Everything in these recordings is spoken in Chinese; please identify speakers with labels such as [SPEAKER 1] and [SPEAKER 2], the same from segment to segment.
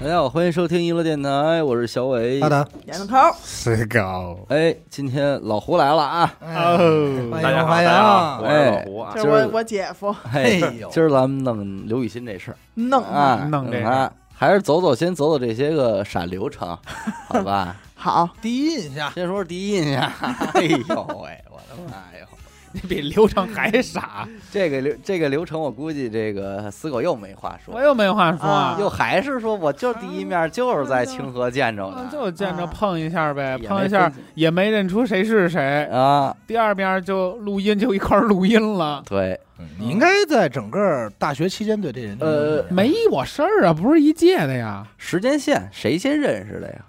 [SPEAKER 1] 大家好，欢迎收听娱乐电台，我是小伟。
[SPEAKER 2] 好的，
[SPEAKER 3] 点个头，
[SPEAKER 4] 谁搞？
[SPEAKER 1] 哎，今天老胡来了啊！哎
[SPEAKER 2] 哦，欢
[SPEAKER 4] 大
[SPEAKER 2] 迎
[SPEAKER 4] 家好，
[SPEAKER 2] 欢
[SPEAKER 4] 大
[SPEAKER 2] 迎
[SPEAKER 4] 家好，
[SPEAKER 2] 啊，
[SPEAKER 4] 我是老胡啊
[SPEAKER 3] 这。
[SPEAKER 1] 今
[SPEAKER 3] 是
[SPEAKER 1] 儿
[SPEAKER 3] 我我姐夫
[SPEAKER 1] 嘿
[SPEAKER 2] 哎呦
[SPEAKER 1] 今儿咱们弄刘雨欣这事儿
[SPEAKER 3] 弄的
[SPEAKER 1] 啊，
[SPEAKER 4] 弄这事儿
[SPEAKER 1] 啊，还是走走，先走走这些个傻流程，好吧？
[SPEAKER 3] 好，
[SPEAKER 2] 第一印象，
[SPEAKER 1] 先说说第一印象，哎呦喂，我的妈呀！
[SPEAKER 4] 哎 你比刘畅还傻，
[SPEAKER 1] 这个流这个流程，我估计这个死狗又没话
[SPEAKER 4] 我
[SPEAKER 1] 说，
[SPEAKER 4] 又没话说
[SPEAKER 3] 啊
[SPEAKER 1] 又还是说我就第一面就是在清河见着
[SPEAKER 4] 啊
[SPEAKER 1] 的
[SPEAKER 4] 就见着碰一下呗，
[SPEAKER 1] 也没
[SPEAKER 4] 碰一下
[SPEAKER 1] 分析
[SPEAKER 4] 也没认出谁是谁。
[SPEAKER 1] 啊，
[SPEAKER 4] 第二遍就录音，就一块儿录音了，
[SPEAKER 1] 对，
[SPEAKER 2] 你应该在整个大学期间对这人就有印象
[SPEAKER 1] 呃
[SPEAKER 4] 没我事儿啊，不是一届的呀。
[SPEAKER 1] 时间线谁先认识的呀？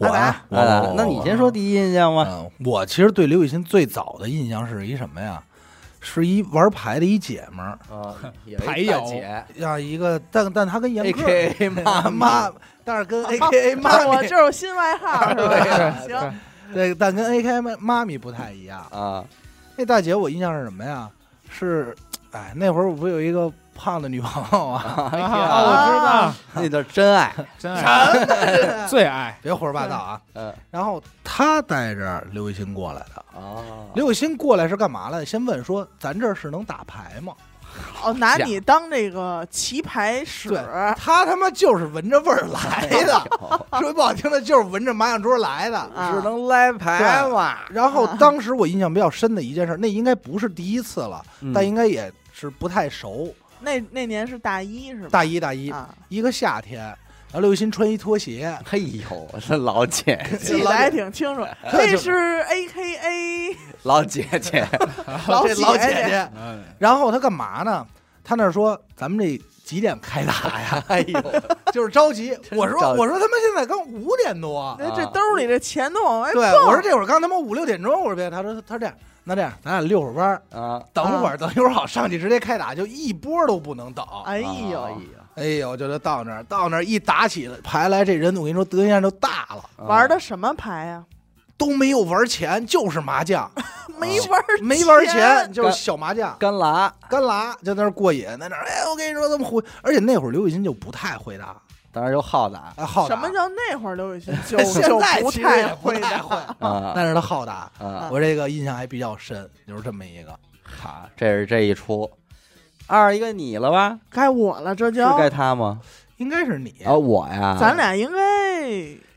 [SPEAKER 2] 我啊，我
[SPEAKER 1] 啊，那你先说。第一印象
[SPEAKER 2] 我
[SPEAKER 1] 吧。
[SPEAKER 2] 嗯我其实对刘雨欣最早的印象是一什么呀？是一玩牌的一姐们儿，
[SPEAKER 1] 啊，
[SPEAKER 4] 牌
[SPEAKER 1] 也
[SPEAKER 4] 友
[SPEAKER 1] 大姐
[SPEAKER 2] 像一个，但但她跟严哥
[SPEAKER 1] AKA 妈
[SPEAKER 2] 妈，但 是跟 A K A 妈
[SPEAKER 3] 我
[SPEAKER 2] 咪，
[SPEAKER 3] 这有新外号是吧？行，
[SPEAKER 2] 对，但跟 A K A 妈咪不太一样。
[SPEAKER 1] 啊，
[SPEAKER 2] 那大姐我印象是什么呀？是，哎，那会儿我不有一个胖的女朋友啊？
[SPEAKER 4] 啊，
[SPEAKER 1] 呀
[SPEAKER 4] 我
[SPEAKER 1] 那叫真爱。
[SPEAKER 4] 知道，真爱最爱
[SPEAKER 2] 别胡说八道啊！
[SPEAKER 1] 嗯
[SPEAKER 2] 然后她带着刘雨欣过来的。
[SPEAKER 1] 啊，
[SPEAKER 2] 刘雨欣过来是干嘛来的？先问说咱这儿是能打牌吗？
[SPEAKER 3] 哦，拿你当这个棋牌使，
[SPEAKER 2] 对她他妈就是闻着味儿来 的，啊说句不好听的，就是闻着麻将桌来的。
[SPEAKER 3] 啊
[SPEAKER 1] 是能来
[SPEAKER 3] 哎
[SPEAKER 1] 牌嘛？
[SPEAKER 2] 然后当时我印象比较深的一件事，那应该不是第一次了，
[SPEAKER 1] 嗯
[SPEAKER 2] 但应该也是不太熟。
[SPEAKER 3] 那那年是大一是吧？
[SPEAKER 2] 大一大一
[SPEAKER 3] 啊，
[SPEAKER 2] 一个夏天，然后刘雨欣穿一拖鞋，
[SPEAKER 1] 哎呦，这老姐
[SPEAKER 3] 记得还 挺清楚。那是 A K A
[SPEAKER 2] 啊
[SPEAKER 1] 老姐姐，
[SPEAKER 3] 老
[SPEAKER 2] 这 老姐
[SPEAKER 3] 姐，
[SPEAKER 2] 姐，然后他干嘛呢？他那儿说咱们这几点开打 呀？
[SPEAKER 1] 哎呦，
[SPEAKER 2] 就是着 急。我说
[SPEAKER 1] 着急
[SPEAKER 2] 我说他妈现在刚五点多，
[SPEAKER 3] 那这兜里这钱都往外
[SPEAKER 2] 对，
[SPEAKER 3] 蹦，
[SPEAKER 2] 我说这会儿刚他妈五六点钟，我说别，他说他说这样，那这样咱俩遛会儿弯儿，
[SPEAKER 1] 啊，
[SPEAKER 2] 等会儿等一会儿好上去直接开打，就一波都不能等。
[SPEAKER 3] 哎
[SPEAKER 1] 哎
[SPEAKER 3] 呦，
[SPEAKER 1] 呀，
[SPEAKER 2] 哎呦，就就到那儿到那儿一打起牌来，这人我跟你说德行就大了，
[SPEAKER 3] 玩
[SPEAKER 1] 啊
[SPEAKER 3] 的什么牌啊呀？
[SPEAKER 2] 都没有玩钱，就是麻将，
[SPEAKER 3] 没玩儿
[SPEAKER 2] 啊没玩钱，就是
[SPEAKER 1] 干
[SPEAKER 2] 小麻将。
[SPEAKER 1] 干拉，
[SPEAKER 2] 干拉就在那儿过瘾，在那儿哎，我跟你说这么回，而且那会儿刘雨欣就不太会打，
[SPEAKER 1] 当然就好打
[SPEAKER 2] 哎，好打
[SPEAKER 3] 什么 叫那会儿刘雨欣就
[SPEAKER 2] 现
[SPEAKER 3] 就
[SPEAKER 2] 在
[SPEAKER 3] 不
[SPEAKER 2] 其实也
[SPEAKER 3] 太
[SPEAKER 2] 不
[SPEAKER 3] 会
[SPEAKER 2] 太
[SPEAKER 3] 打
[SPEAKER 2] 会，
[SPEAKER 1] 啊
[SPEAKER 2] 但是他好打，
[SPEAKER 1] 啊！
[SPEAKER 2] 我这个印象还比较深，就是这么一个。
[SPEAKER 1] 好，这是这一出。二一个你了吧？
[SPEAKER 3] 该我了，这
[SPEAKER 1] 是
[SPEAKER 3] 就
[SPEAKER 1] 该他吗？
[SPEAKER 2] 应该是你，
[SPEAKER 1] 啊，我呀，
[SPEAKER 3] 咱俩应该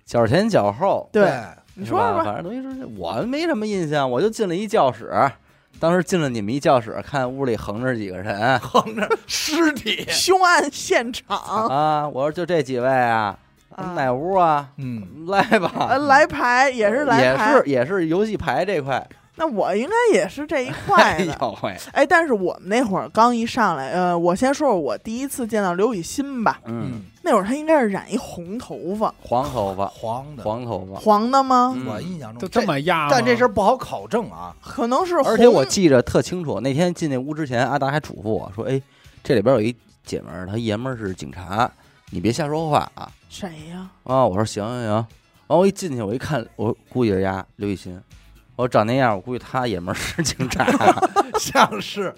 [SPEAKER 1] 脚前脚后，
[SPEAKER 3] 对，你
[SPEAKER 1] 是
[SPEAKER 3] 说说
[SPEAKER 1] 吧？
[SPEAKER 3] 吧。
[SPEAKER 1] 反正等于说是我没什么印象，我就进了一教室。当时进了你们一教室，看屋里横着几个人
[SPEAKER 2] 横着尸体，
[SPEAKER 3] 凶案现场，
[SPEAKER 1] 啊，我说就这几位啊，我们哪屋啊？
[SPEAKER 2] 嗯，
[SPEAKER 1] 来
[SPEAKER 3] 呃，
[SPEAKER 1] 吧，
[SPEAKER 3] 来牌也是来
[SPEAKER 1] 也
[SPEAKER 3] 牌，
[SPEAKER 1] 是也是游戏牌这块。
[SPEAKER 3] 那我应该也是这一 块
[SPEAKER 1] 哎
[SPEAKER 3] 的。
[SPEAKER 1] 呦喂，
[SPEAKER 3] 哎，但是我们那会儿刚一上来，呃，我先说说我第一次见到刘雨欣吧。
[SPEAKER 1] 嗯，
[SPEAKER 3] 那会儿她应该是染一红头发，
[SPEAKER 1] 黄头发，
[SPEAKER 2] 黄的，
[SPEAKER 1] 黄头发，
[SPEAKER 3] 黄的吗？
[SPEAKER 1] 嗯
[SPEAKER 2] 我印象
[SPEAKER 4] 就
[SPEAKER 2] 中
[SPEAKER 4] 这，么压吗。
[SPEAKER 2] 但这事儿不好考证 啊。
[SPEAKER 3] 可能是红。
[SPEAKER 1] 而且我记着特清楚，那天进那屋之前，阿达还嘱咐我说：“哎，这里边有一姐们儿，她爷们儿是警察，你别瞎说话啊。”
[SPEAKER 3] 谁呀、
[SPEAKER 1] 啊，我说行行行，然后我一进去，我一看，我估计是丫刘雨欣，我长那样，我估计他也门是警察。
[SPEAKER 2] 像是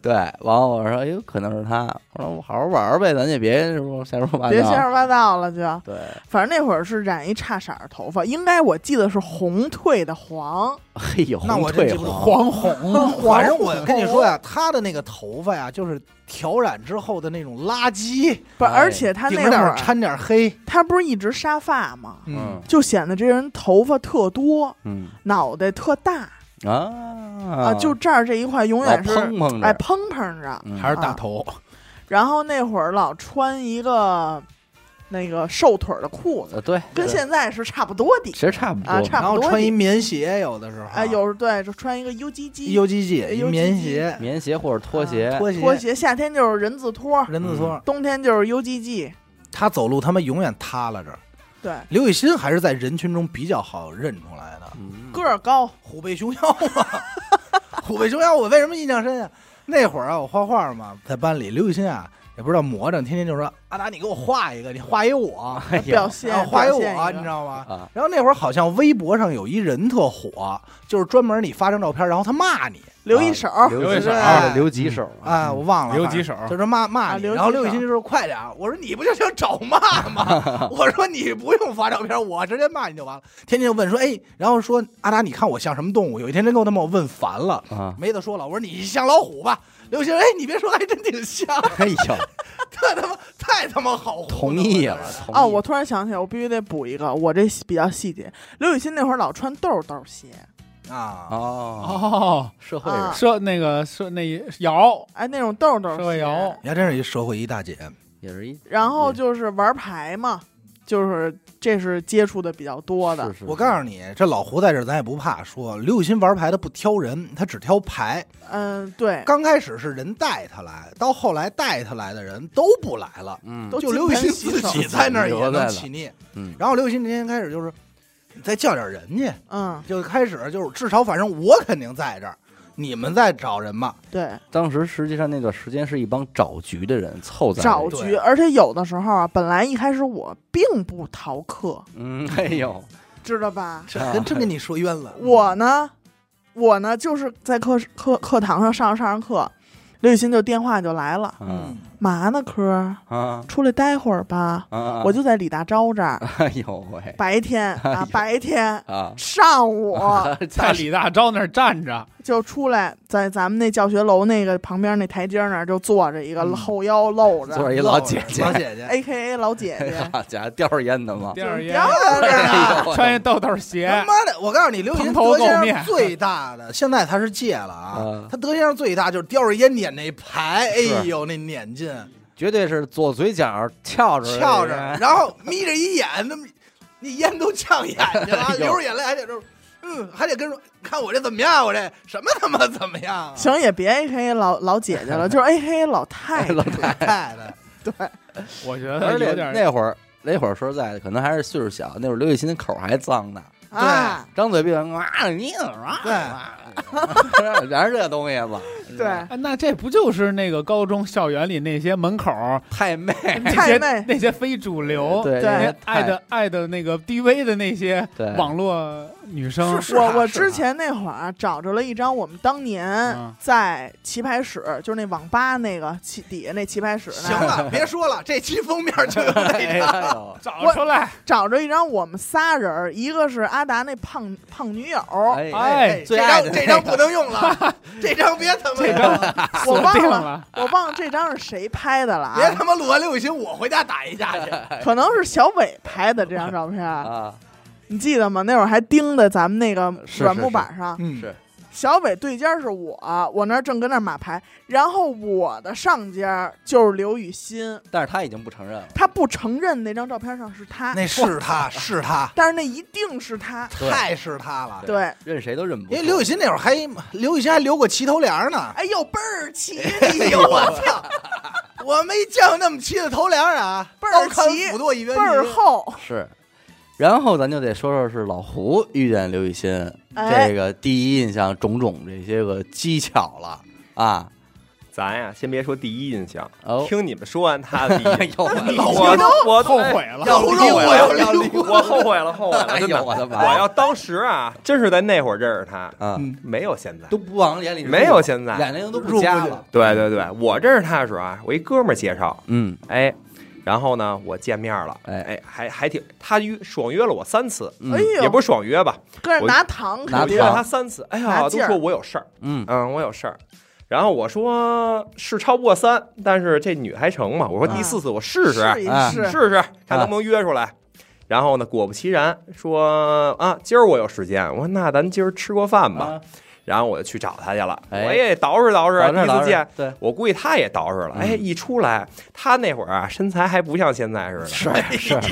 [SPEAKER 1] 对，完了我说，哎呦，可能是他。我说我好好玩儿呗，咱也别说瞎说八道。
[SPEAKER 3] 别瞎说八道了就，
[SPEAKER 1] 对，
[SPEAKER 3] 反正那会儿是染一差色儿头发，应该我记得是红褪的黄，
[SPEAKER 1] 嘿哎呦，
[SPEAKER 2] 那
[SPEAKER 1] 红
[SPEAKER 2] 我真
[SPEAKER 1] 退
[SPEAKER 2] 记不住
[SPEAKER 1] 黄，
[SPEAKER 4] 黄
[SPEAKER 3] 哦
[SPEAKER 4] 红，
[SPEAKER 2] 反正我跟你说呀，他的那个头发呀，就是调染之后的那种垃圾，
[SPEAKER 3] 不是，
[SPEAKER 1] 哎
[SPEAKER 3] 而且她
[SPEAKER 2] 顶
[SPEAKER 3] 那
[SPEAKER 2] 着
[SPEAKER 3] 会
[SPEAKER 2] 点
[SPEAKER 3] 儿
[SPEAKER 2] 儿掺点儿黑，
[SPEAKER 3] 她不是一直沙发吗？
[SPEAKER 1] 嗯
[SPEAKER 3] 就显得这人头发特多，
[SPEAKER 1] 嗯
[SPEAKER 3] 脑袋特大
[SPEAKER 1] 啊
[SPEAKER 3] 啊，就这儿这一块永
[SPEAKER 1] 老
[SPEAKER 3] 远是
[SPEAKER 1] 碰碰着，
[SPEAKER 3] 哎砰砰着。
[SPEAKER 1] 嗯
[SPEAKER 4] 还是大头，
[SPEAKER 3] 然后那会儿老穿一个那个瘦腿儿的裤子，
[SPEAKER 1] 呃对，
[SPEAKER 3] 跟
[SPEAKER 1] 对
[SPEAKER 3] 现在是差不多的
[SPEAKER 1] 其实差不多
[SPEAKER 3] 啊，差
[SPEAKER 2] 然
[SPEAKER 3] 不
[SPEAKER 2] 后
[SPEAKER 3] 多
[SPEAKER 2] 穿一
[SPEAKER 3] 的。
[SPEAKER 2] 棉鞋，有的时候啊
[SPEAKER 3] 哎，有时哎对，就穿一个 U G G
[SPEAKER 2] U G G 一
[SPEAKER 3] UGG
[SPEAKER 2] 棉鞋，
[SPEAKER 1] 棉鞋或者拖鞋，
[SPEAKER 2] 拖鞋，
[SPEAKER 3] 啊拖鞋，嗯夏天就是人字
[SPEAKER 1] 啊
[SPEAKER 3] 拖，
[SPEAKER 2] 人字拖，
[SPEAKER 3] 冬天就是 U G G。
[SPEAKER 2] 他走路他妈永远塌拉着。
[SPEAKER 3] 对，
[SPEAKER 2] 刘雨欣还是在人群中比较好认出来的，
[SPEAKER 1] 嗯
[SPEAKER 3] 个儿高，
[SPEAKER 2] 虎背熊腰嘛。 虎背熊腰，我为什么印象深啊？那会儿啊，我画画嘛，在班里，刘雨欣啊，也不知道魔怔，天天就说啊阿达，你给我画一个，你画一我，
[SPEAKER 1] 哎
[SPEAKER 3] 表
[SPEAKER 1] 呀
[SPEAKER 3] 现
[SPEAKER 2] 然后画一
[SPEAKER 3] 表现
[SPEAKER 2] 我，
[SPEAKER 3] 一
[SPEAKER 2] 你
[SPEAKER 3] 个
[SPEAKER 2] 知道吗？
[SPEAKER 1] 啊，
[SPEAKER 2] 然后那会儿好像微博上有一人特火，就是专门你发张照片，然后他骂你
[SPEAKER 3] 留一手，
[SPEAKER 1] 留
[SPEAKER 4] 留一
[SPEAKER 1] 手
[SPEAKER 4] 手
[SPEAKER 1] 啊，留几手
[SPEAKER 2] 啊、我忘了，
[SPEAKER 4] 留几手
[SPEAKER 2] 反正就是骂骂
[SPEAKER 3] 啊
[SPEAKER 2] 你。
[SPEAKER 3] 留几
[SPEAKER 2] 然后刘雨
[SPEAKER 3] 手
[SPEAKER 2] 欣就说：“快点儿！”我说：“你不就想找骂吗？”我说：“你不用发照片，我直接骂你就完了。”天天就问说：“哎，然后说阿达，你看我像什么动物？”有一天真给我他妈问烦了，
[SPEAKER 1] 啊，
[SPEAKER 2] 没得说了。我说：“你像老虎吧？”刘雨欣，哎，你别说，还真挺像，
[SPEAKER 1] 哎呦，
[SPEAKER 2] 特他妈太他妈好糊弄
[SPEAKER 1] 同意了，
[SPEAKER 2] 真是
[SPEAKER 1] 同意
[SPEAKER 3] 哦，我突然想起来，我必须得补一个，我这比较细节。刘雨欣那会儿老穿豆豆鞋，
[SPEAKER 2] 啊！
[SPEAKER 1] 哦，
[SPEAKER 4] 哦，
[SPEAKER 1] 社会人
[SPEAKER 3] 啊
[SPEAKER 4] 说那个说那摇
[SPEAKER 3] 哎，那种豆豆
[SPEAKER 4] 社会
[SPEAKER 3] 鞋
[SPEAKER 4] 摇，
[SPEAKER 2] 你还真是一社会一大姐，
[SPEAKER 1] 也是一，
[SPEAKER 3] 然后就是玩牌嘛，就是这是接触的比较多的
[SPEAKER 1] 是。是，
[SPEAKER 2] 我告诉你，这老胡在这儿咱也不怕说，刘雨欣玩牌他不挑人，他只挑牌。
[SPEAKER 3] 嗯，对，
[SPEAKER 2] 刚开始是人带他来，到后来带他来的人都不来了，
[SPEAKER 1] 嗯，
[SPEAKER 3] 都
[SPEAKER 2] 就刘雨欣
[SPEAKER 3] 金盆
[SPEAKER 2] 自
[SPEAKER 3] 洗手
[SPEAKER 2] 己在那儿也能起腻。
[SPEAKER 1] 嗯
[SPEAKER 2] 然后刘雨欣那天开始就是，你再叫点人去，
[SPEAKER 3] 嗯，
[SPEAKER 2] 就开始就是至少反正我肯定在这儿，你们再找人吧。
[SPEAKER 3] 对，
[SPEAKER 1] 当时实际上那段时间是一帮找局的人凑在
[SPEAKER 3] 找
[SPEAKER 1] 一起
[SPEAKER 3] 局，而且有的时候啊，本来一开始我并不逃课，
[SPEAKER 1] 嗯，哎呦，
[SPEAKER 3] 知道吧？
[SPEAKER 2] 这
[SPEAKER 1] 啊
[SPEAKER 2] 跟真跟你说冤了，
[SPEAKER 3] 我呢，我呢就是在课课课堂上上着上着课，刘雨欣就电话就来了，
[SPEAKER 1] 嗯
[SPEAKER 3] 嘛呢科，
[SPEAKER 1] 啊
[SPEAKER 3] 出来待会儿吧，
[SPEAKER 1] 啊，
[SPEAKER 3] 我就在李大钊这儿，
[SPEAKER 1] 哎 呦喂
[SPEAKER 3] 白天
[SPEAKER 1] 哎呀
[SPEAKER 3] 啊，白天
[SPEAKER 1] 啊，
[SPEAKER 3] 上 午
[SPEAKER 4] 在李大钊那儿站着，
[SPEAKER 3] 就出来，在咱们那教学楼那个旁边那台阶那儿就坐着一个
[SPEAKER 2] 嗯
[SPEAKER 3] 后腰露
[SPEAKER 1] 坐
[SPEAKER 3] 着
[SPEAKER 1] 着一老姐姐，
[SPEAKER 2] 老姐姐，
[SPEAKER 3] ，A K A 老姐 姐，
[SPEAKER 1] 好家伙，啊叼着烟的吗？
[SPEAKER 4] 第二
[SPEAKER 3] 叼着呢
[SPEAKER 1] 哎呦
[SPEAKER 4] 穿一豆豆鞋
[SPEAKER 2] 他，妈的！我告诉你，刘雨欣
[SPEAKER 4] 哎蓬头
[SPEAKER 2] 德
[SPEAKER 4] 垢
[SPEAKER 2] 先
[SPEAKER 4] 面
[SPEAKER 2] 生最大的，现在他是戒了啊
[SPEAKER 1] 嗯。
[SPEAKER 2] 他德先生最大就是叼着烟撵那牌，
[SPEAKER 1] 是
[SPEAKER 2] 哎呦那撵劲，
[SPEAKER 1] 绝对是左嘴角翘着哎
[SPEAKER 2] 翘着，然后眯着一眼，那么那烟都呛眼睛 了，啊
[SPEAKER 1] 哎呦
[SPEAKER 2] 流着眼泪还得说，嗯，还得跟说，看我这怎么样，啊我这什么他妈怎么样啊？
[SPEAKER 3] 行也别 A K A 老老姐 姐了，就是 A K A 老太太，
[SPEAKER 1] 哎老
[SPEAKER 2] 太太，
[SPEAKER 4] 我觉得
[SPEAKER 1] 而且
[SPEAKER 4] 有点
[SPEAKER 1] 那会儿，那会儿说实在的，可能还是岁数小，那会儿刘雨欣的口儿还脏呢，
[SPEAKER 3] 啊，
[SPEAKER 1] 张嘴闭嘴，哇，你怎么
[SPEAKER 2] 对
[SPEAKER 1] 着？全是这东西吧？
[SPEAKER 3] 对，
[SPEAKER 4] 啊那这不就是那个高中校园里那些门口儿
[SPEAKER 1] 哎太妹，
[SPEAKER 4] 那
[SPEAKER 3] 太
[SPEAKER 4] 些
[SPEAKER 3] 妹
[SPEAKER 4] 那些非主流，
[SPEAKER 1] 对
[SPEAKER 4] 那些
[SPEAKER 1] 对
[SPEAKER 4] 爱的爱的那个 DV 的那些
[SPEAKER 1] 对
[SPEAKER 4] 网络女生，
[SPEAKER 2] 是啊
[SPEAKER 3] 我我
[SPEAKER 2] 是
[SPEAKER 3] 之
[SPEAKER 2] 啊
[SPEAKER 3] 前那会儿啊，找着了一张我们当
[SPEAKER 4] 嗯
[SPEAKER 3] 年在棋牌室，就是那网吧那个棋底下那棋牌室
[SPEAKER 2] 行
[SPEAKER 3] 那，
[SPEAKER 2] 了，别说了，这期封面就有
[SPEAKER 1] 哎呦，
[SPEAKER 4] 找出来，
[SPEAKER 3] 找着一张我们仨人儿，一个是阿达那胖胖女友，
[SPEAKER 1] 哎，
[SPEAKER 4] 哎
[SPEAKER 2] 这
[SPEAKER 1] 最爱的
[SPEAKER 2] 张
[SPEAKER 1] 那个
[SPEAKER 2] 这张不能用 了，这张别他妈
[SPEAKER 4] 这
[SPEAKER 2] 用
[SPEAKER 4] 张
[SPEAKER 2] 了，
[SPEAKER 3] 我
[SPEAKER 4] 锁
[SPEAKER 3] 忘
[SPEAKER 4] 定
[SPEAKER 3] 了，
[SPEAKER 4] 了，
[SPEAKER 3] 我忘了这张是谁拍的了
[SPEAKER 2] 别
[SPEAKER 3] 啊，
[SPEAKER 2] 他妈录完刘雨欣，我回家打一架去。
[SPEAKER 3] 可能是小伟拍的这张照片，
[SPEAKER 1] 啊，
[SPEAKER 3] 你记得吗？那会儿还钉在咱们那个
[SPEAKER 1] 是
[SPEAKER 3] 软
[SPEAKER 1] 是
[SPEAKER 3] 木
[SPEAKER 1] 是
[SPEAKER 3] 板上，
[SPEAKER 2] 嗯
[SPEAKER 1] 是
[SPEAKER 3] 小伟对尖儿是我，我那儿正跟那儿码牌，然后我的上尖儿就是刘雨欣，
[SPEAKER 1] 但是他已经不承认了，
[SPEAKER 3] 他不承认那张照片上是他，
[SPEAKER 2] 那是他是 他，
[SPEAKER 3] 但是那一定是他。
[SPEAKER 1] 对
[SPEAKER 2] 太是他了。
[SPEAKER 3] 对，
[SPEAKER 1] 认谁都认不出。
[SPEAKER 2] 因为刘雨欣那会儿还刘雨欣还留过齐头帘呢，
[SPEAKER 3] 哎呦倍儿齐，
[SPEAKER 2] 哎呦我操！ 我没见过那么齐的头帘啊，
[SPEAKER 3] 倍儿
[SPEAKER 2] 刀砍
[SPEAKER 3] 齐
[SPEAKER 2] 斧剁一边
[SPEAKER 3] 倍儿厚，
[SPEAKER 1] 是，然后咱就得说说是老胡遇见刘雨欣、
[SPEAKER 3] 哎
[SPEAKER 1] 这个第一印象种种这些个技巧了啊。
[SPEAKER 5] 咱呀，先别说第一印象，
[SPEAKER 1] 哦，
[SPEAKER 5] 听你们说完他的第 一
[SPEAKER 1] 哎
[SPEAKER 5] 印象，
[SPEAKER 1] 呦 我
[SPEAKER 5] 我
[SPEAKER 4] 我
[SPEAKER 5] 我
[SPEAKER 4] 后悔了，
[SPEAKER 2] 要
[SPEAKER 5] 后
[SPEAKER 2] 溜
[SPEAKER 5] 悔
[SPEAKER 2] 我要
[SPEAKER 5] 了，
[SPEAKER 2] 溜
[SPEAKER 5] 我后悔了，后悔了，真
[SPEAKER 1] 哎
[SPEAKER 5] 的，
[SPEAKER 1] 呦我的妈
[SPEAKER 5] 我要当时啊，真是在那会儿认识他，
[SPEAKER 1] 啊，
[SPEAKER 2] 嗯
[SPEAKER 5] 没有现在。
[SPEAKER 1] 都不往眼里
[SPEAKER 5] 没有现在
[SPEAKER 1] 眼睛都不加了。
[SPEAKER 5] 对对对，我认识他的时候啊，我一哥们儿介绍，
[SPEAKER 1] 嗯，
[SPEAKER 5] 哎，然后呢，我见面了，
[SPEAKER 1] 哎
[SPEAKER 5] 哎，还还挺，他约爽约了我三次，
[SPEAKER 1] 嗯
[SPEAKER 3] 哎呦，
[SPEAKER 5] 也不是爽约吧，
[SPEAKER 3] 跟着
[SPEAKER 5] 我
[SPEAKER 3] 拿糖
[SPEAKER 1] 拿
[SPEAKER 5] 我
[SPEAKER 3] 肯
[SPEAKER 5] 约
[SPEAKER 3] 定。
[SPEAKER 1] 糖
[SPEAKER 5] 了他三次，哎呀，
[SPEAKER 3] 拿
[SPEAKER 5] 都
[SPEAKER 3] 劲儿
[SPEAKER 5] 说我有事儿，
[SPEAKER 1] 嗯
[SPEAKER 5] 嗯，我有事儿。然后我说是超不过三，但是这女还成嘛。我说
[SPEAKER 3] 啊
[SPEAKER 5] 第四次我试试，嗯
[SPEAKER 3] 一
[SPEAKER 1] 哎
[SPEAKER 3] 试，
[SPEAKER 5] 试试看能不能约出来。然后呢，果不其然说啊，今儿我有时间。我说那咱今儿吃过饭吧。
[SPEAKER 1] 啊
[SPEAKER 5] 然后我就去找他去了，
[SPEAKER 1] 哎
[SPEAKER 5] 我也捯饬捯饬，
[SPEAKER 1] 往这儿
[SPEAKER 5] 啊第一
[SPEAKER 1] 老
[SPEAKER 5] 次见。
[SPEAKER 1] 对，
[SPEAKER 5] 我估计他也捯饬了，
[SPEAKER 1] 嗯
[SPEAKER 5] 哎，一出来，他那会儿啊，身材还不像现在似的，
[SPEAKER 1] 是是，
[SPEAKER 5] 反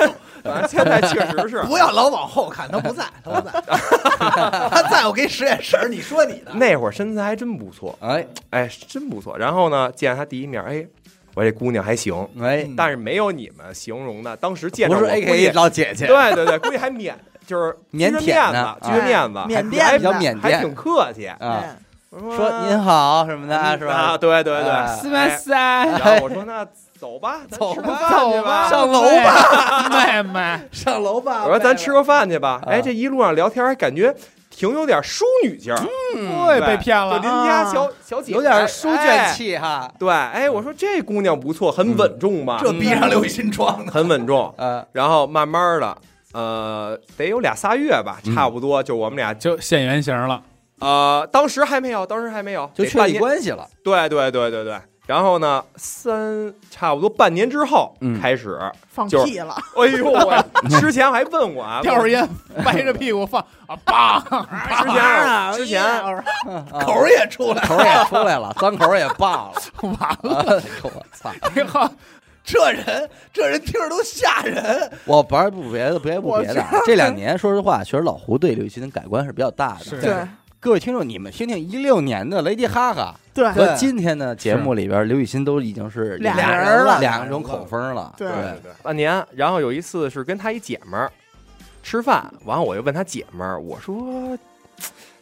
[SPEAKER 5] 正现在确实 是
[SPEAKER 2] 不要老往后看，他不在，他不在，他在我给使眼神儿。你说 你的，
[SPEAKER 5] 那会儿身材还真不错，
[SPEAKER 1] 哎
[SPEAKER 5] 哎，真不错。然后呢，见他第一面，哎，我这姑娘还行，
[SPEAKER 1] 哎，
[SPEAKER 5] 但是没有你们形容的，当时见着
[SPEAKER 1] 不
[SPEAKER 5] 我
[SPEAKER 1] 是
[SPEAKER 5] 估
[SPEAKER 1] A
[SPEAKER 5] 计
[SPEAKER 1] K A 老姐啊姐，
[SPEAKER 5] 对对对，估计还腼，就是
[SPEAKER 1] 腆
[SPEAKER 5] 撅着
[SPEAKER 1] 腆啊
[SPEAKER 5] 面
[SPEAKER 1] 呢
[SPEAKER 5] 子，
[SPEAKER 3] 哎缅甸
[SPEAKER 5] 撅着面子，还还
[SPEAKER 1] 比较
[SPEAKER 3] 的
[SPEAKER 1] 缅
[SPEAKER 5] 还
[SPEAKER 1] 甸
[SPEAKER 5] 挺客气。
[SPEAKER 1] 啊，
[SPEAKER 3] 嗯
[SPEAKER 1] 说您好什么的，
[SPEAKER 5] 嗯
[SPEAKER 1] 是吧？
[SPEAKER 5] 啊，对对对，
[SPEAKER 1] 哎
[SPEAKER 4] 四万三，
[SPEAKER 5] 然后我说那走 吧，咱
[SPEAKER 1] 走
[SPEAKER 5] 吃
[SPEAKER 1] 吧
[SPEAKER 5] 个饭去
[SPEAKER 4] 走吧，
[SPEAKER 1] 上楼
[SPEAKER 4] 吧，妹妹，
[SPEAKER 1] 上楼吧
[SPEAKER 5] 我说咱吃个饭去吧。
[SPEAKER 1] 啊
[SPEAKER 5] 哎，这一路上聊天还感觉挺有点淑女劲儿，
[SPEAKER 4] 我也被骗
[SPEAKER 5] 就
[SPEAKER 4] 了
[SPEAKER 5] 邻，家小小姐
[SPEAKER 1] 嗯有点书卷。气嗯哈
[SPEAKER 5] 哎。对，哎，我说这姑娘不错，很稳重
[SPEAKER 1] 嗯
[SPEAKER 5] 吧？
[SPEAKER 2] 这逼上刘雨欣装 的，
[SPEAKER 5] 很稳重。
[SPEAKER 1] 呃，
[SPEAKER 5] 然后慢慢的，呃，得有俩仨月吧，
[SPEAKER 1] 嗯
[SPEAKER 5] 差不多就我们俩，
[SPEAKER 4] 就现原形了。
[SPEAKER 5] 呃，当时还没有，当时还没有，
[SPEAKER 1] 就
[SPEAKER 5] 得
[SPEAKER 1] 确
[SPEAKER 5] 半
[SPEAKER 1] 立
[SPEAKER 5] 年
[SPEAKER 1] 关系了。
[SPEAKER 5] 对对对对对。然后呢，三差不多半年之后
[SPEAKER 1] 嗯
[SPEAKER 5] 开始，
[SPEAKER 3] 放
[SPEAKER 5] 就是
[SPEAKER 3] 屁了，
[SPEAKER 5] 哎呦我 之前还问 我啊，
[SPEAKER 4] 叼着烟，掰着屁股放啊，棒！
[SPEAKER 5] 之前啊之前
[SPEAKER 2] 口儿也出来，
[SPEAKER 1] 口儿也出来 了，脏口儿也爆了，
[SPEAKER 4] 完
[SPEAKER 1] 了！我操！
[SPEAKER 4] 以后
[SPEAKER 2] 这人这人听着都吓人。
[SPEAKER 1] 我玩儿不别的，别不
[SPEAKER 3] 我
[SPEAKER 1] 别的啊，这两年说实话，确实老胡对刘雨欣的改观是比较大的。
[SPEAKER 4] 是
[SPEAKER 3] 对
[SPEAKER 1] 各位听众，你们听听一六年的雷迪哈哈
[SPEAKER 3] 对
[SPEAKER 1] 和今天的节目里边，刘雨欣都已经是
[SPEAKER 3] 俩
[SPEAKER 1] 两
[SPEAKER 3] 人儿了
[SPEAKER 1] 两种口风了。
[SPEAKER 3] 对
[SPEAKER 5] 对对，半年。然后有一次是跟他一姐们儿吃饭，完了我就问他姐们儿，我说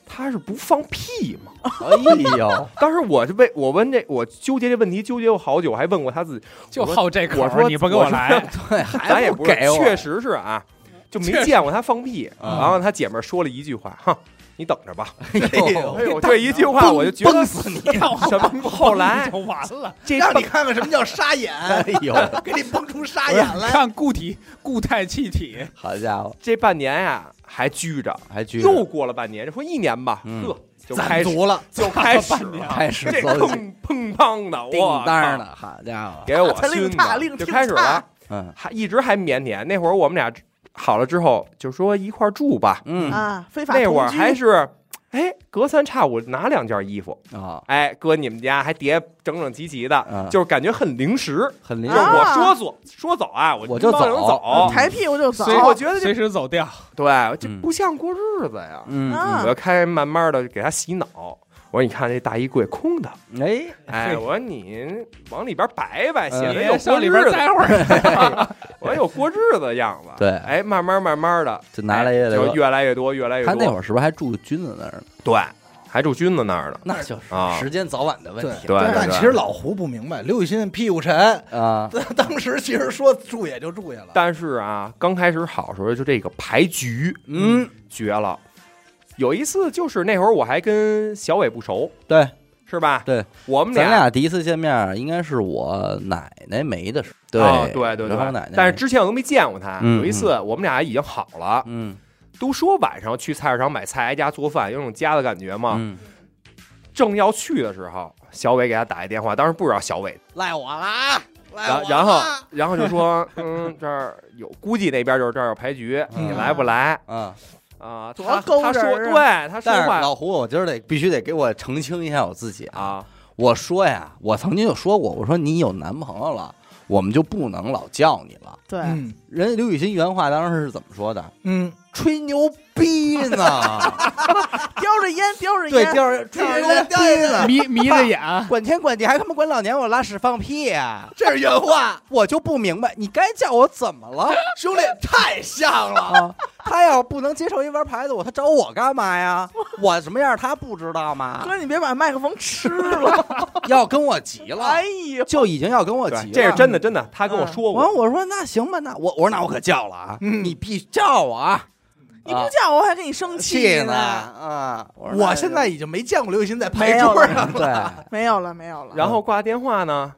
[SPEAKER 5] 他是不放屁吗？
[SPEAKER 1] 哎呦，
[SPEAKER 5] 当时我就被我问这，我纠结这问题纠结过好久，我还问过他自己，
[SPEAKER 4] 就好这口
[SPEAKER 5] 我
[SPEAKER 4] 儿，
[SPEAKER 5] 说
[SPEAKER 4] 你不给我
[SPEAKER 5] 我说
[SPEAKER 4] 来，
[SPEAKER 1] 对，
[SPEAKER 5] 咱
[SPEAKER 1] 还
[SPEAKER 5] 也
[SPEAKER 1] 不
[SPEAKER 5] 不是
[SPEAKER 1] 给我，
[SPEAKER 5] 确实是啊，就没见过他放屁。
[SPEAKER 1] 啊
[SPEAKER 5] 然后他姐们儿说了一句话，哼，你等着吧。
[SPEAKER 1] 哎呦
[SPEAKER 5] 哎呦，这一句话我就觉得
[SPEAKER 1] 死你！
[SPEAKER 5] 什么？ 后来
[SPEAKER 4] 就完了。
[SPEAKER 5] 这
[SPEAKER 2] 让你看看什么叫沙眼，
[SPEAKER 1] 哎 呦，
[SPEAKER 2] 给你蹦出沙眼来。
[SPEAKER 4] 看固体、固态、气体，
[SPEAKER 1] 好家伙，
[SPEAKER 5] 这半年呀还拘着，
[SPEAKER 1] 还拘着
[SPEAKER 5] 又过了半年，这说一年吧，
[SPEAKER 1] 嗯
[SPEAKER 5] 呵，就开
[SPEAKER 2] 攒
[SPEAKER 5] 始
[SPEAKER 2] 足了，
[SPEAKER 5] 就开始
[SPEAKER 4] 攒足了半年
[SPEAKER 1] 开始
[SPEAKER 5] 这
[SPEAKER 1] 走起
[SPEAKER 5] 砰砰砰的，
[SPEAKER 1] 叮
[SPEAKER 5] 哇，
[SPEAKER 1] 当的，好家伙，
[SPEAKER 5] 给我
[SPEAKER 3] 他令
[SPEAKER 5] 熏
[SPEAKER 3] 他
[SPEAKER 5] 的
[SPEAKER 3] 令
[SPEAKER 5] 就
[SPEAKER 3] 听
[SPEAKER 5] 开始
[SPEAKER 3] 他
[SPEAKER 5] 了，
[SPEAKER 1] 嗯
[SPEAKER 5] 还一直还腼腆。那会儿我们俩好了之后，就说一块儿住吧。
[SPEAKER 1] 嗯啊
[SPEAKER 3] 啊，非法
[SPEAKER 5] 那会儿
[SPEAKER 3] 同居
[SPEAKER 5] 还是，哎，隔三差五拿两件衣服，
[SPEAKER 1] 啊，
[SPEAKER 5] 哎，搁你们家还叠整整齐齐的，
[SPEAKER 1] 嗯
[SPEAKER 5] 就是感觉很临时。
[SPEAKER 1] 很灵
[SPEAKER 5] 就
[SPEAKER 1] 活
[SPEAKER 5] 是我
[SPEAKER 3] 啊
[SPEAKER 5] 说走说走啊，我
[SPEAKER 1] 我就
[SPEAKER 5] 能
[SPEAKER 1] 走
[SPEAKER 5] 走
[SPEAKER 1] 嗯。
[SPEAKER 3] 抬屁股就走
[SPEAKER 5] 所以，我觉得这
[SPEAKER 4] 随时走掉。
[SPEAKER 5] 对这
[SPEAKER 1] 嗯
[SPEAKER 5] 不像过日子呀。
[SPEAKER 1] 嗯，
[SPEAKER 3] 啊
[SPEAKER 5] 我就开始慢慢的给他洗脑，我说你看这大衣柜空的，
[SPEAKER 1] 嗯哎，
[SPEAKER 5] 哎，我说你往里边摆摆，
[SPEAKER 1] 呃
[SPEAKER 5] 显得
[SPEAKER 4] 哎
[SPEAKER 5] 有过
[SPEAKER 4] 上里
[SPEAKER 5] 日
[SPEAKER 4] 边
[SPEAKER 5] 子，
[SPEAKER 4] 待会儿，
[SPEAKER 5] 我有过日子的样子。
[SPEAKER 1] 对
[SPEAKER 5] 哎，慢慢慢慢的
[SPEAKER 1] 就拿来越来
[SPEAKER 5] 哎就
[SPEAKER 1] 越。
[SPEAKER 5] 越来越多，越来越
[SPEAKER 1] 他
[SPEAKER 5] 多。
[SPEAKER 1] 那会儿是不是还住君子那儿呢？
[SPEAKER 5] 对，还住君子那儿呢。
[SPEAKER 1] 那就是
[SPEAKER 5] 啊
[SPEAKER 1] 时间早晚的问题。
[SPEAKER 5] 对啊对
[SPEAKER 2] 但
[SPEAKER 5] 对
[SPEAKER 2] 其实老胡不明白，刘雨欣屁股沉，
[SPEAKER 1] 啊，
[SPEAKER 2] 当时其实说住也就住下了。
[SPEAKER 5] 但是啊，刚开始好时候就这个牌局
[SPEAKER 1] 嗯，
[SPEAKER 5] 绝了。有一次就是那会儿我还跟小伟不熟，
[SPEAKER 1] 对，
[SPEAKER 5] 是吧？
[SPEAKER 1] 对，
[SPEAKER 5] 我们
[SPEAKER 1] 咱
[SPEAKER 5] 俩
[SPEAKER 1] 俩第一次见面应该是我奶奶没的时候。哦对
[SPEAKER 5] 啊对对对
[SPEAKER 1] 然后奶奶没，
[SPEAKER 5] 但是之前我都没见过他。
[SPEAKER 1] 嗯
[SPEAKER 5] 有一次我们俩已经好了，
[SPEAKER 1] 嗯
[SPEAKER 5] 都说晚上去菜市场买菜，挨家做饭，有种家的感觉嘛。
[SPEAKER 1] 嗯，
[SPEAKER 5] 正要去的时候，小伟给他打一电话，当时不知道小伟
[SPEAKER 2] 赖我了啊，赖
[SPEAKER 3] 哎
[SPEAKER 5] 然然后然后就说， 嗯，这儿有，估计那边就是这儿有牌局，
[SPEAKER 1] 嗯
[SPEAKER 5] 你来不来
[SPEAKER 1] 啊，
[SPEAKER 5] 啊？
[SPEAKER 3] 多
[SPEAKER 5] 他
[SPEAKER 3] 勾
[SPEAKER 5] 他
[SPEAKER 3] 人啊
[SPEAKER 5] 说，
[SPEAKER 3] 儿
[SPEAKER 5] 对他说
[SPEAKER 1] 但是
[SPEAKER 5] 话
[SPEAKER 1] 老胡，我今儿得必须得给我澄清一下我自己啊！
[SPEAKER 5] 啊，
[SPEAKER 1] 我说呀，我曾经就说过，我说你有男朋友了，我们就不能老叫你了。
[SPEAKER 3] 对，
[SPEAKER 2] 嗯
[SPEAKER 1] 人家刘雨欣原话当时是怎么说的？
[SPEAKER 2] 嗯，
[SPEAKER 1] 吹牛逼呢，
[SPEAKER 3] 叼着烟，叼着
[SPEAKER 1] 对，
[SPEAKER 3] 烟，
[SPEAKER 1] 掉人吹牛逼呢，
[SPEAKER 4] 迷迷着眼，
[SPEAKER 1] 管天管地还他妈管老娘我拉屎放屁啊！
[SPEAKER 2] 这是原话，
[SPEAKER 1] 我就不明白，你该叫我怎么了？
[SPEAKER 2] 兄弟太像了。
[SPEAKER 1] 啊，他要不能接受一玩牌的我，他找我干嘛呀？我什么样他不知道吗？
[SPEAKER 3] 哥，你别把麦克风吃了，
[SPEAKER 1] 要跟我急了
[SPEAKER 3] 哎，呦，
[SPEAKER 1] 就已经要跟我急
[SPEAKER 5] 对，
[SPEAKER 1] 了。嗯
[SPEAKER 5] 这是真的，真的，他跟我说
[SPEAKER 1] 完，
[SPEAKER 5] 过，
[SPEAKER 1] 我说那行吧，那我我说那我可叫了啊，
[SPEAKER 2] 嗯
[SPEAKER 1] 你必须叫我啊，
[SPEAKER 3] 你不叫我还给你生
[SPEAKER 1] 啊气呢
[SPEAKER 3] 呢，
[SPEAKER 1] 啊！我说那
[SPEAKER 2] 我现在已经没见过刘雨欣在
[SPEAKER 3] 没
[SPEAKER 2] 牌
[SPEAKER 3] 有
[SPEAKER 2] 桌上了。
[SPEAKER 1] 对
[SPEAKER 3] 没有了，没有
[SPEAKER 1] 嗯
[SPEAKER 3] 了，
[SPEAKER 5] 然后挂电话呢，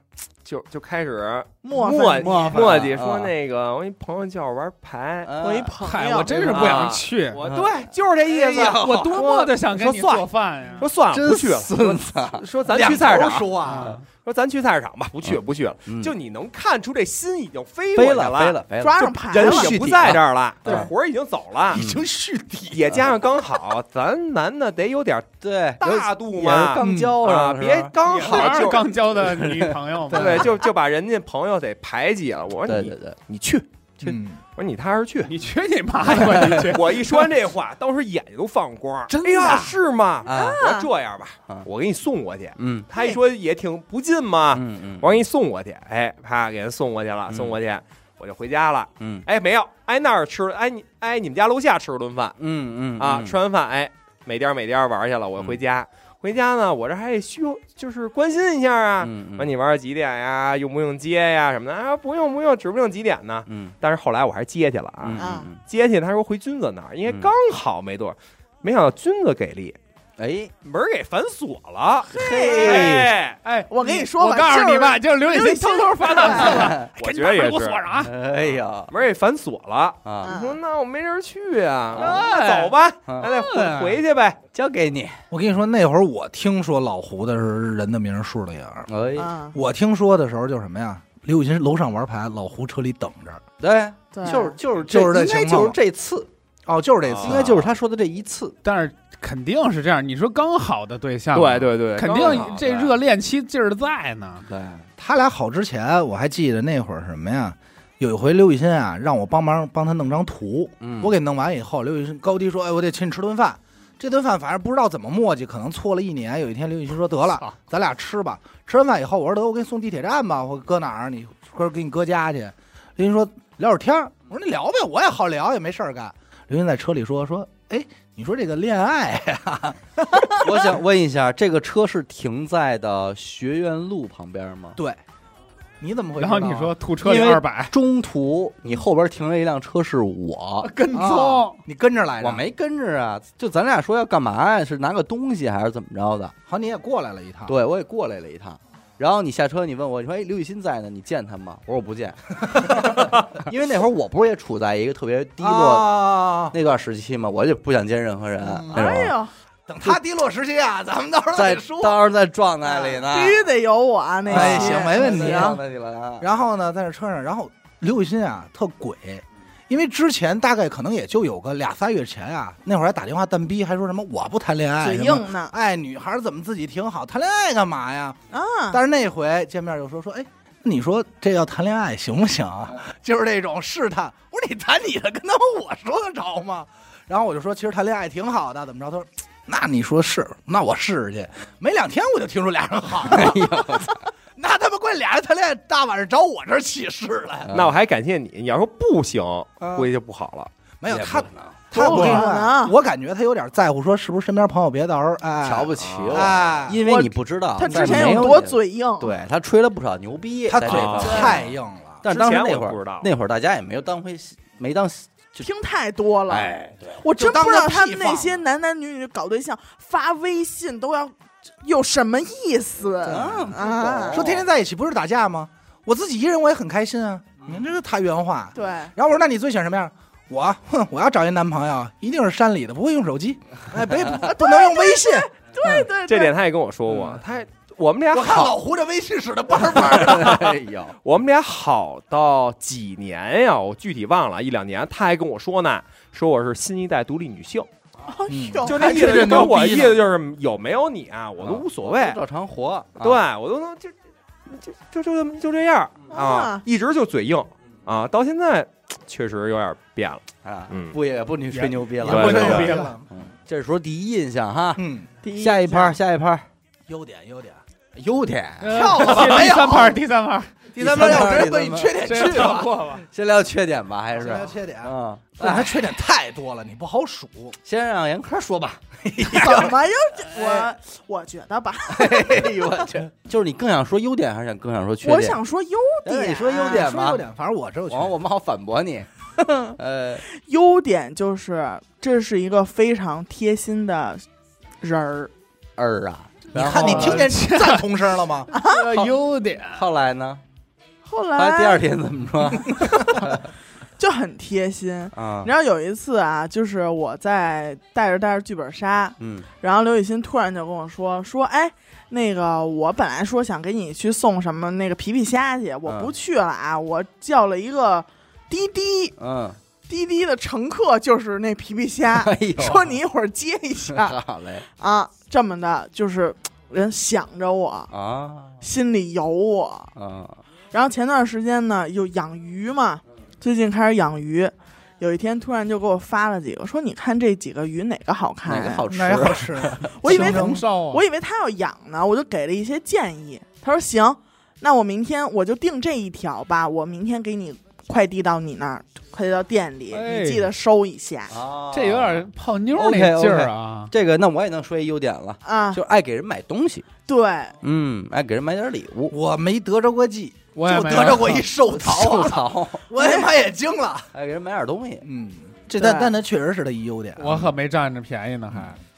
[SPEAKER 5] 就就开始
[SPEAKER 3] 磨
[SPEAKER 5] 磨
[SPEAKER 3] 粉
[SPEAKER 1] 磨
[SPEAKER 5] 磨叽
[SPEAKER 1] 啊
[SPEAKER 5] 说那个，我一朋友叫我玩牌，
[SPEAKER 2] 嗯
[SPEAKER 3] 我一
[SPEAKER 1] 啊
[SPEAKER 3] 朋
[SPEAKER 4] 嗨，
[SPEAKER 3] 友，
[SPEAKER 4] 我真是不想去。
[SPEAKER 5] 我
[SPEAKER 1] 啊
[SPEAKER 5] 对，就是这意
[SPEAKER 2] 哎
[SPEAKER 5] 思，
[SPEAKER 2] 呦
[SPEAKER 4] 我多么的想跟
[SPEAKER 5] 嗯说
[SPEAKER 4] 你
[SPEAKER 5] 算
[SPEAKER 4] 做饭呀！
[SPEAKER 5] 说算了，
[SPEAKER 1] 真
[SPEAKER 5] 不去了，
[SPEAKER 1] 孙子，
[SPEAKER 5] 说咱去菜市
[SPEAKER 2] 两头
[SPEAKER 5] 场，
[SPEAKER 2] 说啊，
[SPEAKER 5] 说咱去菜市场吧，不去不去了，
[SPEAKER 1] 嗯
[SPEAKER 5] 就你能看出这心已经飞过
[SPEAKER 1] 飞
[SPEAKER 5] 去
[SPEAKER 1] 了飞了飞了，
[SPEAKER 3] 抓上牌
[SPEAKER 5] 人
[SPEAKER 3] 了，
[SPEAKER 5] 已经不在这儿了，
[SPEAKER 1] 对
[SPEAKER 5] 这活儿已经走了，嗯
[SPEAKER 2] 已经续底
[SPEAKER 5] 也加上刚好，咱男的得 有点
[SPEAKER 1] 对，
[SPEAKER 5] 大度
[SPEAKER 1] 也
[SPEAKER 5] 嘛
[SPEAKER 1] 是，刚交
[SPEAKER 5] 啊，
[SPEAKER 1] 上，
[SPEAKER 5] 别刚好
[SPEAKER 4] 是
[SPEAKER 5] 就
[SPEAKER 4] 刚交的女朋友嘛，。
[SPEAKER 5] 对，就就把人家朋友得排挤了。我说
[SPEAKER 1] 对
[SPEAKER 5] 你
[SPEAKER 1] 对对，
[SPEAKER 5] 你去，
[SPEAKER 2] 了，嗯
[SPEAKER 5] 我说你踏实去，
[SPEAKER 4] 你去你妈呀！我你去
[SPEAKER 5] 我一说完这话，当时眼睛都放光，
[SPEAKER 1] 真的
[SPEAKER 5] 哎呀是吗？
[SPEAKER 1] 啊，
[SPEAKER 5] 我说这样吧
[SPEAKER 1] 啊，
[SPEAKER 5] 我给你送过去。
[SPEAKER 1] 嗯
[SPEAKER 5] 他一说也挺不近嘛，
[SPEAKER 1] 嗯嗯，
[SPEAKER 5] 我给你送过去，哎，啪给人送过去了，
[SPEAKER 1] 嗯
[SPEAKER 5] 送过去，我就回家了。
[SPEAKER 1] 嗯
[SPEAKER 5] 哎，没有，挨那儿吃，挨你挨你们家楼下吃了顿饭
[SPEAKER 1] 嗯嗯
[SPEAKER 5] 啊，
[SPEAKER 1] 嗯
[SPEAKER 5] 吃完饭哎，美颠儿美颠儿玩去了，我
[SPEAKER 1] 嗯
[SPEAKER 5] 回家。回家呢，我这还得需要就是关心一下啊，
[SPEAKER 1] 嗯
[SPEAKER 5] 完、你玩到几点呀？用不用接呀？什么的啊？不用不用，指不定几点呢。
[SPEAKER 1] 嗯
[SPEAKER 5] 但是后来我还是接去了啊，
[SPEAKER 1] 嗯
[SPEAKER 3] 啊
[SPEAKER 1] 嗯，
[SPEAKER 5] 接去他说回君子那儿，因为
[SPEAKER 1] 嗯
[SPEAKER 5] 刚好没多少，没想到君子给力，
[SPEAKER 1] 哎，
[SPEAKER 5] 门儿给反锁了。
[SPEAKER 1] 嘿，
[SPEAKER 5] 哎
[SPEAKER 4] 哎，
[SPEAKER 3] 我跟你说吧
[SPEAKER 4] 我告诉
[SPEAKER 3] 就是
[SPEAKER 4] 你吧，就是刘雨欣偷偷发短信了，
[SPEAKER 5] 我觉得也
[SPEAKER 4] 赶紧把门
[SPEAKER 5] 是
[SPEAKER 4] 给我锁上啊！
[SPEAKER 1] 哎呀
[SPEAKER 5] 门儿给反锁了。
[SPEAKER 1] 啊，
[SPEAKER 5] 我
[SPEAKER 3] 啊
[SPEAKER 5] 说那我没地儿去啊，
[SPEAKER 1] 啊
[SPEAKER 5] 那走吧，
[SPEAKER 1] 啊
[SPEAKER 5] 那得回回去呗。
[SPEAKER 1] 交给你，
[SPEAKER 2] 我跟你说，那会儿我听说老胡的是人的名儿树的影儿。
[SPEAKER 1] 哎，
[SPEAKER 3] 啊，
[SPEAKER 2] 我听说的时候就是什么呀？李雨欣楼上玩牌，老胡车里等着。
[SPEAKER 1] 对，
[SPEAKER 3] 对，
[SPEAKER 1] 就是就是
[SPEAKER 2] 就是这
[SPEAKER 1] 应该
[SPEAKER 2] 情况
[SPEAKER 1] 就是这次，
[SPEAKER 2] 哦，就是这次，
[SPEAKER 1] 应该就是他说的这一次，
[SPEAKER 4] 但是肯定是这样，你说刚好的对象，
[SPEAKER 5] 对对
[SPEAKER 4] 肯
[SPEAKER 5] 刚好
[SPEAKER 4] 定这热恋期劲儿在呢。
[SPEAKER 1] 对，
[SPEAKER 2] 他俩好之前，我还记得那会儿什么呀？有一回刘雨欣啊，让我帮忙帮他弄张图，
[SPEAKER 1] 嗯，
[SPEAKER 2] 我给弄完以后，刘雨欣高低说：“哎，我得请你吃顿饭。”这顿饭反正不知道怎么磨叽，可能错了一年。有一天刘雨欣说：“得了
[SPEAKER 4] 操，
[SPEAKER 2] 咱俩吃吧。”吃完饭以后，我说：“得，我给你送地铁站吧，我搁哪儿？你或者给你搁家去。”刘雨欣说：“聊会儿天儿。”我说：“你聊呗，我也好聊，也没事儿干。”刘雨欣在车里说：“说，哎，你说这个恋爱，
[SPEAKER 1] 我想问一下，这个车是停在的学院路旁边吗？
[SPEAKER 2] 对，你怎么会知
[SPEAKER 4] 然
[SPEAKER 2] 道啊？”
[SPEAKER 4] 后你说吐车里
[SPEAKER 1] 因为
[SPEAKER 4] 二百，
[SPEAKER 1] 中途你后边停了一辆车是我，
[SPEAKER 4] 跟
[SPEAKER 2] 啊
[SPEAKER 4] 踪，
[SPEAKER 2] 你跟着来着，
[SPEAKER 1] 我没跟着啊，就咱俩说要干嘛呀？是拿个东西还是怎么着的？
[SPEAKER 2] 好，你也过来了一趟。
[SPEAKER 1] 对，我也过来了一趟。然后你下车，你问我，你说：“哎，刘雨欣在呢，你见他吗？”我说：“我不见，因为那会儿我不是也处在一个特别低落
[SPEAKER 2] 啊、
[SPEAKER 1] 那段时期嘛，我就不想见任何人。
[SPEAKER 2] 嗯
[SPEAKER 1] 那种
[SPEAKER 3] 哎呦，
[SPEAKER 2] 等他低落时期啊，咱们到时候
[SPEAKER 1] 在
[SPEAKER 2] 再说。
[SPEAKER 1] 当时在状态里呢，
[SPEAKER 3] 必须得有我啊那
[SPEAKER 2] 哎
[SPEAKER 3] 期
[SPEAKER 2] 行没问题
[SPEAKER 1] 啊，
[SPEAKER 2] 啊
[SPEAKER 1] 没问题了啊。
[SPEAKER 2] 然后呢，在那车上，然后刘雨欣啊特鬼，因为之前大概可能也就有个俩仨月前啊，那会儿还打电话蛋逼，还说什么我不谈恋爱，
[SPEAKER 3] 嘴
[SPEAKER 2] 什么。
[SPEAKER 3] 硬呢
[SPEAKER 2] 哎，女孩儿怎么自己挺好，谈恋爱干嘛呀？
[SPEAKER 3] 啊，
[SPEAKER 2] 但是那回见面就说说，哎，你说这要谈恋爱行不行啊？就是那种试探。我说你谈你的，跟他妈我说得着吗？然后我就说，其实谈恋爱挺好的，怎么着？他说，那你说是，那我试试去。没两天我就听说俩人好 了，那他妈关键俩人谈恋爱，大晚上找我这儿起誓来。
[SPEAKER 5] 那我还感谢你，你要说不行，
[SPEAKER 2] 啊
[SPEAKER 5] 估计就不好了。
[SPEAKER 2] 没有
[SPEAKER 1] 也
[SPEAKER 2] 他
[SPEAKER 1] 不可，能
[SPEAKER 2] 他
[SPEAKER 3] 不
[SPEAKER 2] 我跟你
[SPEAKER 3] 可
[SPEAKER 2] 说啊，
[SPEAKER 3] 能
[SPEAKER 2] 我感觉他有点在乎，说是不是身边朋友别到时候哎
[SPEAKER 1] 瞧不起我，
[SPEAKER 2] 哎，
[SPEAKER 1] 因为你不知道
[SPEAKER 3] 他之
[SPEAKER 1] 在
[SPEAKER 3] 前
[SPEAKER 1] 没有
[SPEAKER 3] 有多
[SPEAKER 1] 你
[SPEAKER 3] 嘴硬，
[SPEAKER 1] 对他吹了不少牛逼，
[SPEAKER 2] 他
[SPEAKER 1] 在
[SPEAKER 2] 嘴
[SPEAKER 1] 这方面
[SPEAKER 5] 啊
[SPEAKER 2] 太硬了。
[SPEAKER 1] 但是当时
[SPEAKER 5] 之前
[SPEAKER 1] 那
[SPEAKER 5] 我
[SPEAKER 1] 会
[SPEAKER 5] 不知道
[SPEAKER 1] 儿，那会儿大家也没有当回事，没当就
[SPEAKER 3] 听太多了。
[SPEAKER 1] 哎，对，
[SPEAKER 3] 我真不知道他们
[SPEAKER 2] 就当
[SPEAKER 3] 那
[SPEAKER 2] 个屁
[SPEAKER 3] 些
[SPEAKER 2] 放
[SPEAKER 3] 男男女女搞对象发微信都要有什么意思啊？
[SPEAKER 2] 说天天在一起不是打架吗？我自己一人我也很开心啊。你看这是太原话。
[SPEAKER 3] 对，
[SPEAKER 2] 然后我说那你最喜欢什么样？我 哼，我要找一男朋友，一定是山里的，不会用手机， 哎，别不不能用微 信。
[SPEAKER 3] 对对
[SPEAKER 5] 这
[SPEAKER 3] 对，
[SPEAKER 5] 点他也跟我说过，他我们俩好，
[SPEAKER 2] 胡这微信使的倍 儿棒的。
[SPEAKER 1] 哎呦，
[SPEAKER 5] 我们俩好到几年呀？我具体忘了，一两年。他还跟我说呢，说我是新一代独立女性，
[SPEAKER 3] 哎
[SPEAKER 1] 嗯
[SPEAKER 3] 呦，
[SPEAKER 5] 就那意
[SPEAKER 1] 还
[SPEAKER 5] 思，
[SPEAKER 1] 真
[SPEAKER 5] 跟我
[SPEAKER 1] 牛逼
[SPEAKER 5] 意
[SPEAKER 1] 呢
[SPEAKER 5] 思就是有没有你啊，我都无所谓，
[SPEAKER 1] 照常活。啊
[SPEAKER 5] 对，我都能就就就就这么就这样啊
[SPEAKER 3] 啊，
[SPEAKER 5] 一直就嘴硬啊，到现在确实有点变了。
[SPEAKER 1] 啊
[SPEAKER 5] 嗯，
[SPEAKER 1] 不也不你吹牛逼
[SPEAKER 4] 也
[SPEAKER 1] 了
[SPEAKER 5] 不，
[SPEAKER 4] 牛逼
[SPEAKER 2] 了。
[SPEAKER 1] 这是说第一印象哈。
[SPEAKER 2] 嗯，
[SPEAKER 1] 下一趴，下一趴，
[SPEAKER 2] 优点优点。
[SPEAKER 1] 优点
[SPEAKER 2] 跳吧
[SPEAKER 4] 呃
[SPEAKER 2] 没
[SPEAKER 4] 第
[SPEAKER 2] 有
[SPEAKER 4] 三盘，第三盘，
[SPEAKER 2] 第三方
[SPEAKER 1] 第三
[SPEAKER 2] 要
[SPEAKER 1] 盘
[SPEAKER 2] 直接奔
[SPEAKER 1] 第三
[SPEAKER 2] 你
[SPEAKER 1] 盘
[SPEAKER 2] 缺点
[SPEAKER 4] 这
[SPEAKER 2] 去
[SPEAKER 4] 跳
[SPEAKER 2] 吧。
[SPEAKER 4] 过吧。
[SPEAKER 1] 先聊缺点吧，还是
[SPEAKER 2] 先聊缺点，
[SPEAKER 1] 嗯，
[SPEAKER 2] 但他哎缺点太多了，你不好数。
[SPEAKER 1] 先让严科说吧。
[SPEAKER 3] 怎么又 我我觉得吧，
[SPEAKER 1] 哎呦我去， 就是你更想说优点，还是想更想说缺点？
[SPEAKER 3] 我想说优
[SPEAKER 1] 哎
[SPEAKER 3] 点，啊
[SPEAKER 1] 你说优点
[SPEAKER 2] 说优点，反正我只有缺
[SPEAKER 1] 完，
[SPEAKER 2] 点。
[SPEAKER 1] 我们好反驳你。呃，
[SPEAKER 3] 优点就是这是一个非常贴心的人儿，
[SPEAKER 1] 二啊，
[SPEAKER 2] 你
[SPEAKER 1] 然
[SPEAKER 2] 看
[SPEAKER 1] 后
[SPEAKER 2] 你
[SPEAKER 1] 呢
[SPEAKER 2] 听见赞同声了吗？
[SPEAKER 4] 这优点，
[SPEAKER 1] 后来呢？
[SPEAKER 3] 后
[SPEAKER 1] 后来第二
[SPEAKER 3] 来
[SPEAKER 1] 天怎么说？
[SPEAKER 3] 就很贴心。
[SPEAKER 1] 啊
[SPEAKER 3] 你知，道有一次啊，就是我在带着带着剧本杀，
[SPEAKER 1] 嗯
[SPEAKER 3] 然后刘雨欣突然就跟我说说，哎，那个我本来说想给你去送什么那个皮皮虾去，
[SPEAKER 1] 嗯
[SPEAKER 3] 我不去了啊，我叫了一个滴滴
[SPEAKER 1] 嗯，
[SPEAKER 3] 滴滴的乘客，就是那皮皮虾，
[SPEAKER 1] 哎呦，
[SPEAKER 3] 啊说你一会儿接一下
[SPEAKER 1] 好嘞
[SPEAKER 3] 啊，这么的，就是人想着我，
[SPEAKER 1] 啊
[SPEAKER 3] 心里有我。
[SPEAKER 1] 啊，
[SPEAKER 3] 然后前段时间呢，又养鱼嘛，最近开始养鱼。有一天突然就给我发了几个，说你看这几个鱼哪个好看、
[SPEAKER 1] 哪
[SPEAKER 3] 呀？
[SPEAKER 1] 个好吃？啊
[SPEAKER 2] 那也好吃。
[SPEAKER 3] 我以为
[SPEAKER 4] 红烧啊，
[SPEAKER 3] 我以为他要养呢，我就给了一些建议。他说行，那我明天我就定这一条吧，我明天给你快递到你那儿，快递到店里，
[SPEAKER 4] 哎
[SPEAKER 3] 你记得收一下
[SPEAKER 1] 啊
[SPEAKER 4] 这有点泡妞那
[SPEAKER 1] OK，OK
[SPEAKER 4] 劲儿啊！
[SPEAKER 1] 这个，那我也能说一优点了，
[SPEAKER 3] 啊。
[SPEAKER 1] 就爱给人买东西，
[SPEAKER 3] 对，
[SPEAKER 1] 嗯，爱给人买点礼物。
[SPEAKER 2] 我没得着过记，
[SPEAKER 4] 我也
[SPEAKER 2] 就
[SPEAKER 4] 没
[SPEAKER 2] 得着
[SPEAKER 4] 有
[SPEAKER 2] 过一寿桃
[SPEAKER 1] 吐
[SPEAKER 2] 啊，
[SPEAKER 1] 槽，
[SPEAKER 2] 我他妈也惊了。
[SPEAKER 1] 爱给人买点东西，
[SPEAKER 2] 嗯，这
[SPEAKER 3] 对
[SPEAKER 2] 但但那确实是他一优点啊。
[SPEAKER 4] 我可没占着便宜呢，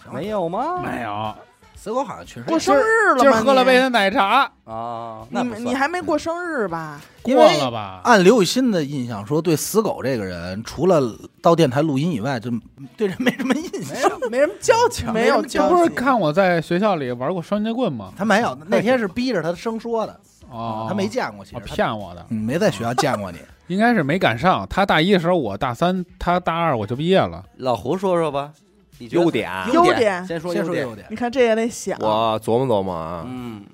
[SPEAKER 4] 还
[SPEAKER 1] 没有吗？
[SPEAKER 4] 没有。
[SPEAKER 2] 死狗好像确实
[SPEAKER 3] 过生日
[SPEAKER 4] 今
[SPEAKER 3] 了
[SPEAKER 4] 儿
[SPEAKER 3] 吗？
[SPEAKER 4] 喝了杯
[SPEAKER 3] 你
[SPEAKER 4] 的奶茶，
[SPEAKER 1] 啊，那
[SPEAKER 3] 你
[SPEAKER 1] 不算
[SPEAKER 3] 你还没过生日吧？
[SPEAKER 2] 因
[SPEAKER 4] 过
[SPEAKER 2] 为
[SPEAKER 4] 了吧？
[SPEAKER 2] 按刘雨欣的印象说，对死狗这个人，除了到电台录音以外，就对人没哎什么印象。
[SPEAKER 1] 没什么交情，
[SPEAKER 3] 没有
[SPEAKER 4] 这
[SPEAKER 3] 交
[SPEAKER 4] 不是
[SPEAKER 3] 集，
[SPEAKER 4] 看我在学校里玩过双截棍吗？
[SPEAKER 2] 他没有，那天是逼着他生说的，
[SPEAKER 4] 哦，
[SPEAKER 2] 他没见过，其
[SPEAKER 4] 我
[SPEAKER 2] 实
[SPEAKER 4] 骗我的，
[SPEAKER 2] 嗯没在学校见过你。
[SPEAKER 4] 应该是没赶上。他大一的时候，我大三，他大二我就毕业了。
[SPEAKER 1] 老胡说说吧，你觉得
[SPEAKER 5] 优点啊，
[SPEAKER 3] 优
[SPEAKER 1] 优
[SPEAKER 3] 点
[SPEAKER 1] 先说
[SPEAKER 2] 先说
[SPEAKER 1] 点
[SPEAKER 2] 优。点，
[SPEAKER 3] 你看这也得想，
[SPEAKER 5] 我琢磨琢磨啊，
[SPEAKER 1] 嗯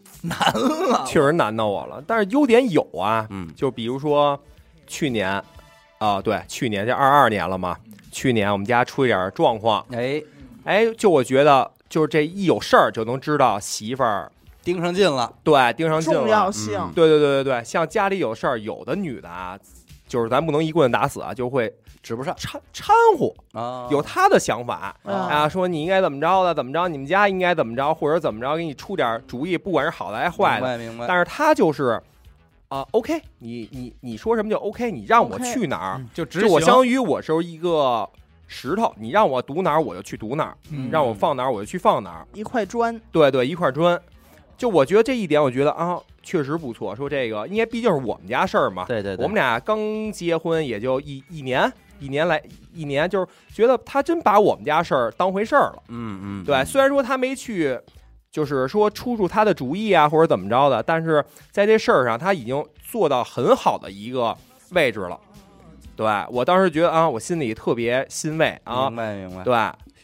[SPEAKER 5] 确实难到我了。但是优点有啊，
[SPEAKER 1] 嗯，
[SPEAKER 5] 就比如说去年啊，对，去年这二二年了嘛，去年我们家出一点状况，
[SPEAKER 1] 哎，
[SPEAKER 5] 哎，就我觉得就是这一有事儿就能知道媳妇儿
[SPEAKER 1] 盯上劲了，
[SPEAKER 5] 对盯上劲
[SPEAKER 3] 重要
[SPEAKER 5] 了。
[SPEAKER 3] 性
[SPEAKER 1] 嗯
[SPEAKER 5] 对对对对对，像家里有事儿，有的女的啊，就是咱不能一棍子打死啊，就会
[SPEAKER 1] 指不上
[SPEAKER 5] 掺掺和，
[SPEAKER 1] 啊，
[SPEAKER 5] 有她的想法。
[SPEAKER 3] 啊，
[SPEAKER 5] 啊，说你应该怎么着的，怎么着，你们家应该怎么着，或者怎么着，给你出点主意，不管是好的还是坏
[SPEAKER 1] 明
[SPEAKER 5] 的。
[SPEAKER 1] 白明白，
[SPEAKER 5] 但是他就是，啊、o k 你你你说什么就 OK，你让我
[SPEAKER 3] OK
[SPEAKER 5] 去哪儿
[SPEAKER 4] 嗯就只
[SPEAKER 5] 就我相当于我是一个石头，你让我堵哪儿我就去堵哪儿，
[SPEAKER 2] 嗯。
[SPEAKER 5] 让我放哪儿我就去放哪儿。
[SPEAKER 3] 一块砖，
[SPEAKER 5] 对对，一块砖。就我觉得这一点，我觉得啊，确实不错。说这个，因为毕竟是我们家事儿嘛，
[SPEAKER 1] 对对对，
[SPEAKER 5] 我们俩刚结婚也就一一年，一年来一年，就是觉得他真把我们家事儿当回事儿了。
[SPEAKER 1] 嗯嗯，
[SPEAKER 5] 对，
[SPEAKER 1] 嗯
[SPEAKER 5] 虽然说他没去，就是说出出他的主意啊，或者怎么着的，但是在这事儿上他已经做到很好的一个位置了。对我当时觉得啊，我心里特别欣慰啊
[SPEAKER 1] 明，白明白。
[SPEAKER 5] 对，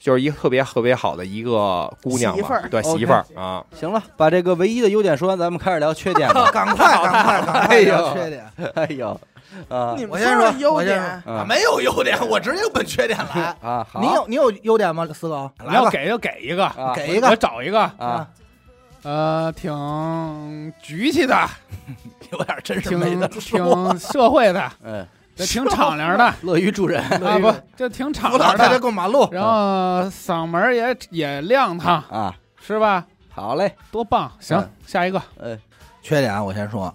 [SPEAKER 5] 就是一个特别特别好的一个姑娘
[SPEAKER 3] 媳妇
[SPEAKER 5] 吧
[SPEAKER 3] 儿，
[SPEAKER 5] 对
[SPEAKER 1] OK
[SPEAKER 5] 媳妇儿啊，
[SPEAKER 1] 行了，把这个唯一的优点说完，咱们开始聊缺点吧
[SPEAKER 2] 赶快，赶快，赶
[SPEAKER 1] 哎
[SPEAKER 2] 快
[SPEAKER 1] 呦
[SPEAKER 2] 聊缺点
[SPEAKER 1] 哎呦，啊
[SPEAKER 3] 你
[SPEAKER 2] 我
[SPEAKER 3] 们
[SPEAKER 2] 先
[SPEAKER 3] 说
[SPEAKER 2] 说
[SPEAKER 3] 优
[SPEAKER 2] 我先
[SPEAKER 3] 点，
[SPEAKER 1] 嗯。
[SPEAKER 2] 啊！没有优点，我直接奔缺点来
[SPEAKER 1] 啊，好，
[SPEAKER 2] 你有你有优点吗，死狗？
[SPEAKER 4] 你
[SPEAKER 2] 来
[SPEAKER 4] 要
[SPEAKER 2] 吧，
[SPEAKER 4] 给就给一个，
[SPEAKER 1] 啊
[SPEAKER 2] 给一个
[SPEAKER 4] 我找一个。
[SPEAKER 1] 啊，
[SPEAKER 4] 呃，挺局气的，
[SPEAKER 2] 有点真是
[SPEAKER 4] 挺
[SPEAKER 2] 没得说。
[SPEAKER 4] 挺社会的，
[SPEAKER 1] 嗯，
[SPEAKER 4] 也挺敞亮的
[SPEAKER 1] 乐于助人，
[SPEAKER 4] 啊，不，就挺敞
[SPEAKER 2] 辅导
[SPEAKER 4] 亮
[SPEAKER 2] 大家
[SPEAKER 4] 的。
[SPEAKER 2] 过马路，
[SPEAKER 4] 然后嗓门儿也也亮堂，
[SPEAKER 1] 啊，
[SPEAKER 4] 是吧？
[SPEAKER 1] 好嘞，
[SPEAKER 4] 多棒！行
[SPEAKER 1] 嗯，
[SPEAKER 4] 下一个
[SPEAKER 1] 嗯
[SPEAKER 2] 缺点啊，我先说，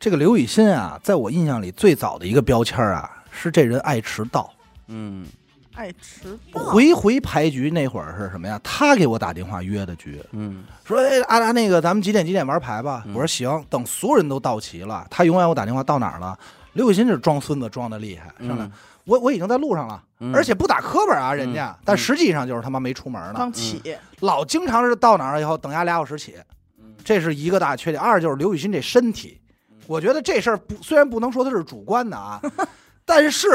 [SPEAKER 2] 这个刘雨欣啊，在我印象里最早的一个标签啊，是这人爱迟到。
[SPEAKER 1] 嗯
[SPEAKER 3] 爱迟到，
[SPEAKER 2] 回回牌局那会儿是什么呀？他给我打电话约的局，
[SPEAKER 1] 嗯
[SPEAKER 2] 说哎阿达那个咱们几点几点玩牌吧？
[SPEAKER 1] 嗯
[SPEAKER 2] 我说行，等所有人都到齐了，他永远给我打电话到哪儿了？刘雨欣就是装孙子装的厉害，上来、
[SPEAKER 1] 嗯
[SPEAKER 2] 我我已经在路上了，
[SPEAKER 1] 嗯，
[SPEAKER 2] 而且不打磕巴啊，人家，但
[SPEAKER 1] 嗯
[SPEAKER 2] 实际上就是他妈没出门呢，
[SPEAKER 3] 刚起，
[SPEAKER 2] 老经常是到哪儿以后等压俩小时起，
[SPEAKER 3] 嗯
[SPEAKER 2] 这是一个大缺点。二就是刘雨欣这身体，我觉得这事儿不虽然不能说他是主观的 啊，但是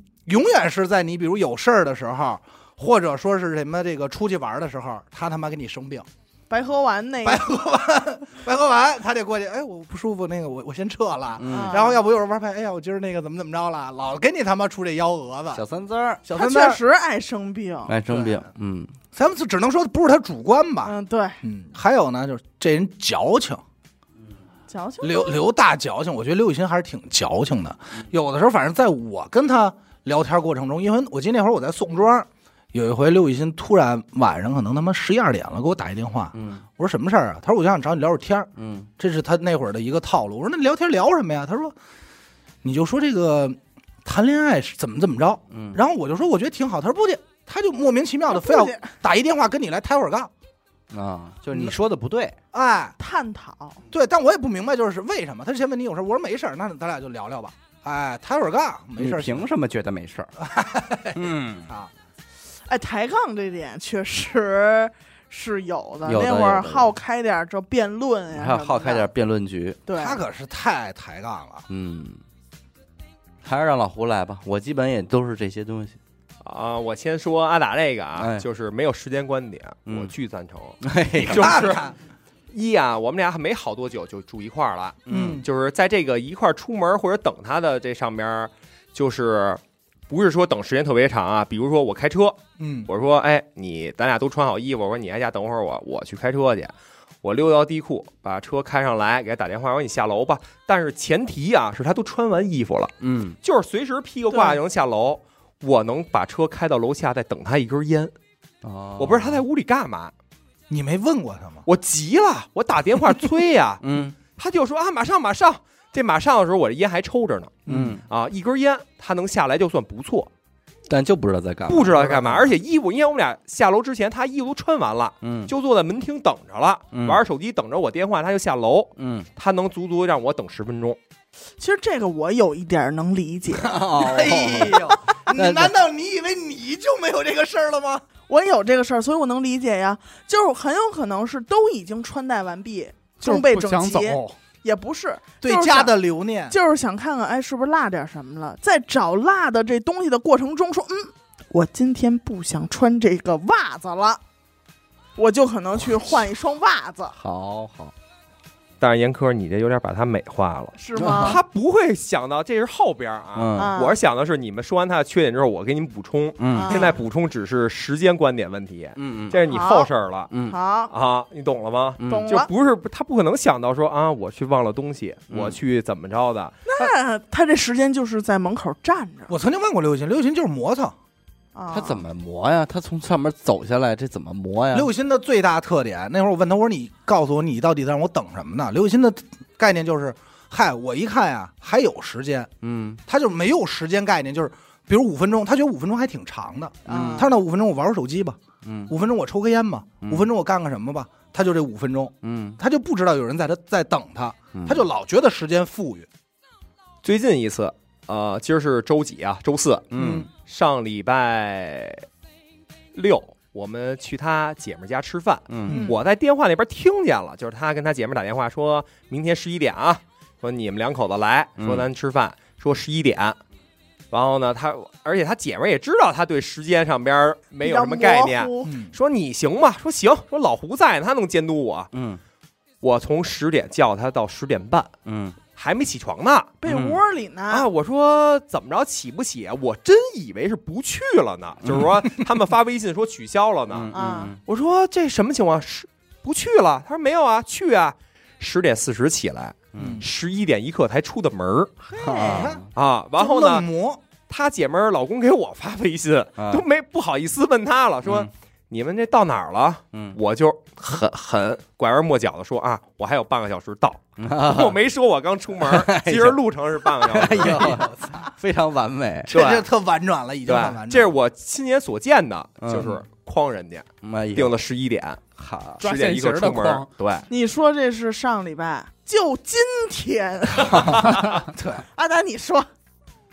[SPEAKER 2] 永远是在你比如有事儿的时候，或者说是什么这个出去玩的时候，他他妈给你生病，
[SPEAKER 3] 白喝完那
[SPEAKER 2] 白
[SPEAKER 3] 个，
[SPEAKER 2] 喝完白喝完他得过去，哎我不舒服，那个我我先撤了。
[SPEAKER 1] 嗯，
[SPEAKER 2] 然后要不就是玩牌，哎呀，我今儿那个怎么怎么着了，老给你他妈出这幺蛾子，
[SPEAKER 1] 小三滋儿，
[SPEAKER 2] 小
[SPEAKER 3] 他
[SPEAKER 2] 三蛋
[SPEAKER 3] 确
[SPEAKER 2] 儿，
[SPEAKER 3] 实爱生病，
[SPEAKER 1] 爱生病，嗯
[SPEAKER 2] 咱们只能说不是他主观吧。
[SPEAKER 3] 嗯，对，
[SPEAKER 2] 嗯，还有呢，就是这人矫情，
[SPEAKER 3] 瞧瞧，
[SPEAKER 2] 刘刘大矫情，我觉得刘雨欣还是挺矫情的。有的时候，反正在我跟他聊天过程中，因为我记得那会儿我在宋庄，有一回刘雨欣突然晚上可能他妈十一二点了，给我打一电话，
[SPEAKER 1] 嗯
[SPEAKER 2] 我说什么事儿啊？他说我就想找你聊会儿天儿
[SPEAKER 1] 嗯
[SPEAKER 2] 这是他那会儿的一个套路。我说那聊天聊什么呀？他说你就说这个谈恋爱是怎么怎么着。
[SPEAKER 1] 嗯，
[SPEAKER 2] 然后我就说我觉得挺好，他说不去，他就莫名其妙的非要
[SPEAKER 3] 出去
[SPEAKER 2] 打一电话跟你来抬会儿杠，
[SPEAKER 1] 啊，就是你说的不对，
[SPEAKER 2] 哎。
[SPEAKER 3] 探讨，
[SPEAKER 2] 对，但我也不明白，就是为什么他先问你有事儿，我说没事儿，那咱俩就聊聊吧。哎，抬会儿杠，没
[SPEAKER 1] 你
[SPEAKER 2] 事儿
[SPEAKER 1] 凭什么觉得没事儿？嗯，
[SPEAKER 2] 啊。
[SPEAKER 3] 哎，抬杠这点确实是有的。
[SPEAKER 1] 有的
[SPEAKER 3] 那会儿
[SPEAKER 1] 有的
[SPEAKER 3] 好开点儿这辩论哎呀，
[SPEAKER 1] 还有好开点，辩论局，
[SPEAKER 3] 对，
[SPEAKER 2] 他可是太抬杠 了，
[SPEAKER 1] 嗯，还是让老胡来吧，我基本也都是这些东西。
[SPEAKER 5] 啊，我先说阿达这个啊，
[SPEAKER 1] 哎
[SPEAKER 5] 就是没有时间观点，
[SPEAKER 1] 嗯
[SPEAKER 5] 我巨赞成。
[SPEAKER 1] 哎呀，
[SPEAKER 5] 就是
[SPEAKER 2] 看 看
[SPEAKER 5] 一啊，我们俩还没好多久就住一块儿了，
[SPEAKER 2] 嗯
[SPEAKER 5] 就是在这个一块儿出门或者等他的这上面，就是不是说等时间特别长啊？比如说我开车，
[SPEAKER 2] 嗯，
[SPEAKER 5] 我说哎，你咱俩都穿好衣服，我说你在家等会儿我，我去开车去。我溜到地库，把车开上来，给他打电话，我说你下楼吧。但是前提啊，是他都穿完衣服了，
[SPEAKER 1] 嗯，
[SPEAKER 5] 就是随时披个挂
[SPEAKER 3] 对
[SPEAKER 5] 就能下楼。我能把车开到楼下，再等他一根烟。我
[SPEAKER 1] 我
[SPEAKER 5] 不知道他在屋里干嘛，
[SPEAKER 2] 你没问过他吗？
[SPEAKER 5] 我急了，我打电话催呀、
[SPEAKER 1] 嗯
[SPEAKER 5] 他就说啊，马上马上。这马上的时候，我这烟还抽着呢
[SPEAKER 1] 嗯，
[SPEAKER 5] 啊，一根烟他能下来就算不错，
[SPEAKER 1] 但就不知道在干嘛，
[SPEAKER 5] 不知道他干嘛。而且衣服，因为我们俩下楼之前，他衣服都穿完了，
[SPEAKER 1] 嗯
[SPEAKER 5] 就坐在门厅等着了，
[SPEAKER 1] 嗯
[SPEAKER 5] 玩手机等着我电话，他就下楼，
[SPEAKER 1] 嗯，
[SPEAKER 5] 他能足足让我等十分钟。
[SPEAKER 3] 其实这个我有一点儿能理解，
[SPEAKER 1] 哦
[SPEAKER 2] 哎 呦，
[SPEAKER 1] 那
[SPEAKER 2] 你难道你以为你就没有这个事儿了吗？
[SPEAKER 3] 我有这个事儿，所以我能理解呀。就是很有可能是都已经穿戴完毕，
[SPEAKER 4] 就是
[SPEAKER 3] 装备
[SPEAKER 4] 不
[SPEAKER 3] 整
[SPEAKER 4] 想
[SPEAKER 3] 齐
[SPEAKER 4] 走，
[SPEAKER 3] 也不是
[SPEAKER 2] 对
[SPEAKER 3] 就是
[SPEAKER 2] 家
[SPEAKER 3] 想
[SPEAKER 2] 的留念，
[SPEAKER 1] 嗯
[SPEAKER 3] 就是想看看，哎，是不是落点什么了？在找落的这东西的过程中，说，嗯，我今天不想穿这个袜子了，我就可能去换一双袜子，
[SPEAKER 1] 好好，
[SPEAKER 5] 但是严科，你这有点把他美化了，
[SPEAKER 3] 是
[SPEAKER 4] 嗯
[SPEAKER 3] 吗？
[SPEAKER 5] 他不会想到这是后边啊。
[SPEAKER 1] 啊嗯
[SPEAKER 3] 啊
[SPEAKER 5] 嗯我是想的是你们说完他的缺点之后，我给你们补充。
[SPEAKER 1] 嗯
[SPEAKER 3] 啊
[SPEAKER 5] 现在补充只是时间观点问题，
[SPEAKER 1] 嗯嗯
[SPEAKER 5] 这是你后事儿了
[SPEAKER 1] 嗯
[SPEAKER 3] 好，
[SPEAKER 5] 啊，你懂了吗？
[SPEAKER 1] 嗯
[SPEAKER 3] 懂
[SPEAKER 5] 就
[SPEAKER 3] 了。
[SPEAKER 5] 不是他不可能想到说啊，我去忘了东西，
[SPEAKER 1] 嗯
[SPEAKER 5] 我去怎么着的，
[SPEAKER 3] 那他这时间就是在门口站着
[SPEAKER 2] 我曾经问过刘雨欣，刘雨欣就是磨蹭。
[SPEAKER 3] 啊。
[SPEAKER 1] 他怎？么磨呀？他从上面走下来，这怎么磨呀？
[SPEAKER 2] 刘雨欣的最大特点，那会儿我问他，我说你告诉我你到底在让我等什么呢？刘雨欣的概念就是，嗨，我一看呀、还有时间，
[SPEAKER 1] 嗯
[SPEAKER 2] 他就没有时间概念，就是比如五分钟，他觉得五分钟还挺长的，
[SPEAKER 3] 啊
[SPEAKER 2] 他说那五分钟我玩会儿手机吧，
[SPEAKER 1] 嗯
[SPEAKER 2] 五分钟我抽根烟吧，
[SPEAKER 1] 嗯
[SPEAKER 2] 五分钟我干个什么吧，他就这五分钟，
[SPEAKER 1] 嗯，
[SPEAKER 2] 他就不知道有人在他在等他，
[SPEAKER 1] 嗯
[SPEAKER 2] 他就老觉得时间富裕，
[SPEAKER 5] 最近一次，呃，今儿是周几啊？周四，
[SPEAKER 1] 嗯
[SPEAKER 5] 上礼拜六，我们去他姐们儿家吃饭，
[SPEAKER 1] 嗯
[SPEAKER 3] 嗯
[SPEAKER 5] 我在电话那边听见了，就是他跟他姐们儿打电话说，明天十一点啊，说你们两口子来，
[SPEAKER 1] 嗯
[SPEAKER 5] 说咱吃饭，说十一点。然后呢，他而且他姐们儿也知道他对时间上边儿没有什么概念，
[SPEAKER 2] 嗯，
[SPEAKER 5] 说你行吗？说行，说老胡在呢，他能监督我。
[SPEAKER 1] 嗯
[SPEAKER 5] 我从十点叫他到十点半，
[SPEAKER 1] 嗯
[SPEAKER 5] 还没起床呢。
[SPEAKER 1] 啊
[SPEAKER 3] 被窝里呢。
[SPEAKER 5] 啊，我说怎么着起不起啊？我真以为是不去了呢，就是说他们发微信说取消了呢。
[SPEAKER 1] 嗯嗯
[SPEAKER 5] 我说这什么情况？是不去了？他说没有啊，去啊。十点四十起来，
[SPEAKER 1] 嗯
[SPEAKER 5] 十一点一刻才出的门儿
[SPEAKER 1] 啊
[SPEAKER 5] 啊。然后
[SPEAKER 2] 就愣
[SPEAKER 5] 呢，
[SPEAKER 2] 磨，
[SPEAKER 5] 他姐们儿老公给我发微信，
[SPEAKER 1] 啊
[SPEAKER 5] 都没不好意思问他了，说
[SPEAKER 1] 嗯
[SPEAKER 5] 你们这到哪儿了？
[SPEAKER 1] 嗯
[SPEAKER 5] 我就很很拐弯抹角的说啊，我还有半个小时到，
[SPEAKER 1] 啊
[SPEAKER 5] 我没说我刚出门儿，其实路程是半个小 时。
[SPEAKER 1] 哎呦，非常完美，
[SPEAKER 2] 这
[SPEAKER 5] 对
[SPEAKER 2] 这特婉转了，已经
[SPEAKER 5] 对
[SPEAKER 2] 很婉转了，
[SPEAKER 5] 这是我亲眼所见的，
[SPEAKER 1] 嗯
[SPEAKER 5] 就是诓人家
[SPEAKER 1] 哎呦
[SPEAKER 5] 定了十一点，
[SPEAKER 1] 好，
[SPEAKER 4] 抓
[SPEAKER 5] 十点
[SPEAKER 4] 现
[SPEAKER 5] 一刻
[SPEAKER 4] 行的
[SPEAKER 5] 出门
[SPEAKER 4] 诓，
[SPEAKER 5] 对，
[SPEAKER 3] 你说这是上礼拜，就今天。
[SPEAKER 2] 对，
[SPEAKER 3] 阿达，你说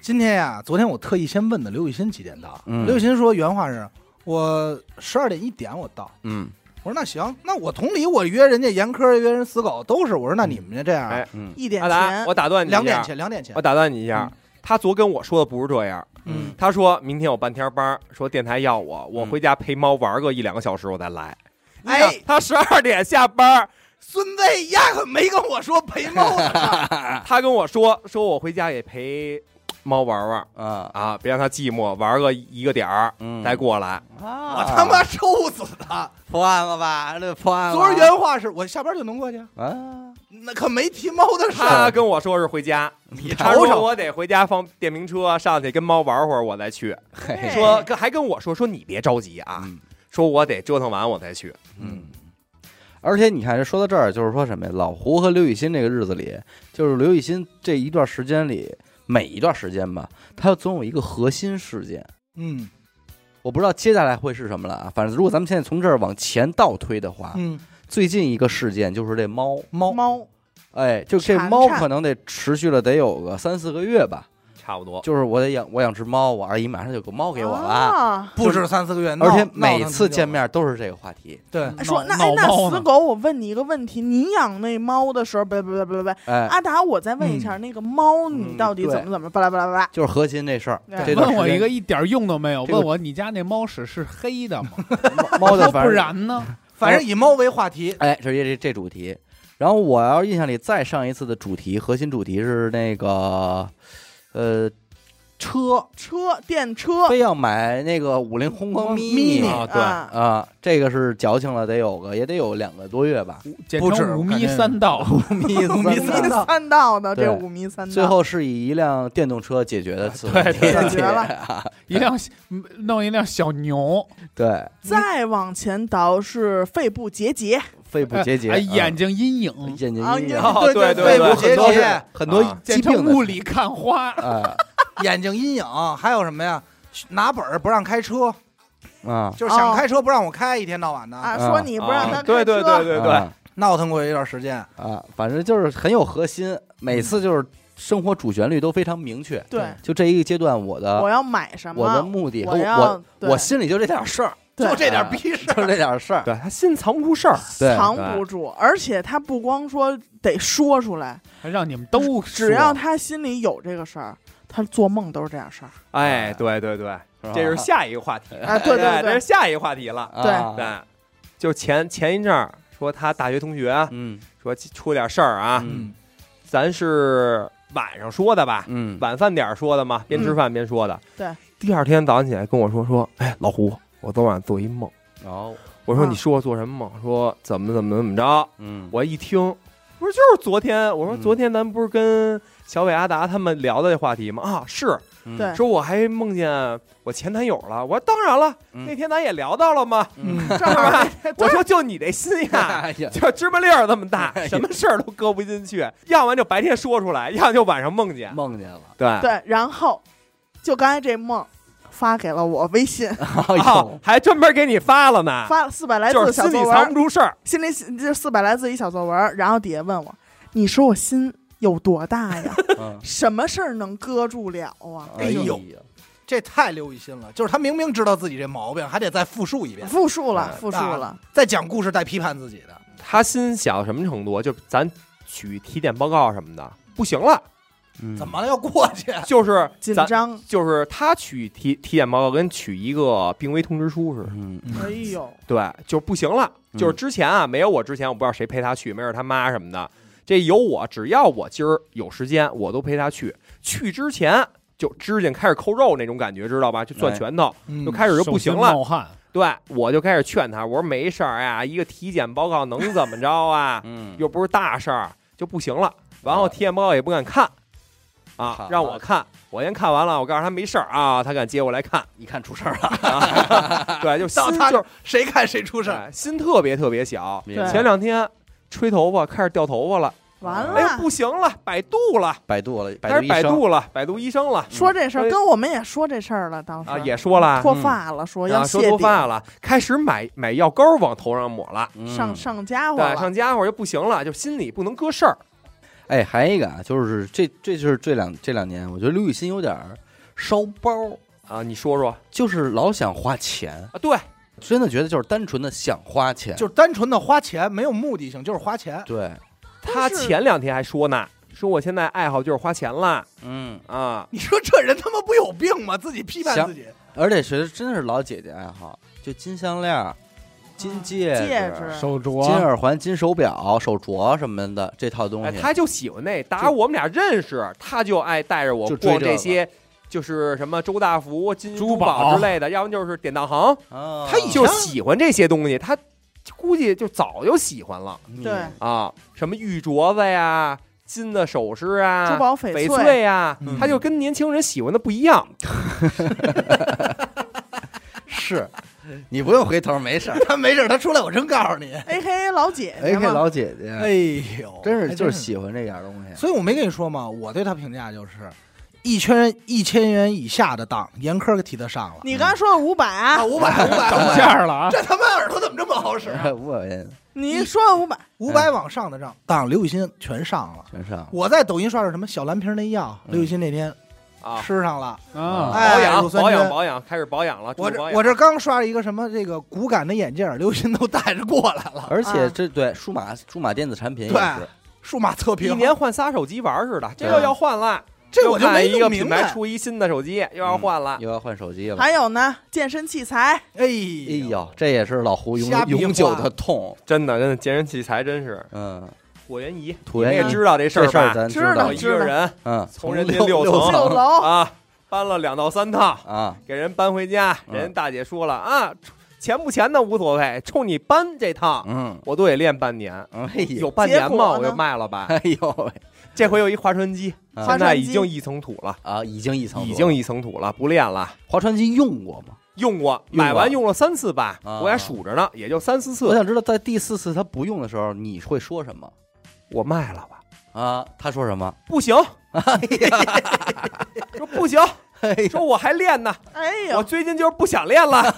[SPEAKER 2] 今天呀、昨天我特意先问的刘雨欣几点到，
[SPEAKER 1] 嗯
[SPEAKER 2] 刘雨欣说原话是，我十二点一点我到。
[SPEAKER 1] 嗯
[SPEAKER 2] 我说那行，那我同理，我约人家严科，约人死狗都是。我说那你们家这样，
[SPEAKER 5] 哎
[SPEAKER 1] 嗯
[SPEAKER 3] 一点
[SPEAKER 5] 阿达，
[SPEAKER 3] 前
[SPEAKER 5] 我打断你一下
[SPEAKER 2] 两点，前，两点前
[SPEAKER 5] 我，打断你一下，他昨跟我说的不是这样，
[SPEAKER 1] 嗯
[SPEAKER 2] 嗯，
[SPEAKER 5] 他说明天有半天班，说电台要我，我
[SPEAKER 1] 嗯
[SPEAKER 5] 回家陪猫玩个一两个小时，我再来。你
[SPEAKER 2] 哎
[SPEAKER 5] 想，他十二点下班，
[SPEAKER 2] 孙子压根没跟我说陪猫 的，
[SPEAKER 5] 他跟我说，说我回家也陪猫玩玩
[SPEAKER 1] 啊
[SPEAKER 5] 啊，别让它寂寞，玩个一个点儿
[SPEAKER 1] 嗯
[SPEAKER 5] 再过来。
[SPEAKER 2] 我
[SPEAKER 1] 我
[SPEAKER 2] 他妈抽死他！
[SPEAKER 1] 破案了吧？这破案了，
[SPEAKER 2] 昨儿原话是我下班就能过去，
[SPEAKER 1] 啊，
[SPEAKER 2] 那可没提猫的事
[SPEAKER 5] 他
[SPEAKER 2] 儿。
[SPEAKER 5] 跟我说是回家，
[SPEAKER 3] 嗯
[SPEAKER 1] 你
[SPEAKER 5] 他说我得回家放电瓶车上去跟猫玩会儿，我再去。
[SPEAKER 1] 嘿
[SPEAKER 5] 说跟还跟我说说你别着急啊，
[SPEAKER 1] 嗯
[SPEAKER 5] 说我得折腾完我再去。
[SPEAKER 1] 嗯，而且你看，这说到这儿，就是说什么呀？老胡和刘雨欣这个日子里，就是刘雨欣这一段时间里，每一段时间吧，他总有一个核心事件。
[SPEAKER 2] 嗯
[SPEAKER 1] 我不知道接下来会是什么了啊，反正如果咱们现在从这儿往前倒推的话，
[SPEAKER 2] 嗯，
[SPEAKER 1] 最近一个事件就是这猫，
[SPEAKER 2] 猫
[SPEAKER 3] 猫
[SPEAKER 1] 哎，就这
[SPEAKER 3] 铲
[SPEAKER 1] 猫
[SPEAKER 3] 铲
[SPEAKER 1] 可能得持续了得有个三四个月吧。
[SPEAKER 5] 差不多，
[SPEAKER 1] 就是我得养，我养只猫，我二姨马上有个猫给我了，
[SPEAKER 3] 啊
[SPEAKER 2] 不止三四个月，
[SPEAKER 1] 而且
[SPEAKER 2] 哦闹
[SPEAKER 1] 每次见，面都是这个话题，
[SPEAKER 2] 闹腾挺久了
[SPEAKER 3] 说那哎
[SPEAKER 4] 闹
[SPEAKER 3] 那
[SPEAKER 4] 猫呢
[SPEAKER 3] 死狗，我问你一个问题，你养那猫的时候，不不不不不，
[SPEAKER 1] 哎，
[SPEAKER 3] 阿达，我再问一下，那个猫
[SPEAKER 1] 嗯
[SPEAKER 3] 你到底怎么怎么巴拉巴拉巴拉？
[SPEAKER 1] 就是核心这事儿。
[SPEAKER 3] 对
[SPEAKER 1] 这段
[SPEAKER 4] 问
[SPEAKER 1] 时
[SPEAKER 4] 我一
[SPEAKER 1] 间
[SPEAKER 4] 个一点用都没有，
[SPEAKER 1] 这个
[SPEAKER 4] 问我你家那猫屎是黑的吗？
[SPEAKER 1] 猫的
[SPEAKER 4] 说
[SPEAKER 1] 反
[SPEAKER 4] 不
[SPEAKER 1] 正
[SPEAKER 4] 然呢？
[SPEAKER 2] 对，反正以猫为话题，
[SPEAKER 1] 哎，直接这这主题。然后我要印象里再上一次的主题核心主题是那个，呃，
[SPEAKER 3] 哦
[SPEAKER 2] 车，
[SPEAKER 3] 车电车
[SPEAKER 1] 非要买那个五菱宏光
[SPEAKER 2] mini
[SPEAKER 1] 啊
[SPEAKER 5] 啊对
[SPEAKER 3] 哦啊
[SPEAKER 1] 啊，这个是矫情了，得有个也得有两个多月吧，
[SPEAKER 4] 简
[SPEAKER 2] 不止
[SPEAKER 4] 称五
[SPEAKER 2] 感
[SPEAKER 4] 迷
[SPEAKER 2] 觉
[SPEAKER 4] 三道，
[SPEAKER 2] 五
[SPEAKER 1] 五
[SPEAKER 2] 米米
[SPEAKER 1] 迷
[SPEAKER 3] 五迷
[SPEAKER 2] 三道，
[SPEAKER 3] 三道的
[SPEAKER 1] 对
[SPEAKER 3] 这五迷三道，
[SPEAKER 1] 最后是以一辆电动车解决的此问题，
[SPEAKER 4] 对
[SPEAKER 3] 解决了
[SPEAKER 4] 一辆嗯弄一辆小牛，
[SPEAKER 1] 对，
[SPEAKER 3] 再往前倒是肺部结节，
[SPEAKER 1] 肺部结节，
[SPEAKER 4] 哎哎
[SPEAKER 1] 嗯
[SPEAKER 4] 眼睛阴影，
[SPEAKER 1] 眼睛
[SPEAKER 3] 啊
[SPEAKER 1] 阴影，
[SPEAKER 3] 眼睛
[SPEAKER 5] 哦对
[SPEAKER 2] 对
[SPEAKER 1] 肺部
[SPEAKER 5] 对，
[SPEAKER 1] 很
[SPEAKER 2] 结
[SPEAKER 1] 多是
[SPEAKER 2] 节
[SPEAKER 1] 很多
[SPEAKER 5] 啊
[SPEAKER 1] 疾
[SPEAKER 4] 简
[SPEAKER 1] 病
[SPEAKER 4] 称
[SPEAKER 1] 的
[SPEAKER 4] 雾里看花，
[SPEAKER 1] 啊
[SPEAKER 2] 眼睛阴影，还有什么呀？拿本儿不让开车，
[SPEAKER 1] 啊，
[SPEAKER 2] 就是想开车不让我开，一天到晚的
[SPEAKER 3] 啊，
[SPEAKER 1] 啊
[SPEAKER 3] 说你不让
[SPEAKER 5] 啊
[SPEAKER 3] 他开车，嗯
[SPEAKER 5] 对对对对对，
[SPEAKER 1] 啊
[SPEAKER 2] 闹腾过一段时间。
[SPEAKER 1] 啊，反正就是很有核心，每次就是生活主旋律都非常明确，
[SPEAKER 3] 对
[SPEAKER 1] 就这一个阶段我的
[SPEAKER 3] 我要买什么，
[SPEAKER 1] 我的目的和
[SPEAKER 3] 我要
[SPEAKER 1] 我
[SPEAKER 3] 对
[SPEAKER 1] 我心里就这点事儿，
[SPEAKER 3] 对
[SPEAKER 2] 就这点逼事儿，
[SPEAKER 1] 就这点 事儿，
[SPEAKER 5] 对他心藏不住事儿，
[SPEAKER 1] 对
[SPEAKER 3] 藏不住，而且他不光说得说出来，
[SPEAKER 4] 还让你们 都
[SPEAKER 3] 只要
[SPEAKER 4] 说
[SPEAKER 3] 他心里有这个事儿，他做梦都是这样事儿。
[SPEAKER 5] 哎，对对对，
[SPEAKER 1] 吧
[SPEAKER 5] 这是下一个话题，
[SPEAKER 3] 啊嗯对对对
[SPEAKER 5] 哎
[SPEAKER 3] 嗯
[SPEAKER 5] 这是下一个话题了，
[SPEAKER 1] 啊
[SPEAKER 3] 对
[SPEAKER 5] 对，就前前一阵儿说他大学同学
[SPEAKER 1] 嗯
[SPEAKER 5] 说出点事儿啊，
[SPEAKER 1] 嗯
[SPEAKER 5] 咱是晚上说的吧，
[SPEAKER 1] 嗯，
[SPEAKER 5] 晚饭点儿说的嘛，边吃饭边说的。
[SPEAKER 3] 嗯对，
[SPEAKER 5] 第二天早上起来跟我说说，哎，老胡，我昨晚上做一梦。
[SPEAKER 1] 然后
[SPEAKER 5] 我说
[SPEAKER 3] 啊
[SPEAKER 5] 你说我做什么梦？说怎么怎么怎么着？
[SPEAKER 1] 嗯
[SPEAKER 5] 我一听，不是就是昨天？我说
[SPEAKER 1] 嗯
[SPEAKER 5] 昨天咱不是跟小伟、阿达他们聊的这话题吗？啊，是。
[SPEAKER 1] 嗯
[SPEAKER 3] 对
[SPEAKER 5] 说我还梦见我前男友了。我说当然了，
[SPEAKER 1] 嗯
[SPEAKER 5] 那天咱也聊到了嘛。
[SPEAKER 1] 嗯，
[SPEAKER 3] 正 好
[SPEAKER 5] 我说就你这心呀，
[SPEAKER 1] 哎 呀
[SPEAKER 5] 就芝麻粒儿这么大
[SPEAKER 1] 哎，呀
[SPEAKER 5] 什么事儿都搁不进去，要不然就白天说出来，要不然就晚上梦见。
[SPEAKER 1] 梦见了，
[SPEAKER 5] 对，
[SPEAKER 3] 对，然后就刚才这梦发给了我微信，
[SPEAKER 1] 哎
[SPEAKER 5] 哦
[SPEAKER 1] 呦，，
[SPEAKER 5] 还专门给你发了呢，
[SPEAKER 3] 发了四百来字
[SPEAKER 5] 就
[SPEAKER 3] 的
[SPEAKER 5] 是
[SPEAKER 3] 小
[SPEAKER 5] 心
[SPEAKER 3] 作
[SPEAKER 5] 里藏不
[SPEAKER 3] 文，
[SPEAKER 5] 住事儿。
[SPEAKER 3] 心里这四百来字一小作文，然后底下问我，你说我心有多大 呀？
[SPEAKER 1] 嗯
[SPEAKER 3] 什么事儿能搁住了啊？
[SPEAKER 2] 哎呦，这太刘雨欣了。就是他明明知道自己这毛病，还得再复述一遍，
[SPEAKER 3] 复述了，
[SPEAKER 5] 哎
[SPEAKER 3] 复述了，
[SPEAKER 2] 再讲故事，再批判自己的。
[SPEAKER 5] 他心想到什么程度？就咱取体检报告什么的，不行了，
[SPEAKER 1] 嗯
[SPEAKER 2] 怎么了？要过去？
[SPEAKER 5] 就是
[SPEAKER 3] 紧
[SPEAKER 5] 咱
[SPEAKER 3] 张。
[SPEAKER 5] 就是他取体体检报告跟取一个病危通知书似的，
[SPEAKER 1] 嗯
[SPEAKER 3] 哎呦，
[SPEAKER 5] 对，就是不行了。
[SPEAKER 1] 嗯
[SPEAKER 5] 就是之前啊，没有我之前，我不知道谁陪他去，没准他妈什么的。这有我，只要我今儿有时间，我都陪他去。去之前就指甲开始抠肉那种感觉，知道吧？就攥
[SPEAKER 1] 哎
[SPEAKER 5] 拳头，
[SPEAKER 2] 嗯
[SPEAKER 5] 就开始就不行
[SPEAKER 4] 手心
[SPEAKER 5] 了。
[SPEAKER 4] 冒汗，
[SPEAKER 5] 对，我就开始劝他，我说没事儿哎呀，一个体检报告能怎么着啊？
[SPEAKER 1] 嗯
[SPEAKER 5] 又不是大事儿，就不行了。然后体检报告也不敢看，啊
[SPEAKER 1] 好，
[SPEAKER 5] 让我看，我先看完了，我告诉他没事儿啊，他敢接我来看，
[SPEAKER 1] 一看出事儿了，啊
[SPEAKER 5] 对， 就心
[SPEAKER 2] 到他
[SPEAKER 5] 就是
[SPEAKER 2] 谁看谁出事儿。
[SPEAKER 5] 哎心特别特别小。
[SPEAKER 1] 明白
[SPEAKER 5] 前两天吹头发开始掉头发了，
[SPEAKER 3] 完
[SPEAKER 5] 哎呦
[SPEAKER 3] 了，
[SPEAKER 5] 不行了，百度了，
[SPEAKER 1] 百度了，百
[SPEAKER 5] 开
[SPEAKER 1] 度
[SPEAKER 5] 始
[SPEAKER 1] 医
[SPEAKER 5] 百
[SPEAKER 1] 生，嗯
[SPEAKER 5] 度了，百度医生了
[SPEAKER 3] 说这事儿
[SPEAKER 5] 哎
[SPEAKER 3] 跟我们也说这事儿了，当时
[SPEAKER 5] 啊，也说了。
[SPEAKER 3] 脱发了，说要
[SPEAKER 5] 啊，说
[SPEAKER 3] 谢
[SPEAKER 5] 脱
[SPEAKER 3] 顶，
[SPEAKER 5] 发了，开始买买药膏往头上抹了，
[SPEAKER 1] 嗯
[SPEAKER 3] 上上家伙
[SPEAKER 5] 对，
[SPEAKER 3] 了，
[SPEAKER 5] 上家伙就不行了，就心里不能搁事儿。
[SPEAKER 1] 哎，还有一个啊，就是这这就是这两这两年，我觉得刘雨欣有点儿烧包，
[SPEAKER 5] 啊，你说说啊？
[SPEAKER 1] 就是老想花钱，
[SPEAKER 5] 对，
[SPEAKER 1] 真的觉得就是单纯的想花钱，
[SPEAKER 2] 就是单纯的花钱，没有目的性，就是花钱。
[SPEAKER 1] 对，
[SPEAKER 5] 他
[SPEAKER 3] 但是
[SPEAKER 5] 前两天还说呢，说我现在爱好就是花钱了
[SPEAKER 1] 嗯，
[SPEAKER 5] 啊，
[SPEAKER 2] 你说这人他妈不有病吗？自己批判
[SPEAKER 1] 行
[SPEAKER 2] 自己，
[SPEAKER 1] 而且觉得真是老姐姐爱好，就金项链儿、金戒指、
[SPEAKER 3] 嗯戒指
[SPEAKER 4] 手
[SPEAKER 1] 金
[SPEAKER 4] 镯
[SPEAKER 1] 耳环、金手表、手镯什么的这套东
[SPEAKER 5] 哎，
[SPEAKER 1] 西，
[SPEAKER 5] 他就喜欢那，打我们俩认识，他就爱带着我
[SPEAKER 1] 就追
[SPEAKER 5] 逛
[SPEAKER 1] 这个
[SPEAKER 5] 这些，就是什么周大福、金银
[SPEAKER 4] 珠
[SPEAKER 5] 珠
[SPEAKER 4] 宝
[SPEAKER 5] 宝之类的，要不就是典当行，
[SPEAKER 1] 啊
[SPEAKER 2] 他以前
[SPEAKER 5] 就喜欢这些东西，他估计就早就喜欢了
[SPEAKER 1] 嗯
[SPEAKER 3] 对
[SPEAKER 5] 啊，什么玉镯子呀、金的首饰啊、
[SPEAKER 3] 珠宝
[SPEAKER 5] 翡
[SPEAKER 3] 翡
[SPEAKER 5] 翠呀
[SPEAKER 2] 嗯，
[SPEAKER 5] 他就跟年轻人喜欢的不一样。
[SPEAKER 1] 是，你不用回头，没事儿。
[SPEAKER 2] 他没事儿，他出来我真告诉你，
[SPEAKER 3] ，A K 老姐
[SPEAKER 1] A
[SPEAKER 3] 姐
[SPEAKER 1] K
[SPEAKER 3] 嘛，
[SPEAKER 1] 老姐姐，
[SPEAKER 2] 哎呦，
[SPEAKER 1] 哎真
[SPEAKER 2] 还
[SPEAKER 1] 是就是喜欢这点儿东西，
[SPEAKER 2] 所以我没跟你说嘛，我对他评价就是，一圈一千元以下的当，严苛给提得上了。啊
[SPEAKER 3] 你刚才说的五百，啊
[SPEAKER 2] 五百五 百
[SPEAKER 5] 哎
[SPEAKER 4] 涨价了啊！
[SPEAKER 2] 这他妈耳朵怎么这么好使啊？
[SPEAKER 1] 五百块钱
[SPEAKER 3] 你说的五百，
[SPEAKER 2] 五百往上的账，当刘雨欣全上了。
[SPEAKER 1] 全上，
[SPEAKER 2] 我在抖音刷着什么小蓝瓶那药，
[SPEAKER 1] 嗯
[SPEAKER 2] 刘雨欣那天
[SPEAKER 5] 啊，
[SPEAKER 2] 吃上了。
[SPEAKER 4] 啊，
[SPEAKER 2] 哎
[SPEAKER 5] 保
[SPEAKER 2] 乳
[SPEAKER 5] 养
[SPEAKER 2] 酸
[SPEAKER 5] 保养
[SPEAKER 2] 菌
[SPEAKER 5] 保养，开始保养了。注
[SPEAKER 2] 我
[SPEAKER 5] 意
[SPEAKER 2] 这
[SPEAKER 5] 保养
[SPEAKER 2] 我这刚刷了一个什么这个骨感的眼镜，刘雨欣都带着过来了。
[SPEAKER 1] 而且
[SPEAKER 3] 啊
[SPEAKER 1] 这对数码数码电子产品也
[SPEAKER 2] 对
[SPEAKER 1] 是，
[SPEAKER 2] 数码测评
[SPEAKER 5] 一年换仨手机玩儿似的，嗯这
[SPEAKER 1] 对
[SPEAKER 5] 又要换了。
[SPEAKER 2] 这我就
[SPEAKER 5] 又看
[SPEAKER 2] 没
[SPEAKER 5] 一
[SPEAKER 2] 弄
[SPEAKER 5] 个
[SPEAKER 2] 明
[SPEAKER 5] 品
[SPEAKER 2] 白
[SPEAKER 5] 牌。出一新的手机，又要换了。
[SPEAKER 1] 又要换手机了。
[SPEAKER 3] 还有呢，健身器材，
[SPEAKER 1] 哎
[SPEAKER 2] 哎呦，
[SPEAKER 1] 呦，这也是老胡永
[SPEAKER 2] 瞎比划
[SPEAKER 1] 永久的痛。
[SPEAKER 5] 真的，真的，健身器材真是
[SPEAKER 1] 嗯，
[SPEAKER 5] 椭圆仪，
[SPEAKER 1] 椭圆
[SPEAKER 5] 你也
[SPEAKER 1] 仪
[SPEAKER 5] 知道这事
[SPEAKER 1] 这
[SPEAKER 5] 儿
[SPEAKER 1] 事儿嗯
[SPEAKER 5] 吧？
[SPEAKER 1] 咱
[SPEAKER 3] 知道
[SPEAKER 5] 我
[SPEAKER 1] 道
[SPEAKER 5] 一，个人
[SPEAKER 1] 嗯，
[SPEAKER 5] 从人家
[SPEAKER 1] 六
[SPEAKER 5] 六层
[SPEAKER 3] 六
[SPEAKER 1] 层
[SPEAKER 3] 楼
[SPEAKER 5] 啊，搬了两到三趟，
[SPEAKER 1] 啊，
[SPEAKER 5] 给人搬回家。
[SPEAKER 1] 嗯
[SPEAKER 5] 人大姐说了啊，钱不钱的无所谓，冲你搬这趟，
[SPEAKER 1] 嗯，
[SPEAKER 5] 我都得练半年。
[SPEAKER 1] 哎
[SPEAKER 5] 有
[SPEAKER 1] 呦，
[SPEAKER 5] 半年
[SPEAKER 3] 结
[SPEAKER 5] 吗？
[SPEAKER 3] 果
[SPEAKER 5] 我
[SPEAKER 3] 呢
[SPEAKER 5] 就卖了吧。
[SPEAKER 1] 哎呦喂，
[SPEAKER 5] 这回又一划船机，
[SPEAKER 1] 啊
[SPEAKER 5] 现在已
[SPEAKER 3] 划
[SPEAKER 5] 经
[SPEAKER 3] 船
[SPEAKER 5] 一层土了，
[SPEAKER 1] 啊，已经一层楼了，
[SPEAKER 5] 已经一层土了，不练了。
[SPEAKER 1] 划船机用过吗？
[SPEAKER 5] 用过，
[SPEAKER 1] 用过
[SPEAKER 5] 买完用了三次吧，
[SPEAKER 1] 啊哎
[SPEAKER 5] 我还数着呢，也就三四
[SPEAKER 1] 我
[SPEAKER 5] 次。
[SPEAKER 1] 想知道在第四次他不用的时候，你会说什么
[SPEAKER 5] 我卖了吧，
[SPEAKER 1] 啊？他说什么？
[SPEAKER 5] 不行，说不行，
[SPEAKER 1] 哎呦，
[SPEAKER 5] 说我还练呢，
[SPEAKER 3] 哎
[SPEAKER 5] 我
[SPEAKER 3] 呦，
[SPEAKER 5] 最近就是不想练了。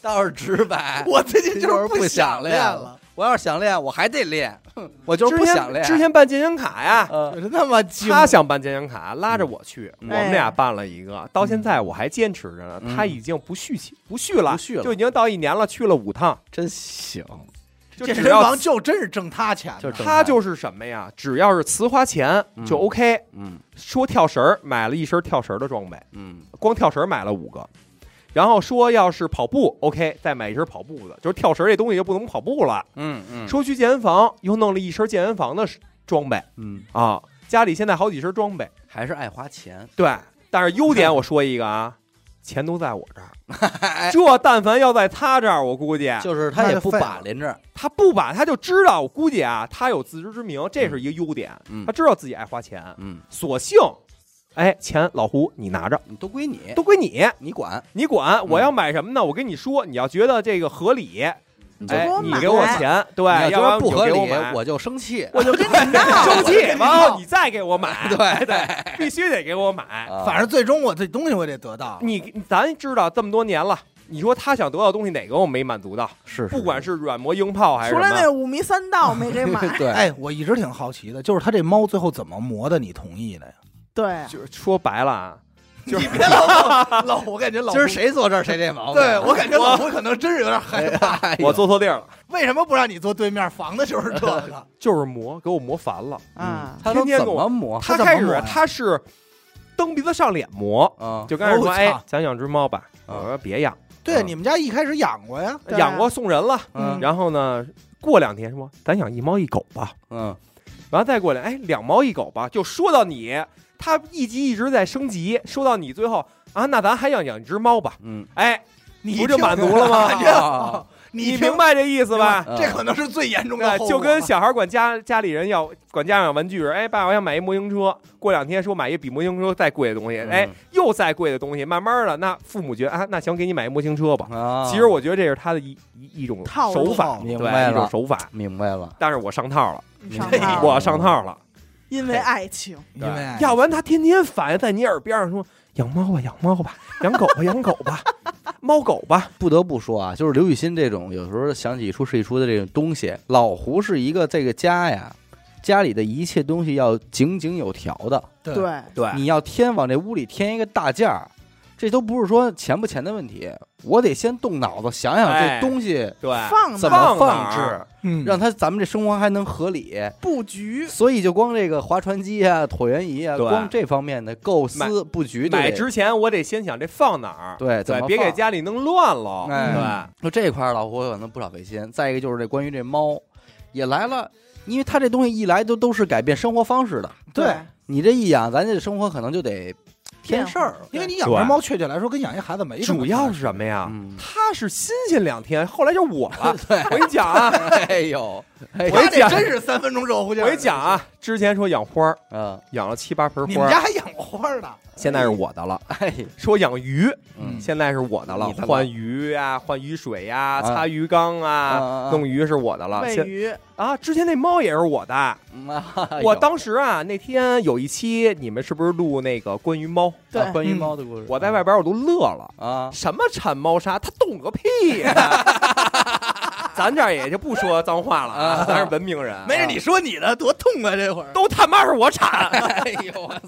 [SPEAKER 1] 倒是直 白，
[SPEAKER 2] 我最近
[SPEAKER 1] 就是
[SPEAKER 2] 不
[SPEAKER 1] 想
[SPEAKER 2] 练
[SPEAKER 1] 了。。我要是想练，我还得练， 我 就是
[SPEAKER 5] 之
[SPEAKER 1] 不
[SPEAKER 5] 前
[SPEAKER 1] 想练。
[SPEAKER 5] 之前办健身卡呀，
[SPEAKER 1] 呃，
[SPEAKER 2] 就是那么精
[SPEAKER 5] 他想办健身卡，拉着我去，
[SPEAKER 1] 嗯
[SPEAKER 5] 我们俩办了一个，到现在我还坚持着呢。
[SPEAKER 1] 嗯
[SPEAKER 5] 他已经不续期不续了，
[SPEAKER 1] 不续了
[SPEAKER 5] 就已经到一年了，去了五趟，
[SPEAKER 1] 真行，
[SPEAKER 5] 就
[SPEAKER 2] 健
[SPEAKER 5] 只
[SPEAKER 2] 身
[SPEAKER 5] 要
[SPEAKER 2] 房就真是挣他钱的，
[SPEAKER 1] 就是挣
[SPEAKER 5] 他就是什么呀，只要是辞花钱
[SPEAKER 1] 嗯
[SPEAKER 5] 就 OK。
[SPEAKER 1] 嗯
[SPEAKER 5] 说跳绳儿，买了一身跳绳儿的装备。
[SPEAKER 1] 嗯，
[SPEAKER 5] 光跳绳买了五个，然后说要是跑步，OK，再买一身跑步的，就是跳绳这东西就不能跑步了。
[SPEAKER 1] 嗯嗯
[SPEAKER 5] 说去健身房，又弄了一身健身房的装备
[SPEAKER 1] 嗯，
[SPEAKER 5] 啊，家里现在好几身装备。
[SPEAKER 1] 还是爱花钱。
[SPEAKER 5] 对，但是优点我说一 个啊，钱都在我这儿，这但凡要在他这儿，我估计
[SPEAKER 1] 哎就是他
[SPEAKER 2] 那
[SPEAKER 1] 也
[SPEAKER 2] 就
[SPEAKER 1] 不
[SPEAKER 2] 废
[SPEAKER 1] 把
[SPEAKER 2] 了
[SPEAKER 1] 连着，
[SPEAKER 5] 他不把他就知道，我估计啊，他有自知之明，这是一个优点，
[SPEAKER 1] 嗯
[SPEAKER 5] 他知道自己爱花钱，
[SPEAKER 1] 嗯，
[SPEAKER 5] 索性，哎，钱老胡你拿着，
[SPEAKER 1] 你都归你，
[SPEAKER 5] 都归你。
[SPEAKER 1] 你管，
[SPEAKER 5] 你管我要买什么呢？我跟你说，你要觉得这个合理，
[SPEAKER 3] 你就
[SPEAKER 5] 哎
[SPEAKER 3] 给，我
[SPEAKER 5] 你
[SPEAKER 3] 买，
[SPEAKER 5] 给我钱，对，
[SPEAKER 1] 你要觉得不
[SPEAKER 5] 不然
[SPEAKER 1] 合
[SPEAKER 5] 你就
[SPEAKER 1] 理
[SPEAKER 5] 给我，买
[SPEAKER 1] 我就生气。哎
[SPEAKER 3] 我就跟你闹，
[SPEAKER 5] 生气，
[SPEAKER 2] 我就
[SPEAKER 5] 然后你再给我 买，
[SPEAKER 1] 对
[SPEAKER 5] 对，必须得给我买。
[SPEAKER 1] 啊
[SPEAKER 2] 反正最终我这东西我得得到。
[SPEAKER 5] 你咱知道这么多年了，你说他想得到的东西哪个我没满足到？
[SPEAKER 1] 是
[SPEAKER 5] 不管是软磨硬泡还是
[SPEAKER 3] 除
[SPEAKER 5] 什
[SPEAKER 3] 了那
[SPEAKER 5] 么，
[SPEAKER 3] 五迷三道没给买，
[SPEAKER 1] 对，
[SPEAKER 2] 哎，我一直挺好奇的，就是他这猫最后怎么磨的？你同意的呀？
[SPEAKER 3] 对，
[SPEAKER 5] 就是说白了啊，就是
[SPEAKER 2] 老胡，我感觉老
[SPEAKER 1] 今儿谁坐这儿谁这毛病。啊
[SPEAKER 2] 对我感觉老胡可能真是有点害怕。
[SPEAKER 1] 哎呦
[SPEAKER 5] 我坐错地儿了，
[SPEAKER 2] 为什么不让你坐对面？防的就是这 个。
[SPEAKER 5] 就是磨，给我磨烦了。
[SPEAKER 1] 嗯
[SPEAKER 3] 啊，
[SPEAKER 1] 他都
[SPEAKER 5] 天天
[SPEAKER 1] 哦怎
[SPEAKER 5] 跟我
[SPEAKER 1] 么磨？
[SPEAKER 5] 他
[SPEAKER 2] 怎么
[SPEAKER 5] 开始啊
[SPEAKER 2] 磨呀
[SPEAKER 5] 他是蹬鼻子上脸磨，
[SPEAKER 1] 啊，
[SPEAKER 5] 就跟人说，
[SPEAKER 2] 我操
[SPEAKER 5] 哎，咱养只猫吧。
[SPEAKER 1] 啊
[SPEAKER 5] 我说别养，
[SPEAKER 2] 对，
[SPEAKER 1] 嗯
[SPEAKER 2] 你们家一开始养过呀？
[SPEAKER 3] 对啊
[SPEAKER 5] 养过送人了。
[SPEAKER 1] 嗯
[SPEAKER 5] 然后呢，过两天说咱养一猫一狗吧，
[SPEAKER 1] 嗯
[SPEAKER 5] 然后再过来，哎，两猫一狗吧，就说到你，他一集一直在升级，说到你最后啊，那咱还想养一只猫吧？
[SPEAKER 1] 嗯，
[SPEAKER 5] 哎，
[SPEAKER 2] 你
[SPEAKER 5] 不
[SPEAKER 2] 一
[SPEAKER 5] 就
[SPEAKER 2] 听
[SPEAKER 5] 满足了吗？
[SPEAKER 2] 感觉
[SPEAKER 1] 啊
[SPEAKER 5] 你
[SPEAKER 2] 听
[SPEAKER 5] 明白这意思吧？
[SPEAKER 1] 嗯
[SPEAKER 2] 这可能是最严重的后
[SPEAKER 5] 哎
[SPEAKER 2] 果吧。
[SPEAKER 5] 就跟小孩管家家里人要管家长玩具似的，哎，爸，我想买一模型车。过两天说买一比模型车再贵的东西，
[SPEAKER 1] 嗯
[SPEAKER 5] 哎，又再贵的东西，慢慢的，那父母觉得啊，那行，给你买一模型车吧。
[SPEAKER 1] 啊，
[SPEAKER 5] 其实我觉得这是他的一一一种
[SPEAKER 3] 套路
[SPEAKER 5] 手法，
[SPEAKER 1] 明白
[SPEAKER 5] 对，一种
[SPEAKER 1] 了，
[SPEAKER 5] 手法。
[SPEAKER 1] 明白了。
[SPEAKER 5] 但是我上套了，
[SPEAKER 3] 你上
[SPEAKER 1] 哎哇
[SPEAKER 3] 套了，
[SPEAKER 5] 我上套了。
[SPEAKER 3] 因为爱情，
[SPEAKER 2] 因为
[SPEAKER 1] 哎
[SPEAKER 5] 要不然他天天烦在你耳边上说养猫吧，养猫吧，养狗吧，养狗吧， 猫狗 吧，
[SPEAKER 1] 不得不说啊，就是刘雨欣这种有时候想起一出是一出的这种东西，老胡是一个这个家呀，家里的一切东西要井井有条的。
[SPEAKER 2] 对
[SPEAKER 3] 对，
[SPEAKER 5] 对
[SPEAKER 1] 你要添往这屋里添一个大件儿，这都不是说钱不钱的问题，我得先动脑子想想
[SPEAKER 5] 哎
[SPEAKER 1] 这东西
[SPEAKER 5] 对，
[SPEAKER 3] 放
[SPEAKER 1] 怎
[SPEAKER 3] 吧
[SPEAKER 1] 么
[SPEAKER 5] 放
[SPEAKER 1] 放
[SPEAKER 5] 哪
[SPEAKER 1] 置，
[SPEAKER 5] 儿
[SPEAKER 2] 嗯
[SPEAKER 1] 让它咱们这生活还能合理。
[SPEAKER 3] 布局，
[SPEAKER 1] 所以就光这个划船机啊、椭圆仪啊，
[SPEAKER 5] 对
[SPEAKER 1] 光这方面的构思布局就得，
[SPEAKER 5] 买之前我得先想这放哪儿，
[SPEAKER 1] 对怎么
[SPEAKER 5] 别给
[SPEAKER 1] 放
[SPEAKER 5] 家里弄乱了，
[SPEAKER 1] 哎
[SPEAKER 5] 对，
[SPEAKER 1] 就这一块儿老胡有可能不少费心。再一个就是这关于这猫也来了，因为它这东西一来都都是改变生活方式的。
[SPEAKER 2] 对，
[SPEAKER 1] 你这一养，咱这生活可能就得添事儿。
[SPEAKER 2] 因为你养
[SPEAKER 5] 对
[SPEAKER 2] 只猫，确切来说跟养一孩子没什么
[SPEAKER 5] 主要是什么呀？
[SPEAKER 1] 嗯，
[SPEAKER 5] 他是新鲜两天，后来就我了。
[SPEAKER 1] 对，
[SPEAKER 5] 我跟你 讲啊，
[SPEAKER 1] 哎呦，哎
[SPEAKER 2] 关
[SPEAKER 5] 我
[SPEAKER 2] 系。
[SPEAKER 5] 一
[SPEAKER 2] 他这
[SPEAKER 5] 讲
[SPEAKER 2] 真是三分钟热乎劲儿。
[SPEAKER 5] 我跟你讲啊，之前说养花儿，
[SPEAKER 1] 嗯，
[SPEAKER 5] 养了七八盆
[SPEAKER 2] 你
[SPEAKER 5] 花
[SPEAKER 2] 们
[SPEAKER 5] 儿，
[SPEAKER 2] 家还养过花儿呢？
[SPEAKER 5] 现在是我的了。
[SPEAKER 1] 哎，
[SPEAKER 5] 说养鱼，
[SPEAKER 1] 嗯，
[SPEAKER 5] 现在是我的了
[SPEAKER 1] 你的，了
[SPEAKER 5] 换鱼啊，换鱼水呀，
[SPEAKER 1] 啊
[SPEAKER 5] 擦鱼缸啊，
[SPEAKER 1] 啊
[SPEAKER 5] 弄鱼是我的了。
[SPEAKER 3] 喂
[SPEAKER 5] 现
[SPEAKER 3] 鱼，
[SPEAKER 5] 啊，之前那猫也是我的，
[SPEAKER 1] 嗯 啊
[SPEAKER 5] 我当时啊，那天有一期你们是不是录那个关于猫？
[SPEAKER 1] 哎呦啊
[SPEAKER 3] 对
[SPEAKER 1] 关于猫的故事，
[SPEAKER 5] 我在外边我都乐了，
[SPEAKER 1] 啊，
[SPEAKER 5] 什么铲猫砂，它懂个屁呀！ 咱这儿也就不说脏话了啊，咱是文明人，
[SPEAKER 2] 没事，你说你的多痛快，这会儿。
[SPEAKER 5] 都他妈是我铲，
[SPEAKER 1] 哎 呦，我操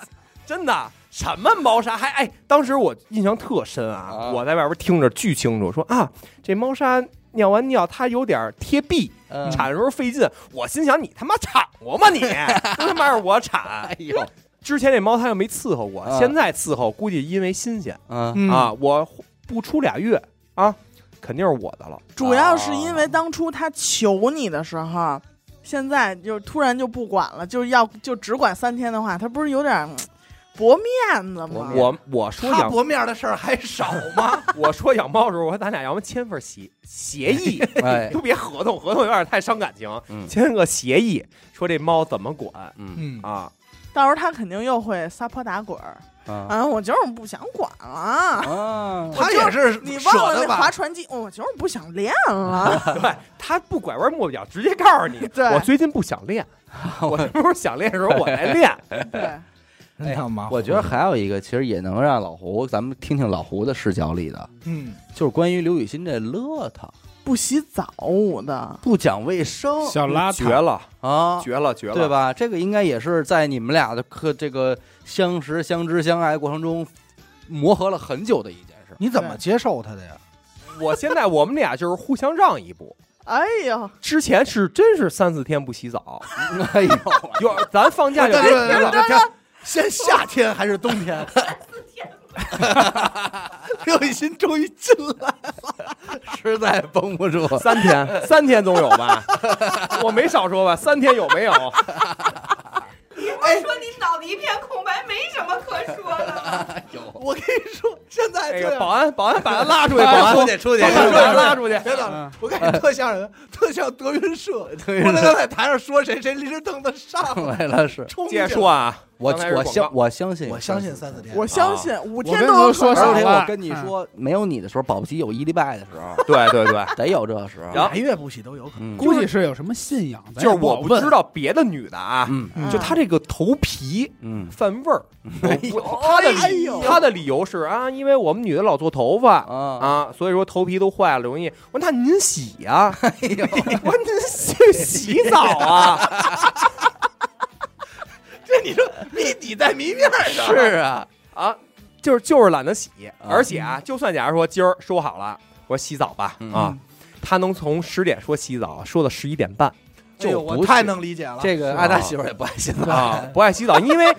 [SPEAKER 5] 真的。什么猫砂还哎，当时我印象特深啊！
[SPEAKER 1] 啊
[SPEAKER 5] 我在外边听着巨清楚，说啊，这猫砂尿完尿它有点贴壁，
[SPEAKER 1] 嗯
[SPEAKER 5] 铲的时候费劲。我心想你他妈铲过吗你？都他妈是我铲，
[SPEAKER 1] 哎呦，
[SPEAKER 5] 之前这猫它又没伺候过，
[SPEAKER 1] 啊
[SPEAKER 5] 现在伺候估计因为新鲜、
[SPEAKER 1] 嗯，
[SPEAKER 5] 啊，我不出俩月啊，肯定是我的了。
[SPEAKER 3] 主要是因为当初他求你的时候，现在就突然就不管了，就是要就只管三天的话，他不是有点儿嗯薄面子
[SPEAKER 5] 我
[SPEAKER 3] 嘛。
[SPEAKER 5] 我我说
[SPEAKER 2] 他
[SPEAKER 5] 养
[SPEAKER 2] 薄面的事儿还少吗？
[SPEAKER 5] 我说养猫的时候，我说咱俩要么签份协协议，
[SPEAKER 1] 哎，
[SPEAKER 5] 都别合同，合同有点太伤感情，
[SPEAKER 1] 嗯
[SPEAKER 5] 签个协议，说这猫怎么管
[SPEAKER 1] 嗯
[SPEAKER 2] 嗯，
[SPEAKER 5] 啊？
[SPEAKER 3] 到时候他肯定又会撒泼打滚儿。
[SPEAKER 1] 啊
[SPEAKER 3] 啊，我就是不想管了。
[SPEAKER 1] 啊，
[SPEAKER 2] 他也是
[SPEAKER 3] 你
[SPEAKER 2] 舍
[SPEAKER 3] 忘了
[SPEAKER 2] 得
[SPEAKER 3] 那划
[SPEAKER 2] 吧？
[SPEAKER 3] 船机？我就是不想练 了。
[SPEAKER 5] 对，他不拐弯抹角，直接告诉你，
[SPEAKER 3] 对
[SPEAKER 5] 我最近不想练，我什么时候想练的时候我来练。
[SPEAKER 3] 对，
[SPEAKER 2] 真他妈，
[SPEAKER 1] 我觉得还有一个，其实也能让老胡，咱们听听老胡的视角里的，
[SPEAKER 2] 嗯，
[SPEAKER 1] 就是关于刘雨欣这邋遢、
[SPEAKER 3] 不洗澡的，
[SPEAKER 1] 不讲卫生
[SPEAKER 4] 小邋
[SPEAKER 5] 绝
[SPEAKER 4] 遢，
[SPEAKER 5] 了，
[SPEAKER 1] 啊，
[SPEAKER 5] 绝了，绝了，
[SPEAKER 1] 对？吧？这个应该也是在你们俩的课这个相识、相知、相爱过程中 磨合了很久的一件事。
[SPEAKER 2] 嗯你怎么接受他的呀？
[SPEAKER 5] 我现在我们俩就是互相让一步，
[SPEAKER 3] 哎呦，
[SPEAKER 5] 之前是真是三四天不洗澡，
[SPEAKER 1] 哎呦，
[SPEAKER 5] 有咱放假就别
[SPEAKER 2] 对
[SPEAKER 5] 提
[SPEAKER 2] 对
[SPEAKER 5] 了。
[SPEAKER 2] 对对先夏天还是冬天？ 刘雨欣终于进来，
[SPEAKER 1] 实在绷不 住。
[SPEAKER 5] 三天，三天总有吧？ 我没少说吧？三天有没有？
[SPEAKER 6] 你不是说你脑子一片空白，没什么可说的吗？
[SPEAKER 2] 我跟你说，现在啊
[SPEAKER 5] 那
[SPEAKER 2] 这
[SPEAKER 5] 个哎保
[SPEAKER 2] 样，
[SPEAKER 5] 安，保安把他拉出去，保安
[SPEAKER 1] 出去出 去
[SPEAKER 5] 保安把他拉出去。
[SPEAKER 2] 别等了，我感觉特像人， 特像德云社。
[SPEAKER 1] 云社
[SPEAKER 2] 我那天在台上说谁，谁立着凳子上 来，
[SPEAKER 1] 来了是，
[SPEAKER 2] 冲
[SPEAKER 5] 接着
[SPEAKER 2] 进
[SPEAKER 5] 说
[SPEAKER 2] 来
[SPEAKER 5] 啊，
[SPEAKER 1] 我
[SPEAKER 5] 刚才是
[SPEAKER 1] 我
[SPEAKER 5] 广
[SPEAKER 1] 相
[SPEAKER 5] 告
[SPEAKER 1] 我相信，
[SPEAKER 2] 我相信三四天，
[SPEAKER 3] 我相信五天都
[SPEAKER 4] 我
[SPEAKER 3] 有
[SPEAKER 4] 跟都
[SPEAKER 3] 可
[SPEAKER 4] 说少
[SPEAKER 1] 而
[SPEAKER 3] 能。
[SPEAKER 1] 且我跟你
[SPEAKER 4] 嗯
[SPEAKER 1] 说，没有你的时候，保不齐有一礼拜的时 候，
[SPEAKER 5] 对对对，
[SPEAKER 1] 得有这时候。
[SPEAKER 5] 然后
[SPEAKER 2] 俩月不洗都有可能。
[SPEAKER 1] 嗯
[SPEAKER 4] 估计是有什么信仰。咱
[SPEAKER 5] 就是
[SPEAKER 4] 也
[SPEAKER 5] 我
[SPEAKER 4] 好
[SPEAKER 5] 不
[SPEAKER 4] 问
[SPEAKER 5] 知，道别的女的啊，
[SPEAKER 1] 嗯
[SPEAKER 3] 嗯
[SPEAKER 5] 就她这个头皮
[SPEAKER 1] 嗯，
[SPEAKER 5] 犯味儿，我不她的
[SPEAKER 3] 哎
[SPEAKER 5] 理
[SPEAKER 3] 呦
[SPEAKER 5] 她的理由是啊，因为我们女的老做头发。
[SPEAKER 1] 啊，
[SPEAKER 5] 啊，所以说头皮都坏了，容易。我说那您洗呀、
[SPEAKER 2] 哎
[SPEAKER 5] 我说您洗洗澡啊？
[SPEAKER 2] 这你说谜底在谜面上，
[SPEAKER 1] 是啊，
[SPEAKER 5] 啊，就是就是懒得洗，而且啊，就算假如说今儿说好了，我说洗澡吧
[SPEAKER 1] 嗯
[SPEAKER 5] 啊，她能从十点说洗澡说到十一点半
[SPEAKER 2] 就
[SPEAKER 1] 就不
[SPEAKER 2] 我太能理解了。
[SPEAKER 1] 这个阿达媳妇儿也不爱洗澡，
[SPEAKER 5] 啊， 不爱洗澡，因为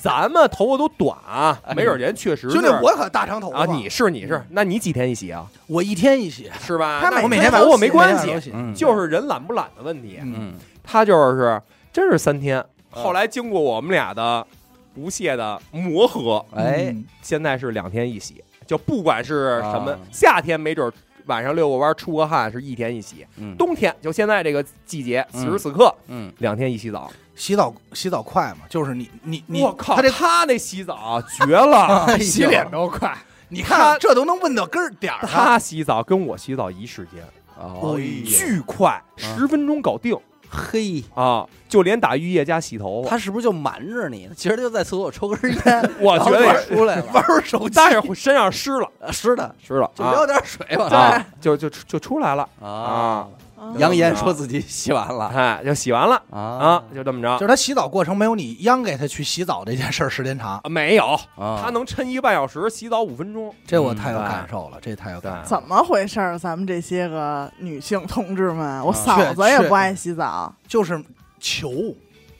[SPEAKER 5] 咱们头发都短啊，没准人确实
[SPEAKER 2] 兄弟，
[SPEAKER 5] 是
[SPEAKER 2] 我嗯可大长头发
[SPEAKER 5] 啊，你是你是，那你几天一洗啊？
[SPEAKER 2] 我一天一洗，
[SPEAKER 5] 是吧？
[SPEAKER 3] 他
[SPEAKER 2] 我
[SPEAKER 3] 每
[SPEAKER 5] 那我
[SPEAKER 2] 每天
[SPEAKER 5] 和
[SPEAKER 2] 晚
[SPEAKER 5] 我
[SPEAKER 2] 上
[SPEAKER 5] 没
[SPEAKER 2] 洗
[SPEAKER 5] 关
[SPEAKER 2] 每天
[SPEAKER 5] 系
[SPEAKER 2] 晚，上都洗
[SPEAKER 1] 嗯
[SPEAKER 5] 就是人懒不懒的问题。
[SPEAKER 1] 嗯，
[SPEAKER 5] 他就是真是三天，后来经过我们俩的不懈的磨合，嗯
[SPEAKER 1] 哎，
[SPEAKER 2] 嗯
[SPEAKER 5] 现在是两天一洗，就不管是什么
[SPEAKER 1] 啊
[SPEAKER 5] 夏天，没准晚上遛个弯出个汗是一天一洗，
[SPEAKER 1] 嗯，
[SPEAKER 5] 冬天就现在这个季节，
[SPEAKER 1] 嗯
[SPEAKER 5] 此时此刻
[SPEAKER 1] 嗯，
[SPEAKER 5] 两天一洗澡。
[SPEAKER 2] 洗澡洗澡快嘛，就是你你你，
[SPEAKER 5] 我靠，
[SPEAKER 2] 他这
[SPEAKER 5] 他那洗澡绝了，
[SPEAKER 1] 哎呦
[SPEAKER 4] 洗脸都快。
[SPEAKER 5] 啊
[SPEAKER 2] 你
[SPEAKER 5] 他
[SPEAKER 2] 看这都能问到根儿点儿上，
[SPEAKER 5] 他洗澡跟我洗澡一时间，
[SPEAKER 1] 哦，
[SPEAKER 5] 巨快，十分钟搞定
[SPEAKER 1] 嘿，
[SPEAKER 5] 啊！就连打浴液加洗头发，
[SPEAKER 1] 他是不是就瞒着你呢？其实就在厕所抽根 烟，
[SPEAKER 5] 我
[SPEAKER 1] 然后
[SPEAKER 5] 觉
[SPEAKER 1] 就
[SPEAKER 5] 得也是
[SPEAKER 1] 出来了，
[SPEAKER 2] 玩会儿手机，
[SPEAKER 5] 但是身上湿了，
[SPEAKER 1] 呃是的，
[SPEAKER 5] 湿了
[SPEAKER 1] 就
[SPEAKER 5] 啊
[SPEAKER 1] 撩点水吧。
[SPEAKER 5] 啊，就就就出来了，
[SPEAKER 1] 啊，
[SPEAKER 3] 啊
[SPEAKER 1] 扬言说自己洗完了
[SPEAKER 5] 哎，就洗完了啊
[SPEAKER 1] 啊，
[SPEAKER 5] 就这么
[SPEAKER 2] 就
[SPEAKER 5] 着。
[SPEAKER 2] 是他洗澡过程没有你央给他去洗澡这件事儿时间长，
[SPEAKER 5] 啊没有，
[SPEAKER 1] 啊
[SPEAKER 5] 他能抻一个半小时，洗澡五分钟。
[SPEAKER 2] 这我太有感受了，这太有
[SPEAKER 5] 对
[SPEAKER 2] 感，受。
[SPEAKER 3] 怎么回事儿？咱们这些个女性同志们，我
[SPEAKER 1] 啊
[SPEAKER 3] 嫂子
[SPEAKER 2] 确
[SPEAKER 3] 也
[SPEAKER 2] 确
[SPEAKER 3] 不爱洗澡，
[SPEAKER 2] 就是求，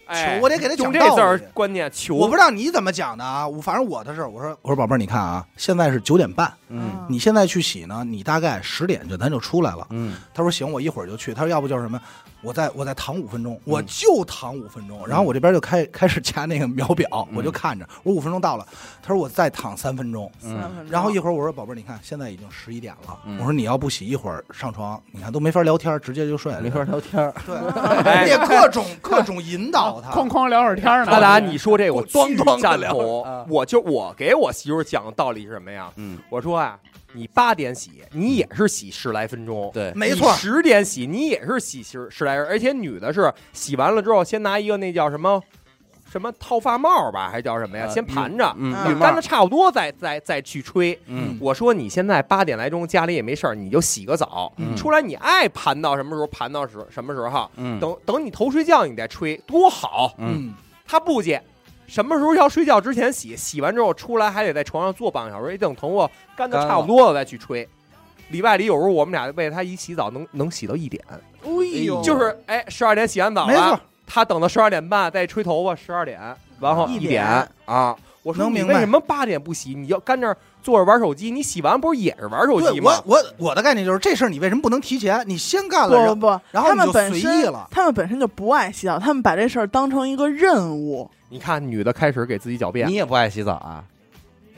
[SPEAKER 5] 哎
[SPEAKER 2] 求我得给他
[SPEAKER 5] 用
[SPEAKER 2] 讲
[SPEAKER 5] 这
[SPEAKER 2] 道
[SPEAKER 5] 字儿
[SPEAKER 2] 理。
[SPEAKER 5] 关键，求
[SPEAKER 2] 我不知道你怎么讲的啊，我反正我的事儿，我说我说宝贝儿，你看啊，现在是九点半，
[SPEAKER 1] 嗯
[SPEAKER 2] 你现在去洗呢，你大概十点就咱就出来了。
[SPEAKER 1] 嗯
[SPEAKER 2] 他说行，我一会儿就去。他说要不就是什么，我再我再躺五分钟，
[SPEAKER 5] 嗯
[SPEAKER 2] 我就躺五分钟。然后我这边就开开始掐那个秒表，我
[SPEAKER 5] 嗯
[SPEAKER 2] 就看着，我五分钟到了。他说我再躺三分钟，
[SPEAKER 3] 三分钟
[SPEAKER 2] 嗯然后一会儿我说宝贝儿，你看现在已经十一点了，
[SPEAKER 1] 嗯
[SPEAKER 2] 我说你要不洗一会儿上床，你看都没法聊天，直接就睡了。
[SPEAKER 1] 没法聊天儿，
[SPEAKER 2] 对，
[SPEAKER 5] 哎
[SPEAKER 2] 而且各种各种引导他。
[SPEAKER 4] 哐哐聊会儿天儿呢。
[SPEAKER 5] 阿达，你说这我
[SPEAKER 2] 咣
[SPEAKER 5] 巨
[SPEAKER 2] 咣地
[SPEAKER 5] 赞
[SPEAKER 2] 聊
[SPEAKER 5] 同
[SPEAKER 1] 啊。
[SPEAKER 5] 我就我给我媳妇儿讲的道理是什么呀？
[SPEAKER 1] 嗯，
[SPEAKER 5] 我说啊，你八点洗，你也是洗十来分钟。
[SPEAKER 1] 对，
[SPEAKER 2] 没错，
[SPEAKER 5] 十点洗你也是洗十十来人，而且女的是洗完了之后先拿一个那叫什么什么套发帽吧，还叫什么呀？
[SPEAKER 1] 呃
[SPEAKER 5] 先盘着，
[SPEAKER 1] 嗯
[SPEAKER 3] 啊
[SPEAKER 5] 捋干了差不多再再再去吹。
[SPEAKER 1] 嗯
[SPEAKER 5] 我说你现在八点来钟家里也没事儿，你就洗个澡，
[SPEAKER 1] 嗯
[SPEAKER 5] 出来你爱盘到什么时候盘到时什么时候，
[SPEAKER 1] 嗯，
[SPEAKER 5] 等等你头睡觉你再吹多好。
[SPEAKER 1] 嗯
[SPEAKER 2] 嗯，
[SPEAKER 5] 他不接，什么时候要睡觉之前洗，洗完之后出来还得在床上坐半个小时，一哎等头发干的差不多了再去吹。里外里有时候我们俩为他一洗澡能能洗到一点，
[SPEAKER 3] 哎
[SPEAKER 1] 哦
[SPEAKER 3] 呦，
[SPEAKER 5] 就是哎十二点洗完澡
[SPEAKER 2] 没错
[SPEAKER 5] 了，，他等到十二点半再吹头发，十二点，然后
[SPEAKER 3] 一
[SPEAKER 5] 一
[SPEAKER 3] 点
[SPEAKER 5] 啊。我说
[SPEAKER 2] 能
[SPEAKER 5] 你
[SPEAKER 2] 明白
[SPEAKER 5] 为什么八点不洗？你要干这儿坐着玩手机，你洗完不是也是玩手机
[SPEAKER 2] 对
[SPEAKER 5] 吗
[SPEAKER 2] 我？我我的概念就是这事儿你为什么不能提前？你先干
[SPEAKER 3] 不
[SPEAKER 2] 了，然
[SPEAKER 3] 不
[SPEAKER 2] 后
[SPEAKER 3] 不，
[SPEAKER 2] 然后
[SPEAKER 3] 他
[SPEAKER 2] 你
[SPEAKER 3] 们
[SPEAKER 2] 就
[SPEAKER 3] 本
[SPEAKER 2] 随意
[SPEAKER 3] 身
[SPEAKER 2] 了
[SPEAKER 3] 他们本身就不爱洗澡，他们把这事儿当成一个任务，
[SPEAKER 5] 你看，女的开始给自己狡辩
[SPEAKER 1] 你，也不爱洗澡啊？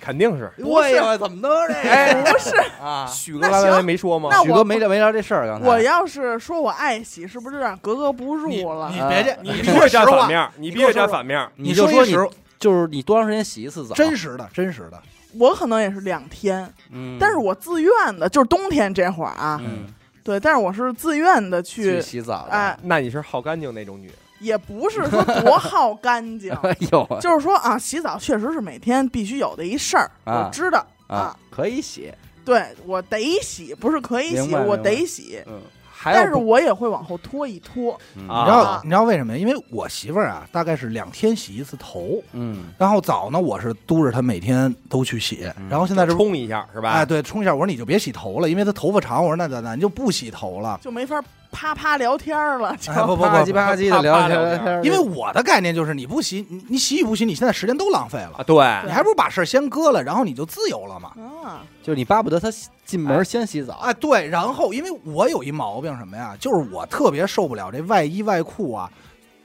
[SPEAKER 5] 肯定是。
[SPEAKER 1] 对呀，怎么能这
[SPEAKER 5] 哎
[SPEAKER 1] 样
[SPEAKER 3] 不是，
[SPEAKER 1] 啊？
[SPEAKER 5] 许哥刚才没说吗？
[SPEAKER 3] 那
[SPEAKER 1] 许哥没聊没聊这事儿，
[SPEAKER 2] 啊
[SPEAKER 1] 刚才
[SPEAKER 3] 我要是说我爱洗，是不是有点格格不入了
[SPEAKER 2] 你？
[SPEAKER 1] 啊
[SPEAKER 2] 别介，
[SPEAKER 5] 你
[SPEAKER 2] 你
[SPEAKER 5] 必
[SPEAKER 2] 说
[SPEAKER 5] 须
[SPEAKER 2] 实
[SPEAKER 5] 站反
[SPEAKER 2] 话，
[SPEAKER 5] 面，你必
[SPEAKER 2] 你
[SPEAKER 5] 须
[SPEAKER 2] 给我
[SPEAKER 5] 站
[SPEAKER 2] 说
[SPEAKER 5] 反面。
[SPEAKER 1] 你就
[SPEAKER 2] 说
[SPEAKER 1] 说
[SPEAKER 2] 一
[SPEAKER 1] 你
[SPEAKER 2] 实，
[SPEAKER 1] 就是你多长时间洗一次澡？
[SPEAKER 2] 真实的，真实的，
[SPEAKER 3] 我可能也是两天，
[SPEAKER 1] 嗯，
[SPEAKER 3] 但是我自愿的，就是冬天这会儿啊，
[SPEAKER 1] 嗯
[SPEAKER 3] 对，但是我是自愿的
[SPEAKER 1] 去
[SPEAKER 3] 去，
[SPEAKER 1] 洗澡的，
[SPEAKER 3] 哎，
[SPEAKER 5] 那你是好干净那种女，
[SPEAKER 3] 也不是说多好干净，
[SPEAKER 1] 哎呦啊
[SPEAKER 3] 就是说啊，洗澡确实是每天必须有的一事儿，
[SPEAKER 1] 啊
[SPEAKER 3] 我知道
[SPEAKER 1] 啊，可以洗，
[SPEAKER 3] 对我得洗，不是可以
[SPEAKER 1] 明
[SPEAKER 3] 洗，
[SPEAKER 1] 白明白
[SPEAKER 3] 我得洗，
[SPEAKER 1] 嗯
[SPEAKER 5] 还
[SPEAKER 3] 但是
[SPEAKER 5] 有不
[SPEAKER 3] 我也会往后拖一拖，
[SPEAKER 5] 啊
[SPEAKER 2] 你知道你知道为什么？因为我媳妇儿啊，大概是两天洗一次头，
[SPEAKER 1] 嗯
[SPEAKER 2] 然后澡呢，我是督着她每天都去洗，然后现在是。
[SPEAKER 5] 冲一下是吧？
[SPEAKER 2] 哎，对，冲一下。我说你就别洗头了，因为她头发长。我说那咱咱就不洗头了。
[SPEAKER 3] 就没法啪啪聊天儿了，就
[SPEAKER 2] 哎，不不
[SPEAKER 1] 吧
[SPEAKER 2] 不
[SPEAKER 1] 唧，吧唧的聊
[SPEAKER 5] 啪
[SPEAKER 1] 天
[SPEAKER 5] 啪聊
[SPEAKER 1] 聊
[SPEAKER 5] 天
[SPEAKER 1] 天，
[SPEAKER 2] 因为我的概念就是你不洗，你你洗与不洗，你现在时间都浪费了
[SPEAKER 5] 啊，，对，
[SPEAKER 2] 你还不如把事儿先搁了，然后你就自由了嘛。
[SPEAKER 3] 啊，
[SPEAKER 1] 就是你巴不得他洗进门先洗澡，
[SPEAKER 2] 啊，对，然后因为我有一毛病什么呀，就是我特别受不了这外衣外裤啊，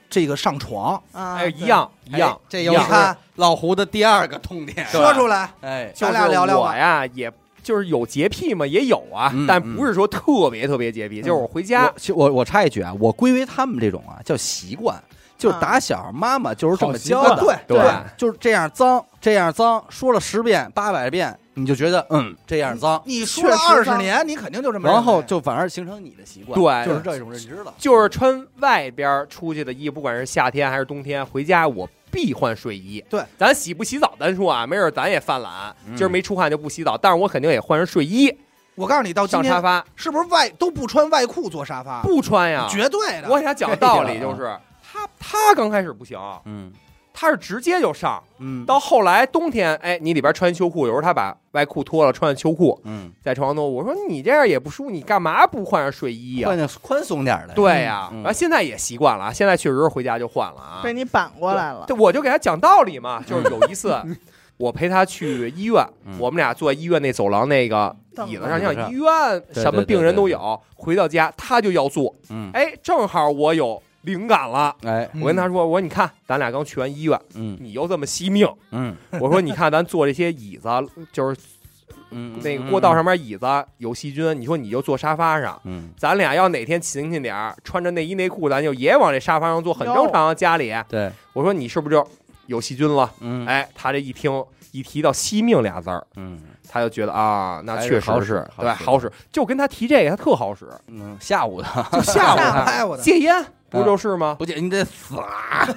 [SPEAKER 2] 这个上床
[SPEAKER 3] 啊，
[SPEAKER 5] 哎，一
[SPEAKER 3] 对，
[SPEAKER 5] 样一样
[SPEAKER 1] 哎，这
[SPEAKER 5] 一
[SPEAKER 1] 又
[SPEAKER 2] 你
[SPEAKER 1] 是
[SPEAKER 5] 样。
[SPEAKER 2] 看
[SPEAKER 1] 老胡的第二个痛点，
[SPEAKER 5] 对
[SPEAKER 2] 说出来，
[SPEAKER 1] 哎，
[SPEAKER 5] 就
[SPEAKER 2] 咱
[SPEAKER 5] 是
[SPEAKER 2] 俩聊聊
[SPEAKER 5] 我
[SPEAKER 2] 吧。
[SPEAKER 5] 呀，也就是有洁癖嘛，也有啊
[SPEAKER 1] 嗯，
[SPEAKER 5] 但不是说特别特别洁癖，就是我回家
[SPEAKER 1] 我其实我我插一句啊，我归为他们这种啊叫习惯，就是
[SPEAKER 3] 啊
[SPEAKER 1] 打小妈妈就是这么教
[SPEAKER 2] 啊
[SPEAKER 1] 的，
[SPEAKER 2] 对
[SPEAKER 5] 对
[SPEAKER 1] 就是这样脏，这样脏，说了十遍八百遍，你就觉得嗯这样脏，
[SPEAKER 2] 你说了
[SPEAKER 3] 确实
[SPEAKER 2] 二十
[SPEAKER 3] 脏
[SPEAKER 2] 年，你肯定就这么认为。
[SPEAKER 1] 然后就反而形成你的习惯，
[SPEAKER 5] 对
[SPEAKER 1] 就是这种认知了，
[SPEAKER 5] 就是穿外边儿出去的衣，不管是夏天还是冬天，回家我必换睡衣。
[SPEAKER 2] 对，
[SPEAKER 5] 咱洗不洗澡单说啊，没准儿咱也犯懒，
[SPEAKER 1] 嗯
[SPEAKER 5] 今儿没出汗就不洗澡，但是我肯定也换上睡衣
[SPEAKER 2] 我告诉你，到今
[SPEAKER 5] 上沙
[SPEAKER 2] 天
[SPEAKER 5] 发，
[SPEAKER 2] 是不是外都不穿外裤坐沙发？
[SPEAKER 5] 不穿呀。
[SPEAKER 2] 绝对的。
[SPEAKER 5] 我给他讲道理，就是啊他他刚开始不行，
[SPEAKER 1] 嗯
[SPEAKER 5] 他是直接就上，
[SPEAKER 1] 嗯
[SPEAKER 5] 到后来冬天，哎，你里边穿秋裤，有时候他把外裤脱了，穿上秋裤
[SPEAKER 1] 嗯，
[SPEAKER 5] 在床上头，我说你这样也不舒服，你干嘛不换上睡衣呀、
[SPEAKER 1] 换点宽松点儿的，
[SPEAKER 5] 对呀、
[SPEAKER 1] 嗯嗯
[SPEAKER 5] 完、现在也习惯了，啊，现在确实是回家就换了啊。
[SPEAKER 3] 被你扳过来了，
[SPEAKER 5] 对，我就给他讲道理嘛，就是有 一次我陪他去医院，
[SPEAKER 1] 嗯
[SPEAKER 5] 我们俩坐在医院那走廊那个
[SPEAKER 3] 凳子
[SPEAKER 5] 椅子上，你
[SPEAKER 1] 上
[SPEAKER 5] 想医院
[SPEAKER 1] 对
[SPEAKER 5] 什么
[SPEAKER 1] 对
[SPEAKER 5] 病
[SPEAKER 1] 对
[SPEAKER 5] 人都
[SPEAKER 1] 对
[SPEAKER 5] 有，回到家他就要做，
[SPEAKER 1] 嗯，
[SPEAKER 5] 哎，正好我有灵感了，
[SPEAKER 1] 哎，
[SPEAKER 2] 嗯
[SPEAKER 5] 我跟他说，我说你看，咱俩刚去完医院，
[SPEAKER 1] 嗯
[SPEAKER 5] 你又这么 惜命，
[SPEAKER 1] 嗯
[SPEAKER 5] 我说你看咱坐这些椅子，就是
[SPEAKER 1] 嗯，
[SPEAKER 5] 那个过道上面椅子有细菌，你说你就坐沙发上。
[SPEAKER 1] 嗯，嗯，
[SPEAKER 5] 咱俩要哪天勤勤点儿，穿着内衣内裤，咱就也往这沙发上坐，很
[SPEAKER 3] 哟
[SPEAKER 5] 正常啊。家里，
[SPEAKER 1] 对，
[SPEAKER 5] 我说你是不是就有细菌了？
[SPEAKER 1] 嗯
[SPEAKER 5] 哎，他这一听一提到惜命俩字儿，
[SPEAKER 1] 嗯
[SPEAKER 5] 他就觉得啊，那
[SPEAKER 1] 还是
[SPEAKER 5] 确
[SPEAKER 1] 好
[SPEAKER 5] 实
[SPEAKER 1] 使
[SPEAKER 5] 是
[SPEAKER 1] 好
[SPEAKER 5] 对
[SPEAKER 1] 使
[SPEAKER 5] 好使。就跟他提这个，他特好使，
[SPEAKER 1] 嗯，下午的
[SPEAKER 5] 就吓
[SPEAKER 3] 吓
[SPEAKER 5] 唬他。
[SPEAKER 2] 哎，我的
[SPEAKER 5] 戒烟不就是吗？
[SPEAKER 1] 不介，你得死啊，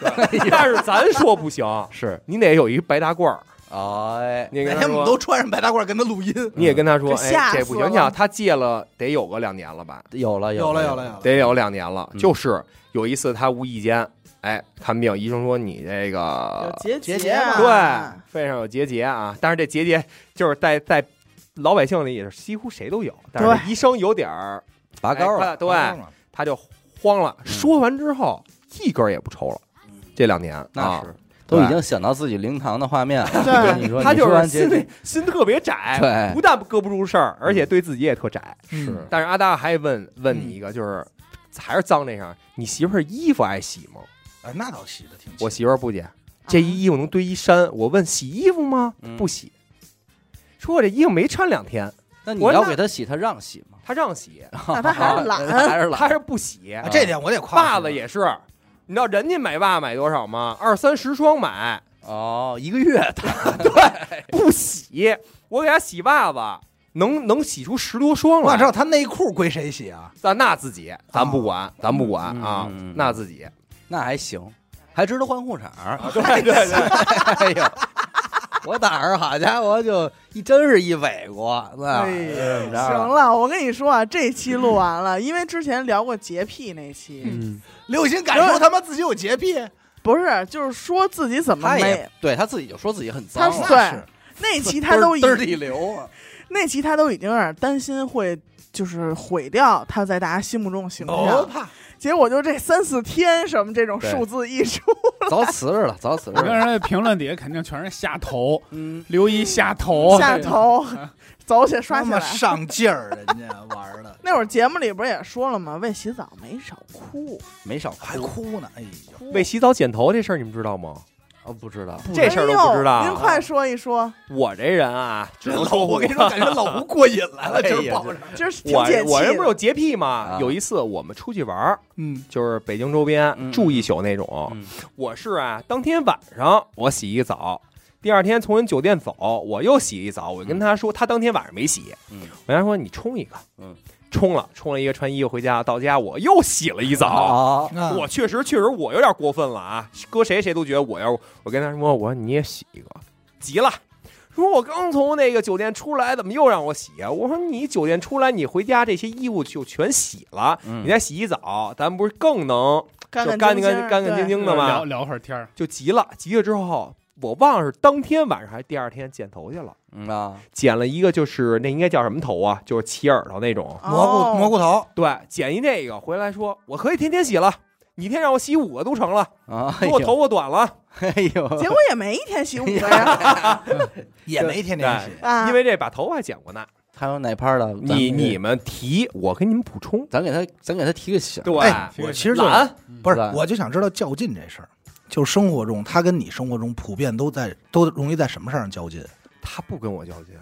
[SPEAKER 5] 但是咱说不行，
[SPEAKER 1] 是，
[SPEAKER 5] 你得有一白大褂儿。
[SPEAKER 1] 哎，
[SPEAKER 5] 你也
[SPEAKER 2] 每
[SPEAKER 5] 跟
[SPEAKER 2] 天
[SPEAKER 5] 他
[SPEAKER 2] 我们都
[SPEAKER 5] 说，
[SPEAKER 2] 穿上白大褂跟他录音，
[SPEAKER 5] 你也跟他说，
[SPEAKER 3] 这吓
[SPEAKER 5] 哎，这
[SPEAKER 3] 死
[SPEAKER 5] 不行。你
[SPEAKER 3] 了
[SPEAKER 5] 想，他戒了得有个两年了吧？
[SPEAKER 1] 有了
[SPEAKER 2] 有
[SPEAKER 1] 了
[SPEAKER 2] 了有了有了，
[SPEAKER 5] 得有两年了。
[SPEAKER 1] 嗯
[SPEAKER 5] 就是有一次他无意间，哎，看病，医生说你这个
[SPEAKER 3] 有结
[SPEAKER 2] 结
[SPEAKER 3] 节啊
[SPEAKER 2] 节嘛
[SPEAKER 5] 对肺上有结节啊，但是这结节就是在在老百姓里也是几乎谁都有，但是医生有点儿
[SPEAKER 1] 拔高
[SPEAKER 5] 哎
[SPEAKER 1] 了，
[SPEAKER 5] 他
[SPEAKER 2] 啊
[SPEAKER 5] 对，他就慌
[SPEAKER 1] 嗯
[SPEAKER 5] 了。说完之后，一根儿也不抽了，这两年
[SPEAKER 1] 那
[SPEAKER 5] 啊
[SPEAKER 1] 是。都已经想到自己灵堂的画面了。我跟你说，
[SPEAKER 5] 他
[SPEAKER 1] 你
[SPEAKER 5] 就
[SPEAKER 1] 说
[SPEAKER 5] 是
[SPEAKER 1] 完结
[SPEAKER 5] 心
[SPEAKER 1] 局哎
[SPEAKER 5] 里心特别窄，
[SPEAKER 1] 对嗯
[SPEAKER 5] 不但搁不住事儿，而且对自己也特窄。
[SPEAKER 2] 是
[SPEAKER 5] 但是阿达还问问你一个，就是还是脏这上，你媳妇儿衣服爱洗吗？
[SPEAKER 2] 哎，那倒洗的挺
[SPEAKER 5] 我媳妇儿不解，这一衣服能堆一山，我问洗衣服吗？
[SPEAKER 1] 嗯
[SPEAKER 5] 不洗，说我这衣服没穿两天，
[SPEAKER 1] 那你
[SPEAKER 5] 我
[SPEAKER 1] 要
[SPEAKER 5] 那
[SPEAKER 1] 给他洗，他让洗吗？
[SPEAKER 5] 她让洗，
[SPEAKER 3] 那他还是懒，
[SPEAKER 1] 还是
[SPEAKER 5] 她
[SPEAKER 1] 懒？
[SPEAKER 5] 是不洗，
[SPEAKER 1] 哎
[SPEAKER 2] 啊这点我得夸
[SPEAKER 5] 袜子也是，你知道人家买袜买多少吗？二三十双买，
[SPEAKER 1] 哦，一个月他
[SPEAKER 5] 不洗，我给她洗袜子，能能洗出十多双
[SPEAKER 2] 我想知道
[SPEAKER 5] 来。
[SPEAKER 2] 他内裤归谁洗啊？
[SPEAKER 5] 咱那自己，咱不管，咱不管
[SPEAKER 1] 嗯
[SPEAKER 5] 啊
[SPEAKER 1] 嗯嗯，
[SPEAKER 5] 那自己，
[SPEAKER 1] 那还行，还值得换裤衩儿。
[SPEAKER 5] 对对对，
[SPEAKER 1] 哎呦，我打着好家伙就一真是一尾过，那
[SPEAKER 3] 哎呀
[SPEAKER 1] 怎么
[SPEAKER 3] 行
[SPEAKER 1] 着？啊
[SPEAKER 3] 了，我跟你说啊，这期录完了，因为之前聊过洁癖那期，
[SPEAKER 4] 嗯，
[SPEAKER 2] 刘雨欣敢说他妈自己有洁癖？
[SPEAKER 3] 不是就是说自己怎么
[SPEAKER 1] 他
[SPEAKER 3] 没
[SPEAKER 1] 也对他自己就说自己很
[SPEAKER 3] 他
[SPEAKER 1] 脏
[SPEAKER 3] 是
[SPEAKER 1] 了，
[SPEAKER 2] 那
[SPEAKER 3] 对
[SPEAKER 2] 是
[SPEAKER 3] 那期他都已
[SPEAKER 1] 嘚儿地流啊。
[SPEAKER 3] 那期他都已经有点担心会就是毁掉他在大家心目中的形
[SPEAKER 2] 不
[SPEAKER 3] 象，
[SPEAKER 2] 怕，
[SPEAKER 3] 结果就这三四天什么这种
[SPEAKER 1] 对
[SPEAKER 3] 数字一出，
[SPEAKER 1] 早辞职了，早辞
[SPEAKER 4] 我
[SPEAKER 1] 职
[SPEAKER 4] 跟
[SPEAKER 1] 了。
[SPEAKER 4] 人家评论底下肯定全是下头，
[SPEAKER 1] 嗯，
[SPEAKER 4] 刘一下 头，
[SPEAKER 3] 下头走起来刷
[SPEAKER 2] 那
[SPEAKER 3] 起
[SPEAKER 2] 么
[SPEAKER 3] 来。
[SPEAKER 2] 上劲儿，人家玩的
[SPEAKER 3] 那会儿节目里不是也说了吗？为洗澡没少哭，
[SPEAKER 1] 没少
[SPEAKER 2] 还
[SPEAKER 1] 哭。
[SPEAKER 2] 哭呢，哎呦，
[SPEAKER 5] 为洗澡剪头这事儿你们知道吗？
[SPEAKER 1] 哦，不知道，
[SPEAKER 5] 这事儿都不知道
[SPEAKER 3] 哎
[SPEAKER 5] 啊。
[SPEAKER 3] 呦您快说一说，
[SPEAKER 5] 我这人啊，只
[SPEAKER 2] 这
[SPEAKER 5] 能
[SPEAKER 2] 老
[SPEAKER 5] 说哎
[SPEAKER 2] 胡，我跟你说，感觉老胡过瘾来 了，今儿抱着，
[SPEAKER 3] 今儿挺
[SPEAKER 5] 我
[SPEAKER 3] 解气
[SPEAKER 5] 我
[SPEAKER 3] 的
[SPEAKER 5] 人不是有洁癖吗
[SPEAKER 1] 啊？
[SPEAKER 5] 有一次我们出去玩儿，
[SPEAKER 2] 嗯，
[SPEAKER 5] 就是北京周边
[SPEAKER 1] 嗯
[SPEAKER 5] 住一宿那种
[SPEAKER 1] 嗯。
[SPEAKER 5] 我是啊，当天晚上我洗一澡，第二天从人酒店走，我又洗一澡。我跟他说，他当天晚上没洗，
[SPEAKER 1] 嗯
[SPEAKER 5] 我跟他说你冲一个，
[SPEAKER 1] 嗯，
[SPEAKER 5] 冲了，冲了一个穿衣服回家，到家我又洗了一澡。
[SPEAKER 1] 啊，
[SPEAKER 2] 啊
[SPEAKER 5] 我确实确实我有点过分了啊！搁谁谁都觉得我要我跟他说，我说你也洗一个，急了。说我刚从那个酒店出来，怎么又让我洗啊？我说你酒店出来，你回家这些衣服就全洗了，
[SPEAKER 1] 嗯
[SPEAKER 5] 你再洗一澡，咱们不是更能
[SPEAKER 3] 干
[SPEAKER 5] 就
[SPEAKER 3] 干
[SPEAKER 5] 干干干干净
[SPEAKER 3] 净
[SPEAKER 5] 净
[SPEAKER 4] 聊
[SPEAKER 5] 的吗？
[SPEAKER 4] 聊会儿天儿，
[SPEAKER 5] 就急了，急了之后，我忘了是当天晚上还是第二天剪头去了，
[SPEAKER 1] 嗯啊，
[SPEAKER 5] 剪了一个就是那应该叫什么头啊？就是齐耳朵那种，
[SPEAKER 3] 对
[SPEAKER 2] 蘑菇蘑。
[SPEAKER 3] 哦
[SPEAKER 2] 菇头，
[SPEAKER 5] 对，剪一那个回来说我可以天天洗了，你一天让我洗五个都成了。
[SPEAKER 1] 啊，
[SPEAKER 5] 说我头发短了，
[SPEAKER 1] 哎呦，
[SPEAKER 3] 结果也没一天 洗五个呀，
[SPEAKER 2] 也没天天洗，
[SPEAKER 3] 啊，
[SPEAKER 5] 因为这把头发还剪过呢。
[SPEAKER 1] 还有哪拍的？咱
[SPEAKER 5] 你
[SPEAKER 1] 们
[SPEAKER 5] 你们提，我给你们补充。
[SPEAKER 1] 咱给他，咱给他提个醒，
[SPEAKER 5] 对，
[SPEAKER 2] 哎，我其实就
[SPEAKER 5] 懒，
[SPEAKER 2] 不是
[SPEAKER 1] 懒，
[SPEAKER 2] 我就想知道较劲这事儿，就生活中他跟你生活中普遍都在都容易在什么事儿上较劲，
[SPEAKER 5] 他不跟我较劲，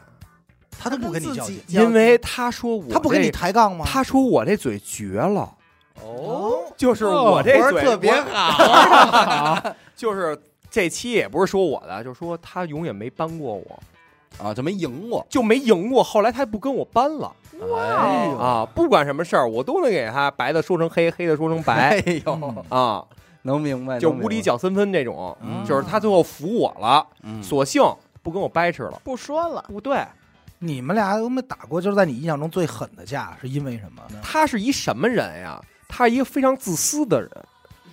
[SPEAKER 2] 他都不跟你较
[SPEAKER 3] 自己
[SPEAKER 2] 劲，
[SPEAKER 3] 较劲
[SPEAKER 5] 因为他说我
[SPEAKER 2] 他不跟你
[SPEAKER 5] 这，
[SPEAKER 2] 抬杠吗？
[SPEAKER 5] 他说我这嘴绝了。哦，就是我这
[SPEAKER 2] 玩儿
[SPEAKER 5] 嘴
[SPEAKER 2] 特别
[SPEAKER 5] 好，就是这期也不是说我的，就是说他永远没扳过我，
[SPEAKER 1] 啊，就没赢我，
[SPEAKER 5] 就没赢过。后来他不跟我扳了
[SPEAKER 1] 哎呦，
[SPEAKER 5] 啊，不管什么事儿，我都能给他白的说成黑，黑的说成
[SPEAKER 1] 哎
[SPEAKER 5] 白
[SPEAKER 2] 嗯
[SPEAKER 1] 呦，
[SPEAKER 5] 啊，
[SPEAKER 1] 能明白，
[SPEAKER 5] 就
[SPEAKER 1] 能明白
[SPEAKER 5] 无理，搅三分这种。
[SPEAKER 1] 嗯
[SPEAKER 5] 就是他最后服我了，
[SPEAKER 1] 嗯
[SPEAKER 5] 索性不跟我掰扯了。
[SPEAKER 3] 不说了，
[SPEAKER 5] 不对，
[SPEAKER 2] 你们俩有没有打过？就是在你印象中最狠的架是因为什么呢？
[SPEAKER 5] 他是一什么人呀？他是一个非常自私的人。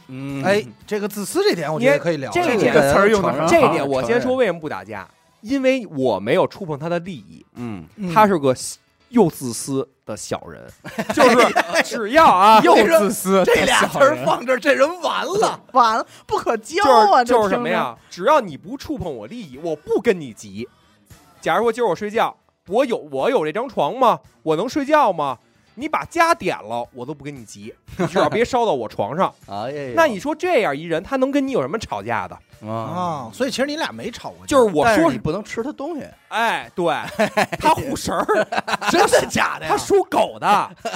[SPEAKER 1] 嗯，
[SPEAKER 2] 哎，这个自私这点，我觉
[SPEAKER 5] 你
[SPEAKER 2] 得
[SPEAKER 5] 也
[SPEAKER 2] 可以聊
[SPEAKER 5] 这
[SPEAKER 2] 聊。
[SPEAKER 5] 个
[SPEAKER 1] 点
[SPEAKER 4] 词儿用的
[SPEAKER 1] 啊
[SPEAKER 5] 这一点我
[SPEAKER 1] 承
[SPEAKER 5] 先
[SPEAKER 1] 认
[SPEAKER 5] 说为什么不打架，因为我没有触碰他的利益。
[SPEAKER 1] 嗯，
[SPEAKER 2] 嗯
[SPEAKER 5] 他是个又自私的小人，就是只要啊，
[SPEAKER 2] 又
[SPEAKER 5] 自私
[SPEAKER 2] 这俩词儿放这儿，这人完了。
[SPEAKER 3] 完了不可交
[SPEAKER 5] 就
[SPEAKER 3] 啊，
[SPEAKER 5] 是
[SPEAKER 3] 这
[SPEAKER 5] 就是什么
[SPEAKER 3] 听着？
[SPEAKER 5] 呀？只要你不触碰我利益，我不跟你急。假如说今儿我睡觉，我有我有这张床吗？我能睡觉吗？你把家点了，我都不跟你急，你至少别烧到我床上。
[SPEAKER 1] 哎呀，
[SPEAKER 5] 那你说这样一人，他能跟你有什么吵架的？
[SPEAKER 1] 啊
[SPEAKER 2] 啊，，所以其实你俩没吵过架，
[SPEAKER 5] 就是我
[SPEAKER 1] 但是
[SPEAKER 5] 说
[SPEAKER 1] 你，不能吃他东西，
[SPEAKER 5] 哎，对，他护食儿，
[SPEAKER 2] 真的假的呀
[SPEAKER 5] 他？属狗的，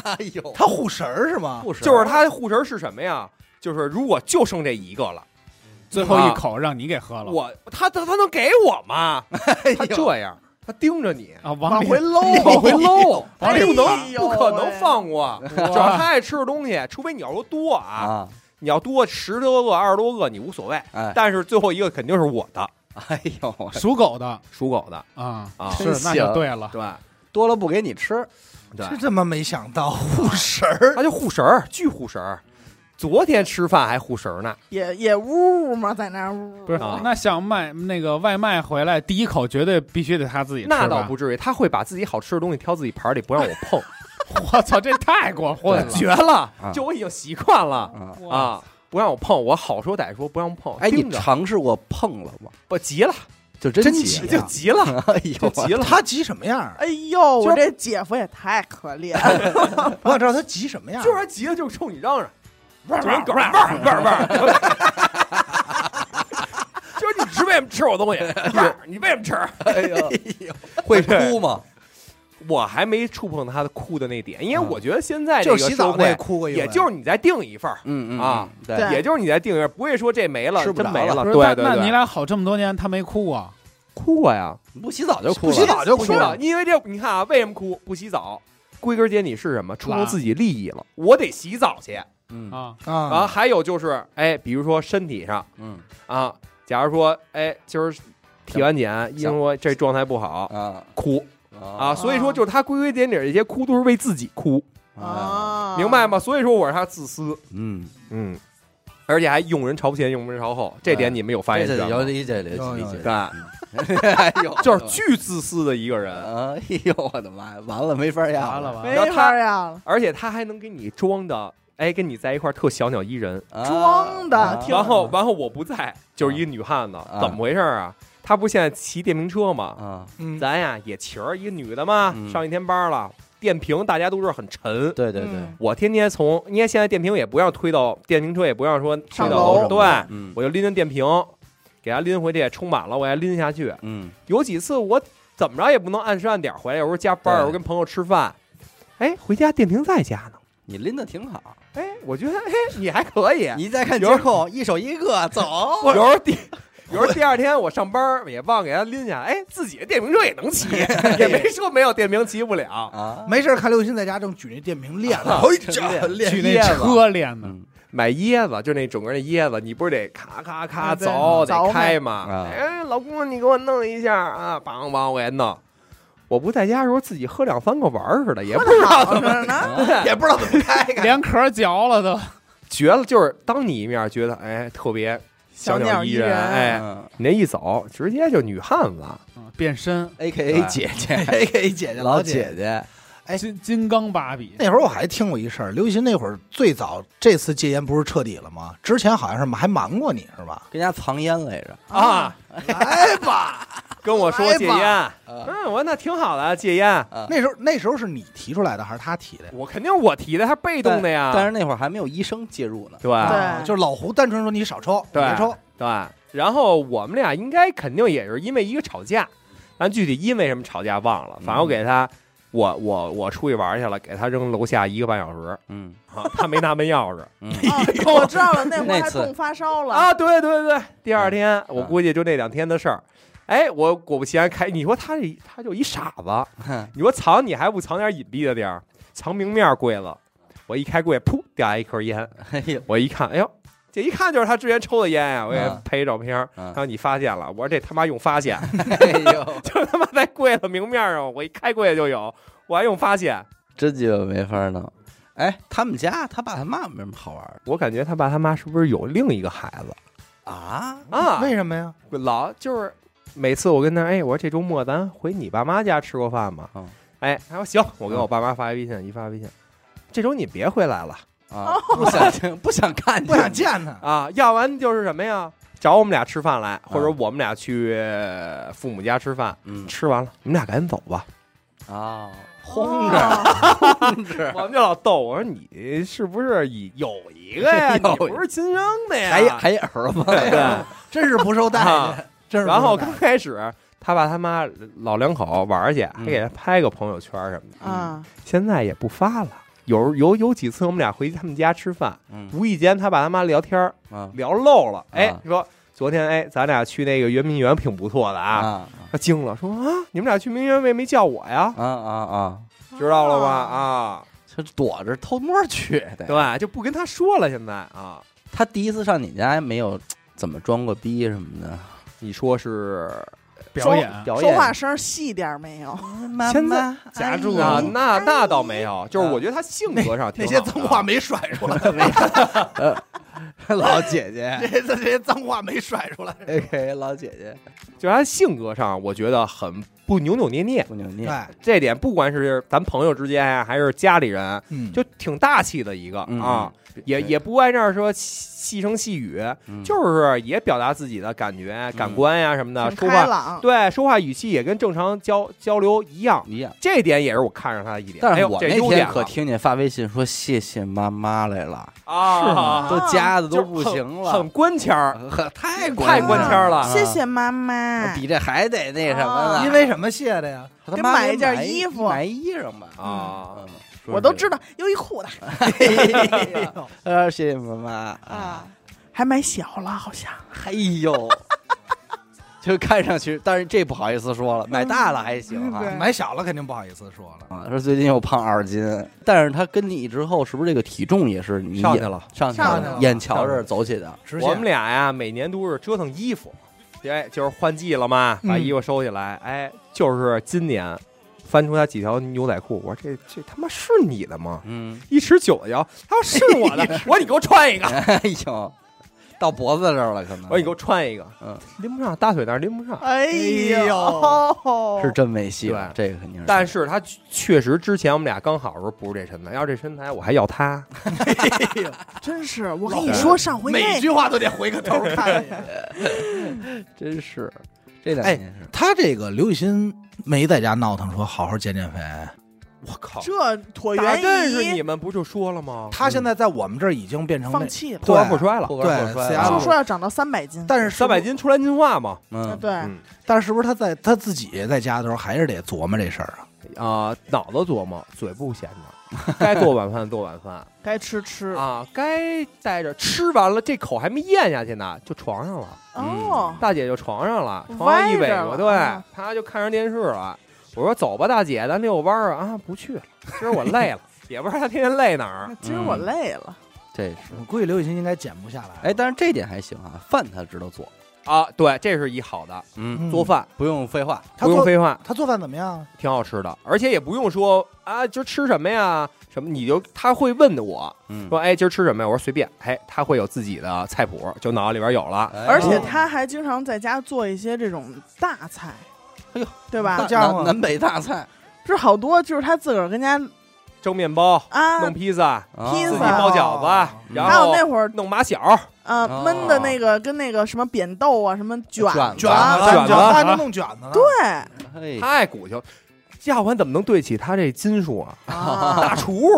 [SPEAKER 1] 哎呦，
[SPEAKER 2] 他护食儿是吗？
[SPEAKER 1] 不是，
[SPEAKER 5] 就是他护食儿是什么呀？就是如果就剩这一个了，
[SPEAKER 4] 最后一
[SPEAKER 5] 啊
[SPEAKER 4] 口让你给喝了，
[SPEAKER 5] 我他他他能给我吗？
[SPEAKER 1] 哎
[SPEAKER 5] 他
[SPEAKER 1] 呦，
[SPEAKER 5] 这样，他盯着你，
[SPEAKER 4] 啊，
[SPEAKER 5] 往
[SPEAKER 4] 往里
[SPEAKER 5] 回 搂，往回搂，
[SPEAKER 3] 哎
[SPEAKER 5] 不
[SPEAKER 3] 呦
[SPEAKER 5] 能不可能
[SPEAKER 3] 喂
[SPEAKER 5] 放过。只要他爱吃的东西，除非你要说多啊，
[SPEAKER 1] 啊，
[SPEAKER 5] 你要多十多个、二十多个你无所谓，
[SPEAKER 1] 哎，
[SPEAKER 5] 但是最后一个肯定是我的，
[SPEAKER 1] 哎呦，
[SPEAKER 4] 属狗的
[SPEAKER 5] 属狗的
[SPEAKER 4] 啊，
[SPEAKER 5] 啊，
[SPEAKER 1] 真
[SPEAKER 4] 是那
[SPEAKER 1] 行
[SPEAKER 4] 就对了，
[SPEAKER 5] 对
[SPEAKER 1] 多了不给你吃，
[SPEAKER 5] 对，
[SPEAKER 2] 这他妈没想到
[SPEAKER 5] 啊
[SPEAKER 2] 护食儿，
[SPEAKER 5] 他就护食儿，巨护食儿。昨天吃饭还护食儿呢，
[SPEAKER 3] 也也呜呜嘛，在那儿呜，
[SPEAKER 4] 不是
[SPEAKER 5] 啊？
[SPEAKER 4] 那像卖那个外卖回来，第一口绝对必须得他自己吃吧
[SPEAKER 5] 那倒不，至于，他会把自己好吃的东西挑自己盘里，不让我碰，
[SPEAKER 4] 我操，这太过分了。
[SPEAKER 5] 绝了
[SPEAKER 1] 啊！
[SPEAKER 5] 就我已经习惯了
[SPEAKER 1] 啊，
[SPEAKER 4] 哇，
[SPEAKER 5] 啊，不让我碰，我好说歹说不让碰，
[SPEAKER 1] 哎，你
[SPEAKER 5] 盯着
[SPEAKER 1] 尝试过碰了吗？
[SPEAKER 5] 不急了，
[SPEAKER 1] 就真
[SPEAKER 2] 真
[SPEAKER 1] 急
[SPEAKER 2] 急
[SPEAKER 5] 就
[SPEAKER 1] 啊，
[SPEAKER 2] 呀
[SPEAKER 5] 急 了，
[SPEAKER 1] 哎
[SPEAKER 5] 就
[SPEAKER 1] 呦，
[SPEAKER 5] 急了。
[SPEAKER 2] 他急什么样儿？
[SPEAKER 3] 哎呦，
[SPEAKER 5] 就是
[SPEAKER 3] 我这姐夫也太可怜 了，
[SPEAKER 2] 我想知道他急什么样儿。
[SPEAKER 5] 就是他急了就冲你嚷嚷，
[SPEAKER 4] 汪
[SPEAKER 5] 啊就跟狗汪汪汪汪，就是你是为什么吃我 东西？汪你为什么吃？
[SPEAKER 1] 哎呦，会哭吗？
[SPEAKER 5] 我还没触碰他的哭的那点，因为我觉得现在这
[SPEAKER 2] 就
[SPEAKER 5] 个
[SPEAKER 2] 是洗澡
[SPEAKER 5] 社
[SPEAKER 2] 我也
[SPEAKER 5] 会，
[SPEAKER 2] 哭过一回，
[SPEAKER 5] 也就是你再订一份儿，
[SPEAKER 1] 嗯嗯
[SPEAKER 5] 啊，
[SPEAKER 1] 嗯对
[SPEAKER 3] 对
[SPEAKER 5] 也就是你再订一份儿，不会说这没了，
[SPEAKER 1] 吃不
[SPEAKER 5] 真
[SPEAKER 1] 着
[SPEAKER 5] 没
[SPEAKER 1] 了
[SPEAKER 5] 了。
[SPEAKER 4] 不
[SPEAKER 5] 对
[SPEAKER 4] 是
[SPEAKER 5] 对
[SPEAKER 4] 那
[SPEAKER 5] 对，
[SPEAKER 4] 那你俩好这么多年，他没哭啊？
[SPEAKER 5] 哭过呀？
[SPEAKER 1] 你不洗澡就哭
[SPEAKER 2] 不洗
[SPEAKER 1] 了，
[SPEAKER 2] 澡就
[SPEAKER 5] 不
[SPEAKER 2] 哭
[SPEAKER 5] 洗
[SPEAKER 2] 了
[SPEAKER 5] 澡，。因为这你看啊，为什么哭？不洗澡，归根结底是什么？触碰
[SPEAKER 4] 懒
[SPEAKER 5] 自己利益了，我得洗澡去。
[SPEAKER 1] 嗯
[SPEAKER 4] 啊，
[SPEAKER 5] 啊，
[SPEAKER 2] 啊，
[SPEAKER 5] 还有就是，哎，比如说身体上
[SPEAKER 1] 嗯
[SPEAKER 5] 啊，假如说，哎，今儿体完检，医生说这状态不好，
[SPEAKER 1] 啊
[SPEAKER 5] 哭啊，
[SPEAKER 1] 啊
[SPEAKER 5] 所以说就是他归归点底儿，这些哭都是为自己哭，
[SPEAKER 3] 啊，
[SPEAKER 5] 明白？吗？所以说我是他自私，
[SPEAKER 1] 嗯，
[SPEAKER 5] 嗯，而且还用人朝前，用人朝后，这点你们有发言
[SPEAKER 1] 这
[SPEAKER 5] 权
[SPEAKER 1] 有
[SPEAKER 5] 吗？
[SPEAKER 1] 理解理解
[SPEAKER 2] 有
[SPEAKER 1] 理
[SPEAKER 2] 有
[SPEAKER 1] 解，
[SPEAKER 5] 对，
[SPEAKER 1] 哎呦，
[SPEAKER 5] 就是巨自私的一个人，
[SPEAKER 1] 哎呦，我的妈呀，完了没法压
[SPEAKER 4] 完了完了，
[SPEAKER 3] 没法呀了，
[SPEAKER 5] 而且他还能给你装的，哎，跟你在一块儿特小鸟依人，
[SPEAKER 1] 啊
[SPEAKER 3] 装的
[SPEAKER 1] 啊
[SPEAKER 3] 听
[SPEAKER 5] 然后完后我不在，就是一女汉子，
[SPEAKER 1] 啊
[SPEAKER 5] 怎么回事儿啊？他不现在骑电瓶车吗？
[SPEAKER 1] 啊，
[SPEAKER 2] 嗯
[SPEAKER 5] 咱呀也骑儿一个女的嘛，
[SPEAKER 1] 嗯
[SPEAKER 5] 上一天班了，电瓶大家都知道很沉。
[SPEAKER 1] 对对对，
[SPEAKER 3] 嗯
[SPEAKER 5] 我天天从，因为现在电瓶也不让推到电瓶车，也不让说推
[SPEAKER 3] 上
[SPEAKER 5] 到
[SPEAKER 3] 楼
[SPEAKER 5] 对，
[SPEAKER 1] 嗯
[SPEAKER 5] 我就拎着电瓶给他拎回去，充满了我还拎下去。
[SPEAKER 1] 嗯，
[SPEAKER 5] 有几次我怎么着也不能按时按点儿回来，有时候加班儿，
[SPEAKER 1] 对
[SPEAKER 5] 有时候跟朋友吃饭，哎，回家电瓶在家呢。
[SPEAKER 1] 你拎的挺好。
[SPEAKER 5] 哎，我觉得哎你还可以，
[SPEAKER 1] 你再看
[SPEAKER 5] 有
[SPEAKER 1] 监控，一手一个走。
[SPEAKER 5] 有时候第。有时候第二天我上班儿也忘给他拎下来，哎，自己的电瓶车也 能骑，也没说没有电瓶骑不了。
[SPEAKER 1] 啊，
[SPEAKER 2] 没事儿看刘雨欣在家正举那电瓶练 呢，
[SPEAKER 1] 哎，
[SPEAKER 5] 真
[SPEAKER 1] 练
[SPEAKER 4] 去
[SPEAKER 5] 椰
[SPEAKER 4] 那
[SPEAKER 5] 子
[SPEAKER 4] 车练呢，
[SPEAKER 1] 嗯
[SPEAKER 5] 买椰子，就那整个那椰子，你不是得咔咔咔
[SPEAKER 3] 啊对
[SPEAKER 5] 凿
[SPEAKER 3] 凿
[SPEAKER 5] 得
[SPEAKER 3] 呗
[SPEAKER 5] 开吗？
[SPEAKER 1] 啊
[SPEAKER 5] 哎，老公，你给我弄一下啊！梆梆，我也弄。我不在家的时候，自己喝两三个玩儿似的，也不知道
[SPEAKER 3] 好着呢，啊
[SPEAKER 5] 对
[SPEAKER 2] 也不知道怎么开开。
[SPEAKER 4] 连壳嚼了都。
[SPEAKER 5] 绝了。就是当你一面觉得哎特别小
[SPEAKER 3] 鸟
[SPEAKER 5] 依
[SPEAKER 3] 依人
[SPEAKER 5] 哎，
[SPEAKER 1] 嗯
[SPEAKER 5] 你那一走，直接就女汉子。
[SPEAKER 4] 嗯变身，
[SPEAKER 1] ，A K A 姐姐，
[SPEAKER 2] A K 姐姐
[SPEAKER 1] 嗯 老
[SPEAKER 2] 姐
[SPEAKER 1] 姐姐，
[SPEAKER 2] 哎
[SPEAKER 4] 金金刚芭比，
[SPEAKER 2] 那会儿我还听过一事儿，刘雨欣那会儿最早这次戒烟不是彻底了吗？之前好像是还瞒过你是吧？
[SPEAKER 1] 跟家藏烟来着。
[SPEAKER 5] 啊，
[SPEAKER 2] 来吧，
[SPEAKER 5] 跟我
[SPEAKER 3] 哎
[SPEAKER 5] 说戒烟，嗯，我说那挺好的，戒烟，
[SPEAKER 2] 那时候那时候是你提出来的还是他提的呀？
[SPEAKER 5] 我肯定我提的，他被动的呀，
[SPEAKER 1] 但是那会儿还没有医生介入呢。
[SPEAKER 5] 对
[SPEAKER 3] 对
[SPEAKER 2] 啊就是老胡单纯说你少抽，
[SPEAKER 5] 啊对
[SPEAKER 2] 别抽，
[SPEAKER 5] 对。然后我们俩应该肯定也是因为一个吵架，咱具体因为什么吵架忘了，反正我给他，我我我出去玩去了，给他扔楼下一个半小时，
[SPEAKER 1] 嗯
[SPEAKER 5] 啊，他没拿门钥匙
[SPEAKER 1] 嗯，
[SPEAKER 3] 啊我知道了， 那会儿还冻发烧了，
[SPEAKER 5] 啊，对对对，第二天我估计就那两天的事儿。哎，我果不其然开，你说他是一他就一傻子，你说藏你还不藏点隐蔽的地儿，藏明面柜子。我一开柜，噗，掉下一颗烟，
[SPEAKER 1] 哎呦，
[SPEAKER 5] 我一看，哎呦，啊这一看就是他之前抽的烟呀、我也
[SPEAKER 1] 嗯
[SPEAKER 5] 拍一照片儿。
[SPEAKER 1] 嗯
[SPEAKER 5] 他说你发现了，我说这他妈用发现，
[SPEAKER 1] 哎 呦，
[SPEAKER 5] 就他妈在柜子明面上，我一开柜就有，我还用发现。
[SPEAKER 1] 真鸡巴没法弄。哎，他们家他爸他妈有没什么好玩的
[SPEAKER 5] 我感觉他爸他妈是不是有另一个孩子
[SPEAKER 1] 啊？
[SPEAKER 5] 啊？
[SPEAKER 2] 为什么呀？
[SPEAKER 5] 老就是每次我跟他，哎，我说这周末咱回你爸妈家吃过饭吗？
[SPEAKER 1] 嗯
[SPEAKER 5] 哎，他说行，我给我爸妈发一微信，一发微信，这周你别回来了
[SPEAKER 1] 啊，不想听，不想看，
[SPEAKER 2] 不想。见 他。
[SPEAKER 5] 啊，要不然就是什么呀，找我们俩吃饭来，或者我们俩去呃父母家吃饭，
[SPEAKER 1] 嗯
[SPEAKER 5] 吃完了你们俩赶紧走吧。
[SPEAKER 1] 啊，
[SPEAKER 3] 轰
[SPEAKER 1] 轰
[SPEAKER 3] 啊
[SPEAKER 1] 着，轰着，
[SPEAKER 5] 我们就老逗，我说你是不是以有一个 呀？你
[SPEAKER 1] 有一
[SPEAKER 5] 不是亲生的呀？哎
[SPEAKER 1] 还还儿子，
[SPEAKER 5] 对。
[SPEAKER 2] 真是不受待
[SPEAKER 5] 啊
[SPEAKER 2] 见，真是不受待见。
[SPEAKER 5] 然后刚开始，他爸他妈老两口玩儿去，还给他拍个朋友圈什么的。
[SPEAKER 3] 啊，
[SPEAKER 5] 现在也不发了。有有有几次我们俩回他们家吃饭，
[SPEAKER 1] 嗯
[SPEAKER 5] 无意间他爸他妈聊天儿
[SPEAKER 1] 啊
[SPEAKER 5] 聊漏了，哎
[SPEAKER 1] 啊，
[SPEAKER 5] 说昨天哎咱俩去那个圆明园挺不错的啊，
[SPEAKER 1] 啊
[SPEAKER 5] 他惊了，说啊你们俩去明园为什么没叫我呀？
[SPEAKER 1] 啊啊！
[SPEAKER 5] 知道了吧？
[SPEAKER 3] 嗯
[SPEAKER 5] 啊，
[SPEAKER 1] 这躲着偷摸去的。
[SPEAKER 5] 对，就不跟他说了。现在啊，
[SPEAKER 1] 他第一次上你家没有怎么装过逼什么的，
[SPEAKER 5] 你说是
[SPEAKER 4] 表演
[SPEAKER 5] 表
[SPEAKER 3] 说
[SPEAKER 5] 演
[SPEAKER 3] 话声细点儿没有？
[SPEAKER 1] 现
[SPEAKER 5] 现
[SPEAKER 1] 在
[SPEAKER 5] 在
[SPEAKER 4] 夹住
[SPEAKER 5] 啊
[SPEAKER 4] 了，
[SPEAKER 5] 那那倒没有，就是我觉得他性格上
[SPEAKER 2] 那
[SPEAKER 5] 挺好
[SPEAKER 2] 些
[SPEAKER 5] 的
[SPEAKER 2] 脏话没甩出来，
[SPEAKER 1] 老姐姐
[SPEAKER 2] 这些这些脏话没甩出来。
[SPEAKER 1] ，A K 老姐姐
[SPEAKER 5] 就是他性格上，我觉得很不扭扭捏捏。
[SPEAKER 1] 不扭捏，
[SPEAKER 2] 对，
[SPEAKER 5] 这点不管是咱朋友之间呀，还是家里人，
[SPEAKER 2] 嗯，
[SPEAKER 5] 就挺大气的一个
[SPEAKER 1] 嗯嗯
[SPEAKER 5] 啊，也也不爱这儿说细声细语，就是也表达自己的感觉、感官呀什么的，
[SPEAKER 3] 挺
[SPEAKER 5] 说
[SPEAKER 3] 开
[SPEAKER 5] 话
[SPEAKER 3] 朗，
[SPEAKER 5] 对说话语气也跟正常交交流一样。
[SPEAKER 1] 一样。
[SPEAKER 5] 这点也是我看上他的一点，
[SPEAKER 1] 但
[SPEAKER 5] 哎
[SPEAKER 1] 是
[SPEAKER 5] 呦
[SPEAKER 1] 我
[SPEAKER 5] 这
[SPEAKER 1] 那
[SPEAKER 5] 优
[SPEAKER 1] 天
[SPEAKER 5] 点
[SPEAKER 1] 可
[SPEAKER 5] 啊
[SPEAKER 1] 听见发微信说谢谢妈妈来了，
[SPEAKER 5] 啊，
[SPEAKER 1] 都夹的
[SPEAKER 5] 就
[SPEAKER 1] 都不
[SPEAKER 5] 很
[SPEAKER 1] 行了，
[SPEAKER 5] 很官腔儿，
[SPEAKER 1] 太
[SPEAKER 5] 太官腔儿
[SPEAKER 1] 啊
[SPEAKER 5] 了。
[SPEAKER 3] 谢谢妈妈，
[SPEAKER 1] 比这还得那什么呢？
[SPEAKER 3] 啊
[SPEAKER 2] 因为什么谢的呀？
[SPEAKER 1] 他
[SPEAKER 3] 给
[SPEAKER 1] 妈
[SPEAKER 3] 买一件
[SPEAKER 1] 买
[SPEAKER 3] 衣服
[SPEAKER 1] 买衣裳吧。
[SPEAKER 5] 啊
[SPEAKER 1] 嗯，
[SPEAKER 3] 我都知
[SPEAKER 1] 道。
[SPEAKER 3] 道优衣库的
[SPEAKER 1] 呃，谢谢妈妈
[SPEAKER 3] 啊，，还买小了好像。
[SPEAKER 1] 哎呦， 就看上去，但是这不好意思说了，买大了还行
[SPEAKER 3] 嗯
[SPEAKER 1] 啊。
[SPEAKER 2] 买小了肯定不好意思说了。
[SPEAKER 1] 啊，说最近又胖二斤，但是他跟你之后是不是这个体重也是你
[SPEAKER 5] 上
[SPEAKER 1] 眼
[SPEAKER 5] 去了
[SPEAKER 1] 上去
[SPEAKER 3] 上
[SPEAKER 1] 了，
[SPEAKER 3] 去了
[SPEAKER 1] 眼瞧着走起的，
[SPEAKER 2] 直
[SPEAKER 5] 我
[SPEAKER 2] 线
[SPEAKER 5] 们俩呀，每年都是折腾衣服，哎，就是换季了嘛，把
[SPEAKER 2] 嗯
[SPEAKER 5] 衣服收起来，哎，就是今年翻出他几条牛仔裤，我说这这他妈是你的吗？
[SPEAKER 1] 嗯，
[SPEAKER 5] 一尺九的腰，他说是 我的，我说你给我穿一个，
[SPEAKER 2] 嗯
[SPEAKER 1] 哎呦，到脖子这儿了，可能
[SPEAKER 5] 我说你给我穿一个，
[SPEAKER 1] 嗯，
[SPEAKER 5] 拎不上，大腿那儿拎不
[SPEAKER 2] 嗯
[SPEAKER 5] 上。
[SPEAKER 3] 哎哦呦，
[SPEAKER 1] 是真没戏了，这个肯定是。
[SPEAKER 5] 但是他确确实之前我们俩刚好的时候不是这身材，要是这身材我还要他。
[SPEAKER 3] 真是！我跟你说，上回
[SPEAKER 2] 每
[SPEAKER 3] 那
[SPEAKER 2] 句话都得回个头看 一眼。
[SPEAKER 1] 真是这两
[SPEAKER 2] 哎
[SPEAKER 1] 件事，
[SPEAKER 2] 他这个刘雨欣没在家闹腾，说好好减减肥，
[SPEAKER 5] 我靠，
[SPEAKER 3] 这椭
[SPEAKER 5] 打
[SPEAKER 3] 圆
[SPEAKER 5] 认识
[SPEAKER 3] 仪
[SPEAKER 5] 你们不就说了吗？
[SPEAKER 2] 哦
[SPEAKER 5] 嗯
[SPEAKER 2] 他现在在我们这儿已经变成那
[SPEAKER 3] 放弃了，
[SPEAKER 5] 破罐破摔了，
[SPEAKER 1] 破
[SPEAKER 2] 对
[SPEAKER 1] 罐破
[SPEAKER 2] 对
[SPEAKER 1] 摔
[SPEAKER 2] ，C
[SPEAKER 1] 了
[SPEAKER 2] R，
[SPEAKER 3] 听说啊要涨到三百斤，
[SPEAKER 2] 但是
[SPEAKER 5] 三百
[SPEAKER 2] 斤，
[SPEAKER 5] 斤出来进化嘛。
[SPEAKER 3] 啊
[SPEAKER 1] 嗯，
[SPEAKER 3] 对，
[SPEAKER 5] 嗯
[SPEAKER 2] 但是是不是他在他自己在家的时候还是得琢磨这事儿啊？
[SPEAKER 5] 啊、脑子琢磨，嘴不 闲着，该做晚饭做晚饭
[SPEAKER 3] 该吃吃
[SPEAKER 5] 啊，该带着吃完了，这口还没咽下去呢，就床上了。
[SPEAKER 3] 哦，
[SPEAKER 5] 大姐就床上了，床
[SPEAKER 3] 嗯
[SPEAKER 5] 上
[SPEAKER 3] 歪
[SPEAKER 5] 一
[SPEAKER 3] 着
[SPEAKER 5] 尾
[SPEAKER 3] 了
[SPEAKER 5] 巴，对
[SPEAKER 3] 啊，
[SPEAKER 5] 她就看着电视了。我说走吧，大姐，咱遛弯儿啊，啊不去了，今儿我 累了，也不知道她天天累哪儿。
[SPEAKER 3] 今儿我累了，
[SPEAKER 1] 这是。
[SPEAKER 2] 我估计刘雨欣应该减不下来。
[SPEAKER 1] 哎，，但是这点还行啊，饭他知道做，
[SPEAKER 5] 啊，对，这是一好的，
[SPEAKER 1] 嗯，
[SPEAKER 5] 做饭、
[SPEAKER 1] 不用废话，
[SPEAKER 2] 他
[SPEAKER 5] 不用
[SPEAKER 2] 做
[SPEAKER 5] 废话，
[SPEAKER 2] 他做饭怎么样？
[SPEAKER 5] 挺好吃的，而且也不用说啊，今儿吃什么呀，什么你就她会问的我
[SPEAKER 1] 嗯
[SPEAKER 5] 说，，哎，今儿吃什么呀？我说随便，哎，她会有自己的菜谱，就脑子里边有了。
[SPEAKER 1] 哎
[SPEAKER 3] 而且
[SPEAKER 1] 哦
[SPEAKER 3] 他还经常在家做一些这种大菜，
[SPEAKER 1] 哎呦，
[SPEAKER 3] 对
[SPEAKER 1] 大
[SPEAKER 2] 好
[SPEAKER 3] 吧？
[SPEAKER 2] 家伙
[SPEAKER 1] 南南北大菜，
[SPEAKER 3] 这好多就是他自个儿跟家
[SPEAKER 5] 蒸面包、
[SPEAKER 3] 啊，
[SPEAKER 5] 弄披萨、
[SPEAKER 1] 啊
[SPEAKER 3] 披
[SPEAKER 5] 自己
[SPEAKER 3] 萨
[SPEAKER 5] 包饺子，然
[SPEAKER 3] 还有
[SPEAKER 5] 后
[SPEAKER 3] 那会儿
[SPEAKER 5] 弄马小，
[SPEAKER 3] 啊
[SPEAKER 1] 哦
[SPEAKER 3] 焖的那个跟那个什么扁豆啊，什么卷
[SPEAKER 1] 卷
[SPEAKER 3] 子
[SPEAKER 1] 子
[SPEAKER 3] 啊，
[SPEAKER 5] 卷
[SPEAKER 2] 卷
[SPEAKER 5] 子
[SPEAKER 2] 他还能弄卷子呢。
[SPEAKER 3] 对嗯
[SPEAKER 1] 嘿，
[SPEAKER 5] 太骨头。要不然怎么能对得起他这金属啊？
[SPEAKER 3] 啊
[SPEAKER 5] 大厨，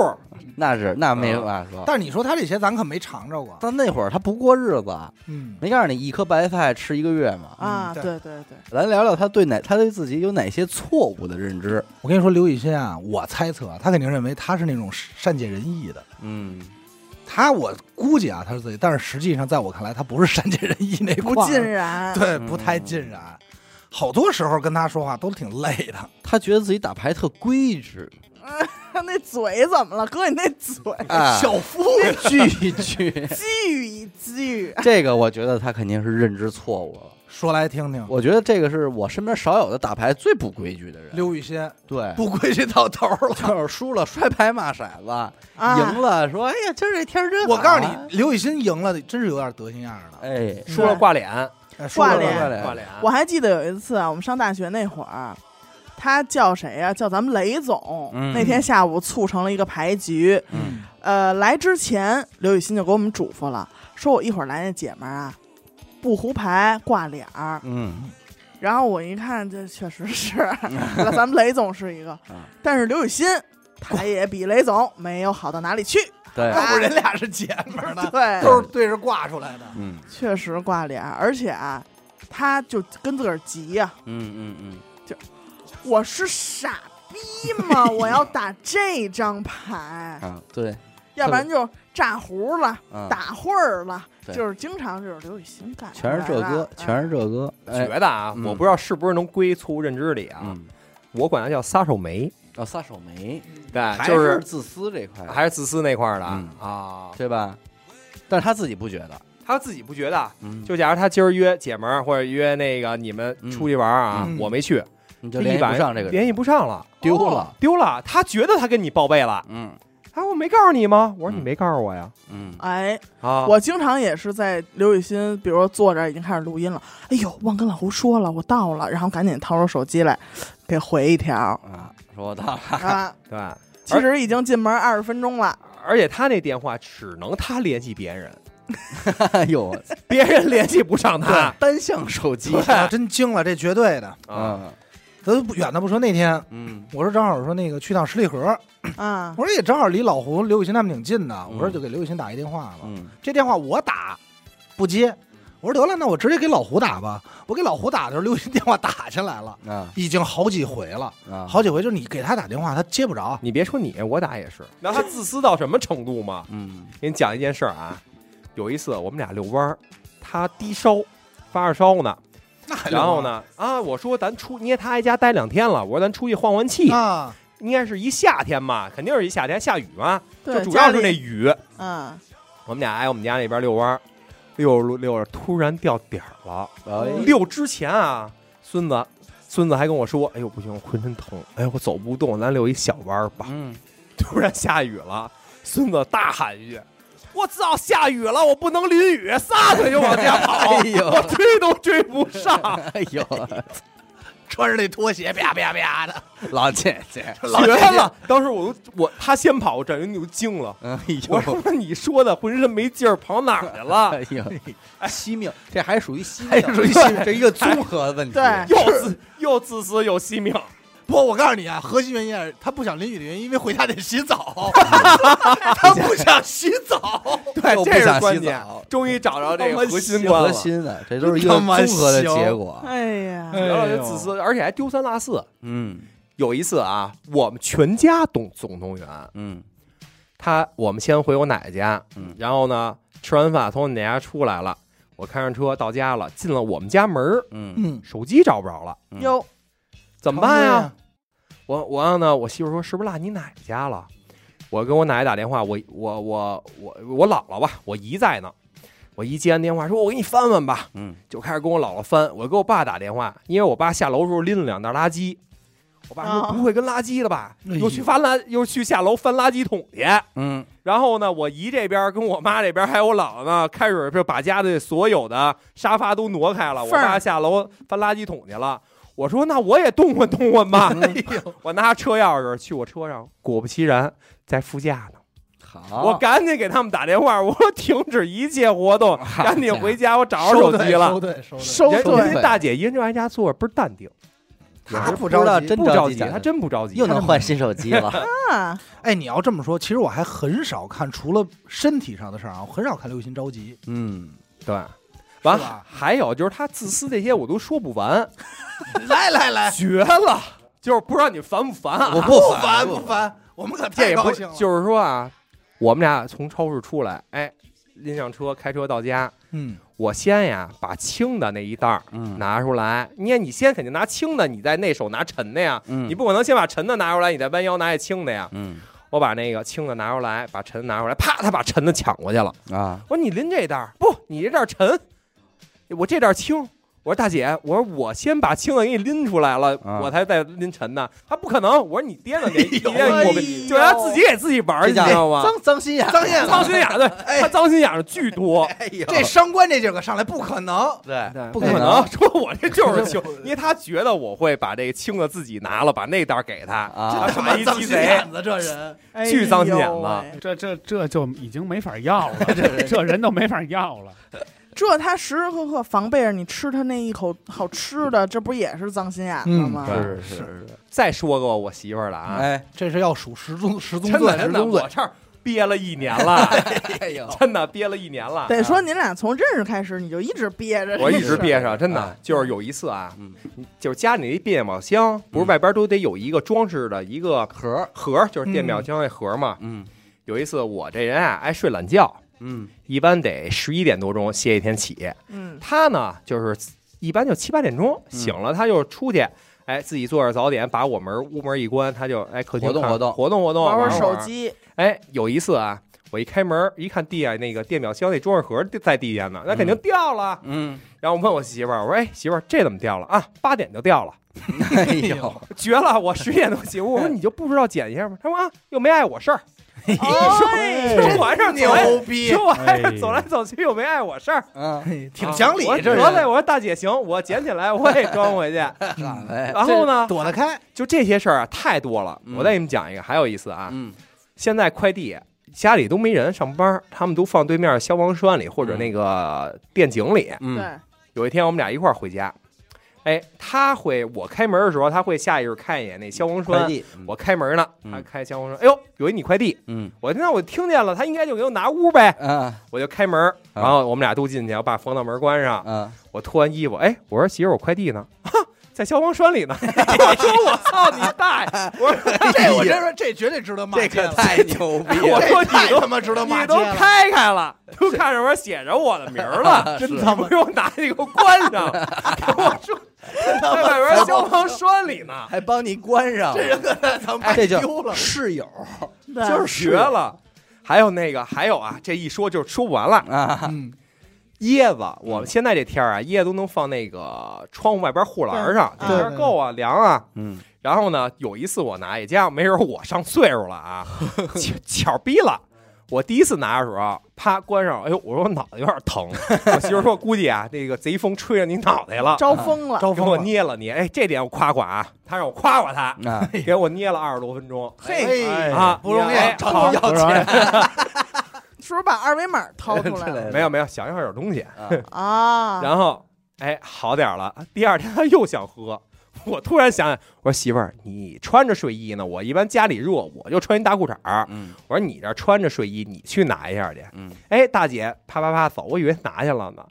[SPEAKER 1] 那是那没法
[SPEAKER 3] 嗯
[SPEAKER 1] 说。
[SPEAKER 2] 但是你说他这些咱可没尝着过。
[SPEAKER 1] 但那会儿他不过日子，
[SPEAKER 2] 嗯，
[SPEAKER 1] 没告诉你一颗白菜吃一个月吗？
[SPEAKER 3] 啊，
[SPEAKER 2] 嗯对
[SPEAKER 3] 对对对，
[SPEAKER 1] 咱聊聊他对哪他对自己有哪些错误的认知。
[SPEAKER 2] 我跟你说，刘雨欣啊，我猜测他肯定认为他是那种善解人意的。
[SPEAKER 1] 嗯，
[SPEAKER 2] 他我估计啊，他是自己，但是实际上在我看来，他不是善解人意那
[SPEAKER 3] 不
[SPEAKER 2] 块儿
[SPEAKER 3] 尽然，
[SPEAKER 2] 啊对，
[SPEAKER 1] 嗯
[SPEAKER 2] 不太尽然。好多时候跟他说话都挺累的，
[SPEAKER 1] 他觉得自己打牌特规矩，
[SPEAKER 3] 那嘴怎么了？哥，你那嘴。
[SPEAKER 1] 啊，
[SPEAKER 2] 小夫
[SPEAKER 1] 聚一 聚
[SPEAKER 3] 句一句，
[SPEAKER 1] 这个我觉得他肯定是认知错误了。
[SPEAKER 2] 说来听听。
[SPEAKER 1] 我觉得这个是我身边少有的打牌最不规矩的人。
[SPEAKER 2] 刘雨欣
[SPEAKER 1] 对，
[SPEAKER 2] 不规矩到头了。
[SPEAKER 1] 就是输了摔牌骂骰子，
[SPEAKER 3] 啊
[SPEAKER 1] 赢了说哎呀今儿这天儿真好
[SPEAKER 2] 我
[SPEAKER 1] 啊
[SPEAKER 2] 告诉你，刘雨欣赢了，真是有点德行样儿的。
[SPEAKER 1] 哎，
[SPEAKER 5] 说了挂脸，
[SPEAKER 2] 哎说
[SPEAKER 3] 挂
[SPEAKER 2] 了
[SPEAKER 3] 脸
[SPEAKER 2] 挂
[SPEAKER 1] 挂
[SPEAKER 5] 嗯挂
[SPEAKER 1] 脸
[SPEAKER 5] 脸。
[SPEAKER 3] 我还记得有一次啊，我们上大学那会儿，他叫谁呀、叫咱们雷总。
[SPEAKER 1] 嗯
[SPEAKER 3] 那天下午促成了一个牌局。
[SPEAKER 1] 嗯
[SPEAKER 3] 呃，来之前刘雨欣就给我们嘱咐了，说我一会儿来那姐们儿啊，不胡牌挂脸儿。
[SPEAKER 1] 嗯，
[SPEAKER 3] 然后我一看，这确 实是咱们雷总是一个
[SPEAKER 1] 嗯，
[SPEAKER 3] 但是刘 雨欣她也比雷总没有好到哪里去。
[SPEAKER 1] 对，
[SPEAKER 2] 要不人俩是姐们儿呢，
[SPEAKER 3] 对，
[SPEAKER 2] 都是对着挂出来的。
[SPEAKER 1] 嗯
[SPEAKER 3] 确实挂脸儿，而且啊，他就跟自个儿急呀、
[SPEAKER 1] 嗯嗯嗯，
[SPEAKER 3] 我是傻 逼吗？我要打这张牌，
[SPEAKER 1] 啊对，
[SPEAKER 3] 要不然就炸胡了、
[SPEAKER 1] 嗯，
[SPEAKER 3] 打混儿了，
[SPEAKER 1] 对
[SPEAKER 3] 就是经常就是刘雨欣干出
[SPEAKER 1] 全
[SPEAKER 3] 来的，嗯
[SPEAKER 1] 是这歌，嗯全
[SPEAKER 3] 是
[SPEAKER 1] 是这歌，哎，
[SPEAKER 5] 觉得啊，
[SPEAKER 1] 嗯
[SPEAKER 5] 我不知道是不是能归错认知里啊，
[SPEAKER 1] 嗯，
[SPEAKER 5] 我管它叫撒手梅，
[SPEAKER 1] 要哦撒手没，
[SPEAKER 5] 对，
[SPEAKER 1] 就
[SPEAKER 5] 就是是
[SPEAKER 1] 自私这块，
[SPEAKER 5] 还是自私那块儿的
[SPEAKER 1] 嗯
[SPEAKER 5] 啊。
[SPEAKER 1] 对吧？但是他自己不觉得，
[SPEAKER 5] 他自己不觉得，啊
[SPEAKER 1] 嗯，
[SPEAKER 5] 就假如他今儿约姐们儿或者约那个你们出去玩儿啊
[SPEAKER 2] 嗯，
[SPEAKER 5] 我没去，
[SPEAKER 1] 你就
[SPEAKER 5] 这
[SPEAKER 1] 联
[SPEAKER 5] 一
[SPEAKER 1] 系
[SPEAKER 5] 晚
[SPEAKER 1] 不上这个人，
[SPEAKER 5] 联系不上了，哦
[SPEAKER 1] 丢了，
[SPEAKER 5] 丢了。他觉得他跟你报备了，
[SPEAKER 1] 嗯
[SPEAKER 5] 他说我没告诉你吗？我说
[SPEAKER 1] 嗯
[SPEAKER 5] 你没告诉我呀，
[SPEAKER 1] 嗯，
[SPEAKER 3] 哎，
[SPEAKER 5] 啊，
[SPEAKER 3] 我经常也是在刘雨欣，比如说坐这儿已经开始录音了，哎呦，忘跟老胡说了，我到了，然后赶紧掏出手机来给回一条
[SPEAKER 1] 啊，说我到了，
[SPEAKER 3] 啊，
[SPEAKER 5] 对。
[SPEAKER 3] 其实已经进门二十分钟了，
[SPEAKER 5] 而且他那电话只能他联系别人，
[SPEAKER 1] 哎 呦，
[SPEAKER 5] 别人联系不上他
[SPEAKER 1] 单向手机，
[SPEAKER 2] 我真惊了，这绝对的。
[SPEAKER 5] 啊。
[SPEAKER 2] 咱不远的不说，那天
[SPEAKER 1] 嗯
[SPEAKER 2] 我说正好说那个去趟十里河，
[SPEAKER 3] 啊，
[SPEAKER 2] 我说也正好离老胡、刘雨欣他们挺近的，
[SPEAKER 1] 嗯
[SPEAKER 2] 我说就给刘雨欣打一电话吧。
[SPEAKER 1] 嗯
[SPEAKER 2] 这电话我打不接，我说得了，那我直接给老胡打吧。我给老胡打的时候，刘雨欣电话打下来了，
[SPEAKER 1] 啊
[SPEAKER 2] 已经好几回了，
[SPEAKER 5] 嗯
[SPEAKER 1] 啊，
[SPEAKER 2] 好几回就是你给他打电话他接不着，
[SPEAKER 5] 你别说你，我打也是。然后他自私到什么程度吗？
[SPEAKER 1] 嗯
[SPEAKER 5] 给你讲一件事儿啊，有一次我们俩遛弯儿，他低烧，发着烧呢。然后呢，啊，我说咱出，因为他挨家待两天了，我说咱出去换换气，
[SPEAKER 2] 啊，
[SPEAKER 5] 应该是一夏天嘛，肯定是一夏天，下雨嘛，
[SPEAKER 3] 对，
[SPEAKER 5] 就主
[SPEAKER 3] 家
[SPEAKER 5] 要是那
[SPEAKER 3] 里
[SPEAKER 5] 雨。
[SPEAKER 3] 嗯，
[SPEAKER 5] 我们俩挨我们家那边遛弯儿，遛着遛着突然掉点儿了。
[SPEAKER 1] 哎
[SPEAKER 5] 遛之前啊，孙子，孙子还跟我说：“哎呦，不行，我浑身疼，哎呦，我走不动，咱遛一小弯儿吧。”
[SPEAKER 1] 嗯，
[SPEAKER 5] 突然下雨了，孙子大喊一句：“我操，下雨了，我不能淋雨！”撒腿就往家跑，
[SPEAKER 1] 哎呦
[SPEAKER 5] 我追都追不上，
[SPEAKER 1] 哎呦，
[SPEAKER 2] 穿着那拖鞋啪啪啪的，
[SPEAKER 1] 老姐姐，
[SPEAKER 5] 绝了！当时我都我他先跑，我整个人就惊了。
[SPEAKER 1] 哎
[SPEAKER 5] 我说
[SPEAKER 1] 呦，
[SPEAKER 5] 你说的浑身没劲儿，跑哪儿去 了？
[SPEAKER 1] 哎呦，惜命，这还属于惜命，
[SPEAKER 2] 还属于惜
[SPEAKER 1] 这一个综合问题，
[SPEAKER 3] 对
[SPEAKER 5] 又自又自私又惜命，
[SPEAKER 2] 不，我告诉你啊，核心原因是他不想淋雨的原因，因为回家得洗 澡，他不想洗澡。
[SPEAKER 1] 又
[SPEAKER 5] 对，
[SPEAKER 1] 不
[SPEAKER 5] 哎这
[SPEAKER 1] 想
[SPEAKER 5] 是
[SPEAKER 1] 洗
[SPEAKER 5] 关键
[SPEAKER 1] 澡，
[SPEAKER 5] 终于找着这个核心关
[SPEAKER 1] 核
[SPEAKER 5] 了。
[SPEAKER 1] 心的，这都是一个
[SPEAKER 2] 真他妈
[SPEAKER 1] 综合的
[SPEAKER 2] 行
[SPEAKER 1] 结果。
[SPEAKER 3] 哎呀，
[SPEAKER 4] 哎
[SPEAKER 5] 然后就
[SPEAKER 4] 呦
[SPEAKER 5] 自私，而且还丢三落四。
[SPEAKER 1] 嗯
[SPEAKER 5] 有一次啊，我们全家动总动员，
[SPEAKER 1] 嗯
[SPEAKER 5] 他我们先回我奶奶家，
[SPEAKER 1] 嗯
[SPEAKER 5] 然后呢吃完饭从我奶奶家出来了，我开上车到家了，进了我们家门儿，
[SPEAKER 1] 嗯
[SPEAKER 2] 嗯，
[SPEAKER 5] 手机找不着了，
[SPEAKER 1] 嗯
[SPEAKER 3] 哟，
[SPEAKER 5] 怎么办呀？？我我让呢，我媳妇说是不是落你奶奶家了？我跟我奶奶打电话，我我我我我姥姥吧，我姨在呢。我姨接完电话说：“我给你翻翻吧。”
[SPEAKER 1] 嗯
[SPEAKER 5] 就开始跟我姥姥翻。我给我爸打电话，因为我爸下楼的时候拎了两袋垃圾。我爸说
[SPEAKER 3] 啊：“
[SPEAKER 5] 不会跟垃圾了吧？
[SPEAKER 2] 哎呦
[SPEAKER 5] 又去翻垃，又去下楼翻垃圾桶去。”
[SPEAKER 1] 嗯
[SPEAKER 5] 然后呢，我姨这边跟我妈这边还有我姥姥呢，开始就把家的所有的沙发都挪开了。我
[SPEAKER 3] 缝儿
[SPEAKER 5] 爸下楼翻垃圾桶去了。我说那我也动换动换 吧。哎我拿车钥匙去我车上，果不其然在副驾呢。
[SPEAKER 1] 好，
[SPEAKER 5] 我赶紧给他们打电话，我说停止一切活 动，赶紧回家。我找着手机了。
[SPEAKER 2] 收队，收队，
[SPEAKER 3] 收
[SPEAKER 5] 人
[SPEAKER 1] 队
[SPEAKER 5] 人
[SPEAKER 3] 对，
[SPEAKER 5] 家大姐一人就挨家坐着，倍儿淡定，
[SPEAKER 1] 他
[SPEAKER 2] 不
[SPEAKER 1] 知道
[SPEAKER 2] 着急
[SPEAKER 1] 真
[SPEAKER 5] 不
[SPEAKER 1] 着
[SPEAKER 5] 急，
[SPEAKER 1] 假的
[SPEAKER 5] 她真不着急，
[SPEAKER 1] 又能换新手机了。
[SPEAKER 3] 啊
[SPEAKER 2] 哎，你要这么说，其实我还很少看，除了身体上的事儿啊，我很少看刘鑫着 急。
[SPEAKER 1] 嗯，
[SPEAKER 5] 对。 完
[SPEAKER 2] 是吧，
[SPEAKER 5] 还有就是她自私这些我都说不完，
[SPEAKER 2] 来来来，
[SPEAKER 5] 绝了！就是不知道你烦不烦啊？
[SPEAKER 1] 我不
[SPEAKER 2] 不烦不烦，我们可
[SPEAKER 5] 这
[SPEAKER 2] 太
[SPEAKER 5] 也
[SPEAKER 2] 高
[SPEAKER 5] 不
[SPEAKER 2] 兴了。
[SPEAKER 5] 就是说啊，我们俩从超市出来，哎，拎上车开车到家，
[SPEAKER 2] 嗯，
[SPEAKER 5] 我先呀把轻的那一袋儿
[SPEAKER 1] 嗯
[SPEAKER 5] 拿出来，你看你先肯定拿轻的，你再那手拿沉的呀，
[SPEAKER 1] 嗯
[SPEAKER 5] 你不可能先把沉的拿出来，你再弯腰拿那轻的呀。
[SPEAKER 1] 嗯
[SPEAKER 5] 我把那个轻的拿出来，把沉的拿出来，啪，他把沉的抢过去了。
[SPEAKER 1] 啊，
[SPEAKER 5] 我说你拎这袋儿，不，你这袋儿沉，我这袋儿轻。我说大姐，我说我先把轻的给你拎出来了，
[SPEAKER 1] 啊
[SPEAKER 5] 我才再拎沉的。他不可能，我说你掂量掂，你掂
[SPEAKER 2] 哎
[SPEAKER 5] 量
[SPEAKER 2] 呦
[SPEAKER 5] 我就他自己给自己玩儿，
[SPEAKER 1] 这
[SPEAKER 5] 你
[SPEAKER 1] 叫
[SPEAKER 5] 知道
[SPEAKER 2] 啊
[SPEAKER 5] 吗？
[SPEAKER 1] 脏脏心眼，
[SPEAKER 2] 张燕，
[SPEAKER 5] 脏心眼 子，
[SPEAKER 2] 哎
[SPEAKER 5] 他脏心眼子巨多，
[SPEAKER 1] 哎呦，
[SPEAKER 2] 这伤官这劲儿可上来不可能。
[SPEAKER 1] 对，
[SPEAKER 5] 不可能说我这就是 轻，因为他觉得我会把这个轻的自己拿了，把那袋儿给他，
[SPEAKER 1] 啊
[SPEAKER 5] 他
[SPEAKER 2] 他
[SPEAKER 5] 是
[SPEAKER 2] 妈
[SPEAKER 5] 一
[SPEAKER 2] 脏
[SPEAKER 5] 鸡
[SPEAKER 2] 心
[SPEAKER 5] 贼。
[SPEAKER 2] 眼子，这人
[SPEAKER 3] 哎
[SPEAKER 5] 巨脏心眼
[SPEAKER 3] 呦
[SPEAKER 5] 子
[SPEAKER 3] 喂
[SPEAKER 4] 哎这这这就已经没法要了，这这人都没法要了。
[SPEAKER 3] 这他时时刻刻防备着你吃他那一口好吃的，这不也是脏心眼子
[SPEAKER 2] 嗯
[SPEAKER 3] 吗？
[SPEAKER 1] 是是是，
[SPEAKER 5] 再说个我媳妇儿了啊，
[SPEAKER 1] 哎，
[SPEAKER 2] 这是要数十宗十宗
[SPEAKER 1] 嗯
[SPEAKER 5] 真的
[SPEAKER 2] 罪，十
[SPEAKER 5] 真的，
[SPEAKER 2] 宗罪
[SPEAKER 5] 我。这儿憋了一年了，
[SPEAKER 1] 哎呦，
[SPEAKER 5] 真的憋了一年了。
[SPEAKER 3] 得说您俩从认识开始你就一直憋着，
[SPEAKER 5] 我一直憋着，真
[SPEAKER 1] 哎
[SPEAKER 5] 的就是有一次啊，
[SPEAKER 1] 嗯
[SPEAKER 5] 就是家里那变秒箱，不是外边都得有一个装饰的一个
[SPEAKER 1] 壳，
[SPEAKER 5] 盒，就是电表箱那盒嘛。
[SPEAKER 1] 嗯
[SPEAKER 5] 有一次我这人啊爱睡懒觉，
[SPEAKER 1] 嗯
[SPEAKER 5] 一般得十一点多钟歇一天起。
[SPEAKER 3] 嗯
[SPEAKER 5] 他呢，就是一般就七八点钟
[SPEAKER 1] 嗯
[SPEAKER 5] 醒了，他就出去，哎，自己做点早点，把我门屋门一关，他就哎客厅
[SPEAKER 1] 活动
[SPEAKER 5] 看
[SPEAKER 1] 活动
[SPEAKER 5] 活动活动，
[SPEAKER 3] 玩
[SPEAKER 5] 玩
[SPEAKER 3] 玩
[SPEAKER 5] 会
[SPEAKER 3] 手
[SPEAKER 5] 儿。
[SPEAKER 3] 机，
[SPEAKER 5] 哎，有一次啊，我一开门一看地下那个电表箱那装饰盒在地下呢，那肯定掉了。
[SPEAKER 1] 嗯，
[SPEAKER 5] 然后我问我媳妇儿，我说哎媳妇儿这怎么掉了啊？八点就掉了。
[SPEAKER 1] 哎呦，
[SPEAKER 5] 绝了！我十点多起，我 说你就不知道捡一下吗？他说啊，又没碍我事儿，
[SPEAKER 3] 哎
[SPEAKER 5] 这完事儿走来，
[SPEAKER 2] 逼
[SPEAKER 5] 说完事
[SPEAKER 4] 哎
[SPEAKER 5] 儿走来走去又没碍我事儿，
[SPEAKER 1] 嗯，
[SPEAKER 2] 哎挺讲理
[SPEAKER 5] 啊我，
[SPEAKER 2] 这
[SPEAKER 5] 得嘞，
[SPEAKER 2] 人
[SPEAKER 5] 我说大姐行，我捡起来我也装 回去。
[SPEAKER 1] 哎，
[SPEAKER 5] 然后呢，
[SPEAKER 2] 啊躲得 开。
[SPEAKER 5] 就这些事儿啊太多了
[SPEAKER 1] 嗯，
[SPEAKER 5] 我再给你们讲一个，还有意思啊，
[SPEAKER 1] 嗯
[SPEAKER 5] 现在快递。家里都没人上班，他们都放对面消防栓里或者那个电井里。
[SPEAKER 1] 嗯，
[SPEAKER 3] 对，
[SPEAKER 5] 有一天我们俩一块儿回家，哎，他会我开门的时候，他会下意识看一眼那消防
[SPEAKER 1] 快
[SPEAKER 5] 栓。
[SPEAKER 1] 递，
[SPEAKER 5] 我开门呢，
[SPEAKER 1] 嗯
[SPEAKER 5] 他开消防栓，哎呦，有一你快递，
[SPEAKER 1] 嗯
[SPEAKER 5] 我那我听见了，他应该就给我拿屋呗，
[SPEAKER 1] 啊
[SPEAKER 5] 我就开门，然后我们俩都进去，我把防盗门关上，
[SPEAKER 1] 啊，
[SPEAKER 5] 我脱完衣服，哎，我说媳妇儿，我快递呢？ 啊在消防栓里呢。我说我操你大爷！我说
[SPEAKER 2] 这我真说，这绝对值得骂街了。
[SPEAKER 1] 牛逼
[SPEAKER 5] 了我
[SPEAKER 2] 这
[SPEAKER 5] 说
[SPEAKER 2] 太
[SPEAKER 5] 你都
[SPEAKER 2] 他妈值得骂
[SPEAKER 5] 你
[SPEAKER 2] 街
[SPEAKER 5] 都
[SPEAKER 2] 了，
[SPEAKER 5] 开开了，都看上面写着我的名儿了，
[SPEAKER 2] 真他妈
[SPEAKER 5] 不用拿那个关上。跟我说在外边消防栓里呢，
[SPEAKER 1] 还帮你关上，
[SPEAKER 2] 这人可他妈
[SPEAKER 1] 哎这叫
[SPEAKER 2] 丢了。哎
[SPEAKER 1] 室友
[SPEAKER 3] 对
[SPEAKER 5] 就是绝了。还有那个，还有啊，这一说就说不完了。
[SPEAKER 1] 啊，
[SPEAKER 2] 嗯，
[SPEAKER 5] 椰子，我们现在这天儿啊，椰子都能放那个窗户外边护栏上，
[SPEAKER 3] 对
[SPEAKER 5] 这边够啊，凉啊。
[SPEAKER 1] 嗯
[SPEAKER 5] 然后呢，有一次我拿，也加上没准我上岁数了 啊，巧巧逼了。我第一次拿的时候，啪关上，哎呦，我说我脑袋有点疼。 我媳妇说，估计啊，那个贼风吹着你脑袋了，
[SPEAKER 3] 招风了，
[SPEAKER 2] 招
[SPEAKER 5] 给
[SPEAKER 2] 风
[SPEAKER 5] 我
[SPEAKER 2] 了，
[SPEAKER 5] 捏了捏。哎，这点我夸夸啊，他让我夸夸他，
[SPEAKER 1] 啊，
[SPEAKER 5] 给我捏了二十多分钟。
[SPEAKER 2] 嘿
[SPEAKER 4] 哎
[SPEAKER 5] 啊，
[SPEAKER 2] 不容易
[SPEAKER 5] 哎
[SPEAKER 2] 成
[SPEAKER 5] 好
[SPEAKER 2] 功
[SPEAKER 4] 我说哎
[SPEAKER 3] 是不是把二维码掏出来
[SPEAKER 1] 出来
[SPEAKER 3] 了
[SPEAKER 1] 了
[SPEAKER 5] 没有没有，想要点东西。
[SPEAKER 1] 啊
[SPEAKER 3] 啊？
[SPEAKER 5] 然后哎，好点儿了。第二天他又想喝，我突然想想，我说媳妇儿，你穿着睡衣呢？我一般家里热，我就穿一大裤衩儿。
[SPEAKER 1] 嗯
[SPEAKER 5] 我说你这穿着睡衣，你去拿一下去。
[SPEAKER 1] 嗯，
[SPEAKER 5] 哎，大姐，啪啪啪走，我以为拿下了呢。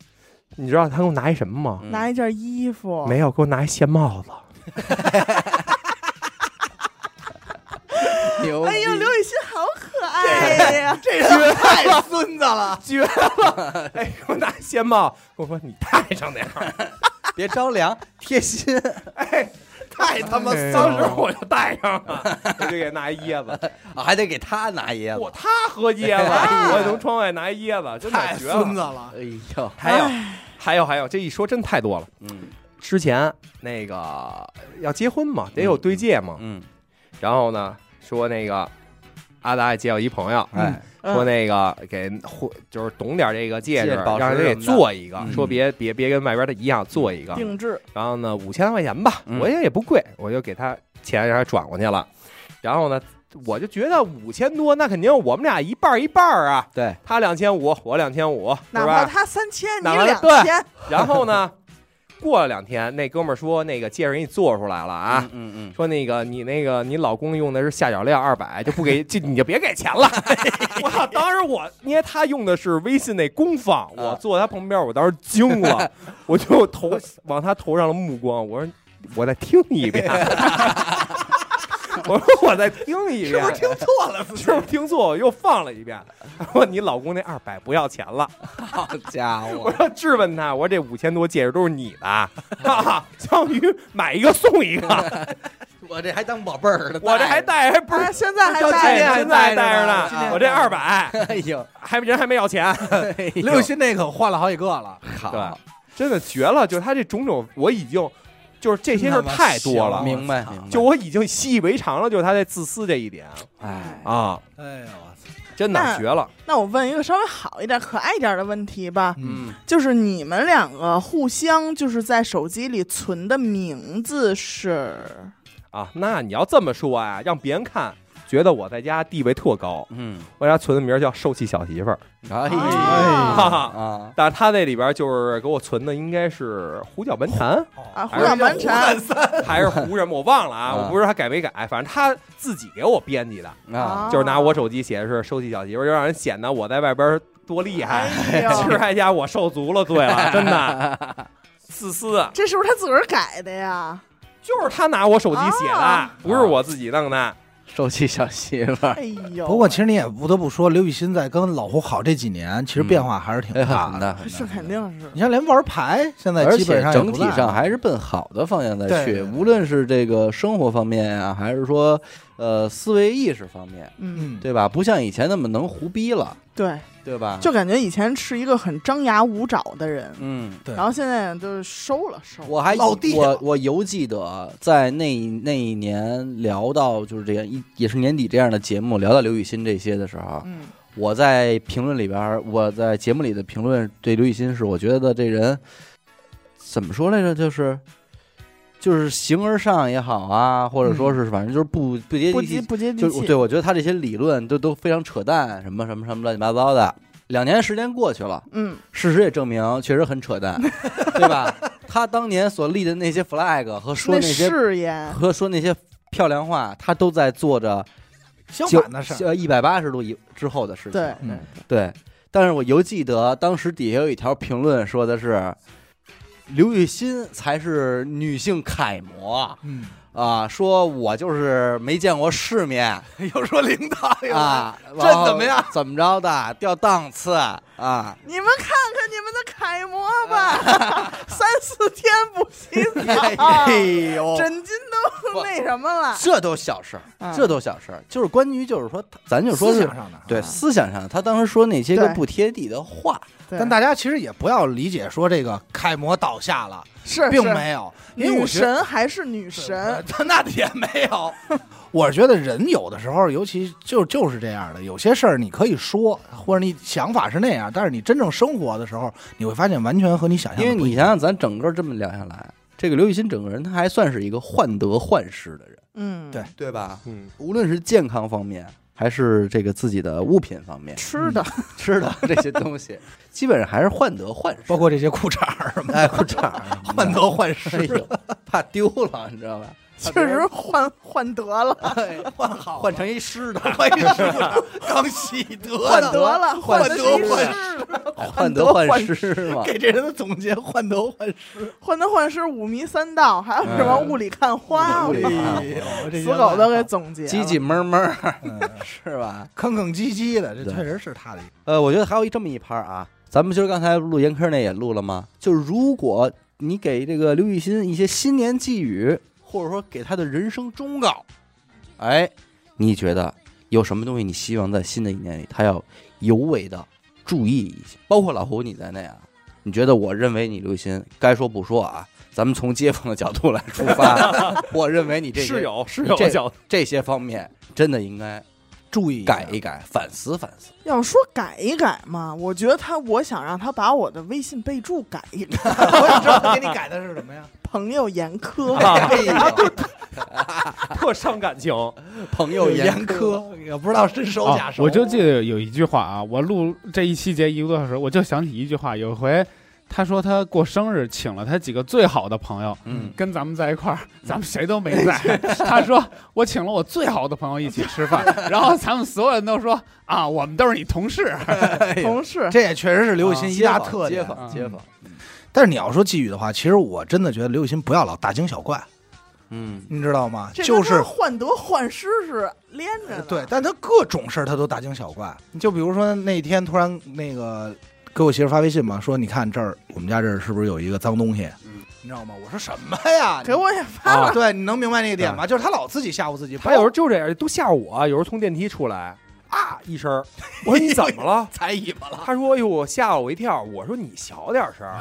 [SPEAKER 5] 你知道她给我拿一什么吗？
[SPEAKER 1] 嗯
[SPEAKER 3] 拿一件衣服，
[SPEAKER 5] 没有，给我拿一线帽子。
[SPEAKER 1] 牛
[SPEAKER 3] 哎
[SPEAKER 5] 嗯
[SPEAKER 3] 呦，刘雨欣好可爱呀！
[SPEAKER 2] 这人太孙子了，
[SPEAKER 5] 绝了！ 哎，给我拿一线帽。我说你戴上点儿。
[SPEAKER 1] 别着凉，贴心。
[SPEAKER 5] 哎，
[SPEAKER 2] 太他妈
[SPEAKER 4] 哎呦
[SPEAKER 5] 当时我就戴上了，我就给拿一椰子。
[SPEAKER 1] 啊，还得给他拿椰
[SPEAKER 5] 我
[SPEAKER 1] 子。
[SPEAKER 5] 他喝椰子，我也从窗外拿一椰子，哎真
[SPEAKER 2] 太
[SPEAKER 5] 的绝
[SPEAKER 2] 孙子
[SPEAKER 5] 了。
[SPEAKER 2] 了。
[SPEAKER 1] 哎呦，
[SPEAKER 5] 还有，还有，还有，这一说真太多了。
[SPEAKER 1] 嗯
[SPEAKER 5] 之前那个要结婚嘛，得有对戒嘛。
[SPEAKER 1] 嗯，
[SPEAKER 5] 然后呢，说那个阿达也介绍一朋友，
[SPEAKER 1] 哎，
[SPEAKER 3] 嗯
[SPEAKER 5] 说那个给或就是懂点这个戒指，
[SPEAKER 1] 戒指宝石
[SPEAKER 5] 让人给
[SPEAKER 1] 什么的
[SPEAKER 5] 做一个，
[SPEAKER 1] 嗯
[SPEAKER 5] 说别别别跟外边的一样，做一个。
[SPEAKER 3] 定制，
[SPEAKER 5] 然后呢，五千来块钱吧，
[SPEAKER 1] 嗯
[SPEAKER 5] 我也也不贵，我就给他钱让他转过去了。然后呢，我就觉得五千多，那肯定我们俩一半儿一半儿啊，
[SPEAKER 1] 对，
[SPEAKER 5] 他两千五，我两千五，是
[SPEAKER 3] 哪怕
[SPEAKER 5] 吧？
[SPEAKER 3] 他 三千，你
[SPEAKER 5] 哪怕
[SPEAKER 3] 两
[SPEAKER 5] 对
[SPEAKER 3] 千，
[SPEAKER 5] 然后呢，过了两天，那哥们儿说那个戒指给你做出来了啊。
[SPEAKER 1] 嗯嗯嗯，
[SPEAKER 5] 说那个你那个你老公用的是下脚料二百，就不给就你就别给钱了。 我操！当时我因为他用的是微信那公放，我坐他旁边，我当时惊 了，我就投往他投上了目光。我说我再听一遍， 我说我再听一
[SPEAKER 2] 是
[SPEAKER 5] 遍
[SPEAKER 2] 不是，听错 了？
[SPEAKER 5] 是不是听错？我又放了一遍。他说你老公那二百不要钱了。
[SPEAKER 1] 嗯好家
[SPEAKER 5] 我
[SPEAKER 1] 伙，
[SPEAKER 5] 要质问他，我说这五千多戒指都是你的，啊，相当于买一个送 一个，
[SPEAKER 1] 我这还当宝贝儿呢，
[SPEAKER 5] 我这还戴还不是
[SPEAKER 3] 啊，现在还
[SPEAKER 5] 到今
[SPEAKER 3] 戴
[SPEAKER 5] 天
[SPEAKER 3] 着
[SPEAKER 5] 还
[SPEAKER 3] 呢
[SPEAKER 5] 戴着
[SPEAKER 3] 今天
[SPEAKER 5] 呢，我这二百
[SPEAKER 1] 哎呦，哎
[SPEAKER 5] 还人还没要钱，
[SPEAKER 2] 刘雨欣那可换了好几个了，
[SPEAKER 1] 好，
[SPEAKER 5] 真的绝了！就是他这种种，我已经就是这些事儿太多
[SPEAKER 2] 对
[SPEAKER 5] 了，
[SPEAKER 1] 明白，明白
[SPEAKER 5] 就我已经习以为常了，就是他在自私这一点
[SPEAKER 1] 哎，
[SPEAKER 5] 啊，
[SPEAKER 2] 哎呦我操！
[SPEAKER 5] 真的
[SPEAKER 3] 那
[SPEAKER 5] 绝了。
[SPEAKER 3] 那我问一个稍微好一点、可爱一点的问题吧，
[SPEAKER 1] 嗯，
[SPEAKER 3] 就是你们两个互相就是在手机里存的名字是
[SPEAKER 5] 啊，那你要这么说呀、让别人看觉得我在家地位特高，
[SPEAKER 1] 嗯，
[SPEAKER 5] 我家存的名儿叫“受气小媳妇儿
[SPEAKER 1] 哎
[SPEAKER 3] 啊
[SPEAKER 5] 哈哈
[SPEAKER 1] 啊”，，
[SPEAKER 5] 但是他那里边就是给我存的应该是胡搅蛮缠，
[SPEAKER 3] 啊，胡
[SPEAKER 5] 还是
[SPEAKER 3] 搅
[SPEAKER 5] 叫
[SPEAKER 3] 蛮缠
[SPEAKER 5] 还是胡什么我忘了啊，
[SPEAKER 1] 嗯
[SPEAKER 5] 我不知道他改没改，反正他自己给我编辑的，
[SPEAKER 1] 啊，
[SPEAKER 5] 就是拿我手机写的是“收起小媳妇儿”，就让人显得我在外边儿多厉害。
[SPEAKER 3] 哎 呦
[SPEAKER 5] 去他家我受足了罪了，真的。自私
[SPEAKER 3] 这是不是他自个儿改的呀？
[SPEAKER 5] 就是他拿我手机写的
[SPEAKER 3] 啊，
[SPEAKER 5] 不是我自己弄的。
[SPEAKER 1] 受气小媳妇儿，
[SPEAKER 3] 哎呦，
[SPEAKER 2] 不过其实你也不得不说，刘雨欣在跟老胡好这几年，其实变化还是挺
[SPEAKER 1] 哎，
[SPEAKER 2] 大
[SPEAKER 1] 很
[SPEAKER 2] 的。
[SPEAKER 1] 大，很大
[SPEAKER 3] 是肯定是
[SPEAKER 2] 你像连玩牌，现在
[SPEAKER 1] 而
[SPEAKER 2] 基本
[SPEAKER 1] 且
[SPEAKER 2] 上也
[SPEAKER 1] 整
[SPEAKER 2] 不
[SPEAKER 1] 体
[SPEAKER 2] 赖
[SPEAKER 1] 上还是奔好的方向在去，
[SPEAKER 2] 对对对
[SPEAKER 1] 无论是这个生活方面啊，还是说呃思维意识方面，
[SPEAKER 3] 嗯，
[SPEAKER 2] 嗯，
[SPEAKER 1] 对吧？不像以前那么能胡逼了，
[SPEAKER 3] 对，
[SPEAKER 1] 对吧？
[SPEAKER 3] 就感觉以前是一个很张牙舞爪的人，
[SPEAKER 1] 嗯，
[SPEAKER 2] 对
[SPEAKER 3] 然后现在就是收了收了，
[SPEAKER 1] 我还
[SPEAKER 2] 老弟啊
[SPEAKER 1] 我
[SPEAKER 2] 了
[SPEAKER 1] 我犹记得在那一那一年聊到就是这样一也是年底这样的节目，聊到刘雨欣这些的时候，
[SPEAKER 3] 嗯，
[SPEAKER 1] 我在评论里边儿，我在节目里的评论对刘雨欣是，我觉得这人怎么说来着，就是就是形而上也好啊，或者说是反正就是不不接
[SPEAKER 3] 嗯不
[SPEAKER 1] 地
[SPEAKER 3] 接
[SPEAKER 1] 气，
[SPEAKER 3] 不接地
[SPEAKER 1] 就
[SPEAKER 3] 气，
[SPEAKER 1] 对我觉得他这些理论都都非常扯淡，什么什么什么乱七八糟的。两年时间过去了，
[SPEAKER 3] 嗯，
[SPEAKER 1] 事实也证明确实很扯淡，对吧？他当年所立的那些 flag 和说
[SPEAKER 3] 那啊
[SPEAKER 1] 那些
[SPEAKER 3] 誓言，
[SPEAKER 1] 和说那些漂亮话，他都在做着
[SPEAKER 2] 相
[SPEAKER 1] 九
[SPEAKER 2] 反的事儿，
[SPEAKER 1] 呃一百八十度以之后的事情。
[SPEAKER 3] 对，
[SPEAKER 2] 嗯
[SPEAKER 1] 对，但是我犹记得当时底下有一条评论说的是，刘雨欣才是女性楷模
[SPEAKER 2] 嗯，
[SPEAKER 1] 啊，说我就是没见过世面
[SPEAKER 2] 又说领导又
[SPEAKER 1] 啊，
[SPEAKER 2] 这
[SPEAKER 1] 然后
[SPEAKER 2] 怎么样？
[SPEAKER 1] 怎么着的？掉档次 啊！
[SPEAKER 3] 你们看看你们的楷模吧， 三四天不洗
[SPEAKER 2] 啊
[SPEAKER 3] 澡，
[SPEAKER 1] 哎呦，
[SPEAKER 3] 枕巾都那什么了，
[SPEAKER 1] 这都小事儿，
[SPEAKER 3] 嗯
[SPEAKER 1] 这都小事儿，就是关于就是说，咱就说
[SPEAKER 2] 嗯思
[SPEAKER 1] 是
[SPEAKER 2] 想上的。啊
[SPEAKER 1] 对思想上，他当时说那些个
[SPEAKER 3] 对
[SPEAKER 1] 不贴地的话，
[SPEAKER 3] 对
[SPEAKER 2] 但大家其实也不要理解说这个楷模倒下了，
[SPEAKER 3] 是
[SPEAKER 2] 并
[SPEAKER 3] 是
[SPEAKER 2] 没有，因为
[SPEAKER 3] 女
[SPEAKER 2] 我觉得
[SPEAKER 3] 神还是女神，
[SPEAKER 2] 对， 那也没有。我是觉得人有的时候，尤其就就是这样的，有些事儿你可以说，或者你想法是那样，但是你真正生活的时候，你会发现完全和你想象
[SPEAKER 1] 因为
[SPEAKER 2] 的不一
[SPEAKER 1] 你想
[SPEAKER 2] 样。
[SPEAKER 1] 想，咱整个这么聊下来，这个刘雨欣整个人他还算是一个患得患失的人，
[SPEAKER 3] 嗯，
[SPEAKER 2] 对
[SPEAKER 1] 对吧？
[SPEAKER 5] 嗯，
[SPEAKER 1] 无论是健康方面，还是这个自己的物品方面，
[SPEAKER 3] 吃的，
[SPEAKER 1] 吃的这些东西，基本上还是患得患失，
[SPEAKER 2] 包括这些裤衩儿 什么
[SPEAKER 1] 哎裤衩儿
[SPEAKER 2] 的，患得患
[SPEAKER 1] 哎
[SPEAKER 2] 失，
[SPEAKER 1] 呦，怕丢了，你知道吧？
[SPEAKER 3] 确实换换得了，
[SPEAKER 2] 换好
[SPEAKER 1] 换成一湿的，
[SPEAKER 2] 换一身 刚洗得
[SPEAKER 3] 换
[SPEAKER 2] 呢，
[SPEAKER 3] 得了，
[SPEAKER 2] 患
[SPEAKER 3] 得
[SPEAKER 2] 得
[SPEAKER 3] 是
[SPEAKER 2] 患
[SPEAKER 3] 失，
[SPEAKER 1] 患得患失嘛。
[SPEAKER 2] 给这人的总结患得患失。
[SPEAKER 3] 患得患失，五迷三道，还有什么雾里看花，
[SPEAKER 1] 物
[SPEAKER 3] 我
[SPEAKER 1] 理
[SPEAKER 3] 靠
[SPEAKER 1] 看
[SPEAKER 2] 呦，这
[SPEAKER 3] 死狗都给总结了，
[SPEAKER 1] 唧唧闷闷儿，是吧？
[SPEAKER 2] 吭吭唧唧的，这
[SPEAKER 1] 对
[SPEAKER 2] 确实是他的一个。
[SPEAKER 1] 呃，我觉得还有一这么一拍儿啊，咱们今儿刚才录严科那也录了吗？就是如果你给这个刘雨欣一些新年寄语，或者说给他的人生忠告，哎，你觉得有什么东西你希望在新的一年里他要尤为的注意一些？包括老胡你在内啊，你觉得我认为你刘雨欣该说不说啊？咱们从街坊的角度来出发，我认为你这
[SPEAKER 5] 是
[SPEAKER 1] 些
[SPEAKER 5] 有是有
[SPEAKER 1] 这
[SPEAKER 5] 小
[SPEAKER 1] 这些方面真的应该
[SPEAKER 2] 注意
[SPEAKER 1] 改一改，反思反思。
[SPEAKER 3] 要说改一改嘛，我觉得他，我想让他把我的微信备注改一改，
[SPEAKER 2] 我也知道给你改的是什么呀？
[SPEAKER 3] 朋友严苛。
[SPEAKER 5] 啊，
[SPEAKER 1] 哎呦，
[SPEAKER 5] 特伤感情。
[SPEAKER 1] 朋友严
[SPEAKER 2] 严
[SPEAKER 1] 苛。啊
[SPEAKER 2] 苛，也不知道真手假
[SPEAKER 4] 哦，
[SPEAKER 2] 手。
[SPEAKER 4] 我就记得有一句话啊，我录这一期节一个多小时，我就想起一句话，有回他说他过生日，请了他几个最好的朋友。
[SPEAKER 1] 嗯，
[SPEAKER 4] 跟咱们在一 块儿，咱们谁都没在。他说我请了我最好的朋友一起 吃饭，然后咱们所有人都说啊，我们都是你同事。
[SPEAKER 2] 哎
[SPEAKER 3] 同事，
[SPEAKER 2] 这也确实是刘雨欣一大特
[SPEAKER 1] 啊街
[SPEAKER 2] 点。
[SPEAKER 1] 坊街坊，
[SPEAKER 2] 但是你要说寄语的话，其实我真的觉得刘雨欣不要老大惊小怪，
[SPEAKER 1] 嗯，
[SPEAKER 2] 你知道吗？
[SPEAKER 3] 这
[SPEAKER 2] 就
[SPEAKER 3] 跟他
[SPEAKER 2] 是
[SPEAKER 3] 患得患失是连着的。
[SPEAKER 2] 对，，但他各种事儿他都大惊小怪。就比如说那天突然那个给我媳妇发微信嘛，说你看这儿我们家这儿是不是有一个脏东西？你知道吗？我说什么呀？
[SPEAKER 3] 嗯给我也发
[SPEAKER 2] 啊！
[SPEAKER 3] 了，
[SPEAKER 2] 对，你能明白那个点吗？就是他老自己吓唬自己，
[SPEAKER 5] 他有时候就这样，都吓我。啊有时候从电梯出来啊一声儿，我说你怎么了？
[SPEAKER 2] 踩尾巴了。
[SPEAKER 5] 他说：“哎呦，我吓了我一跳。”我说：“你小点声儿，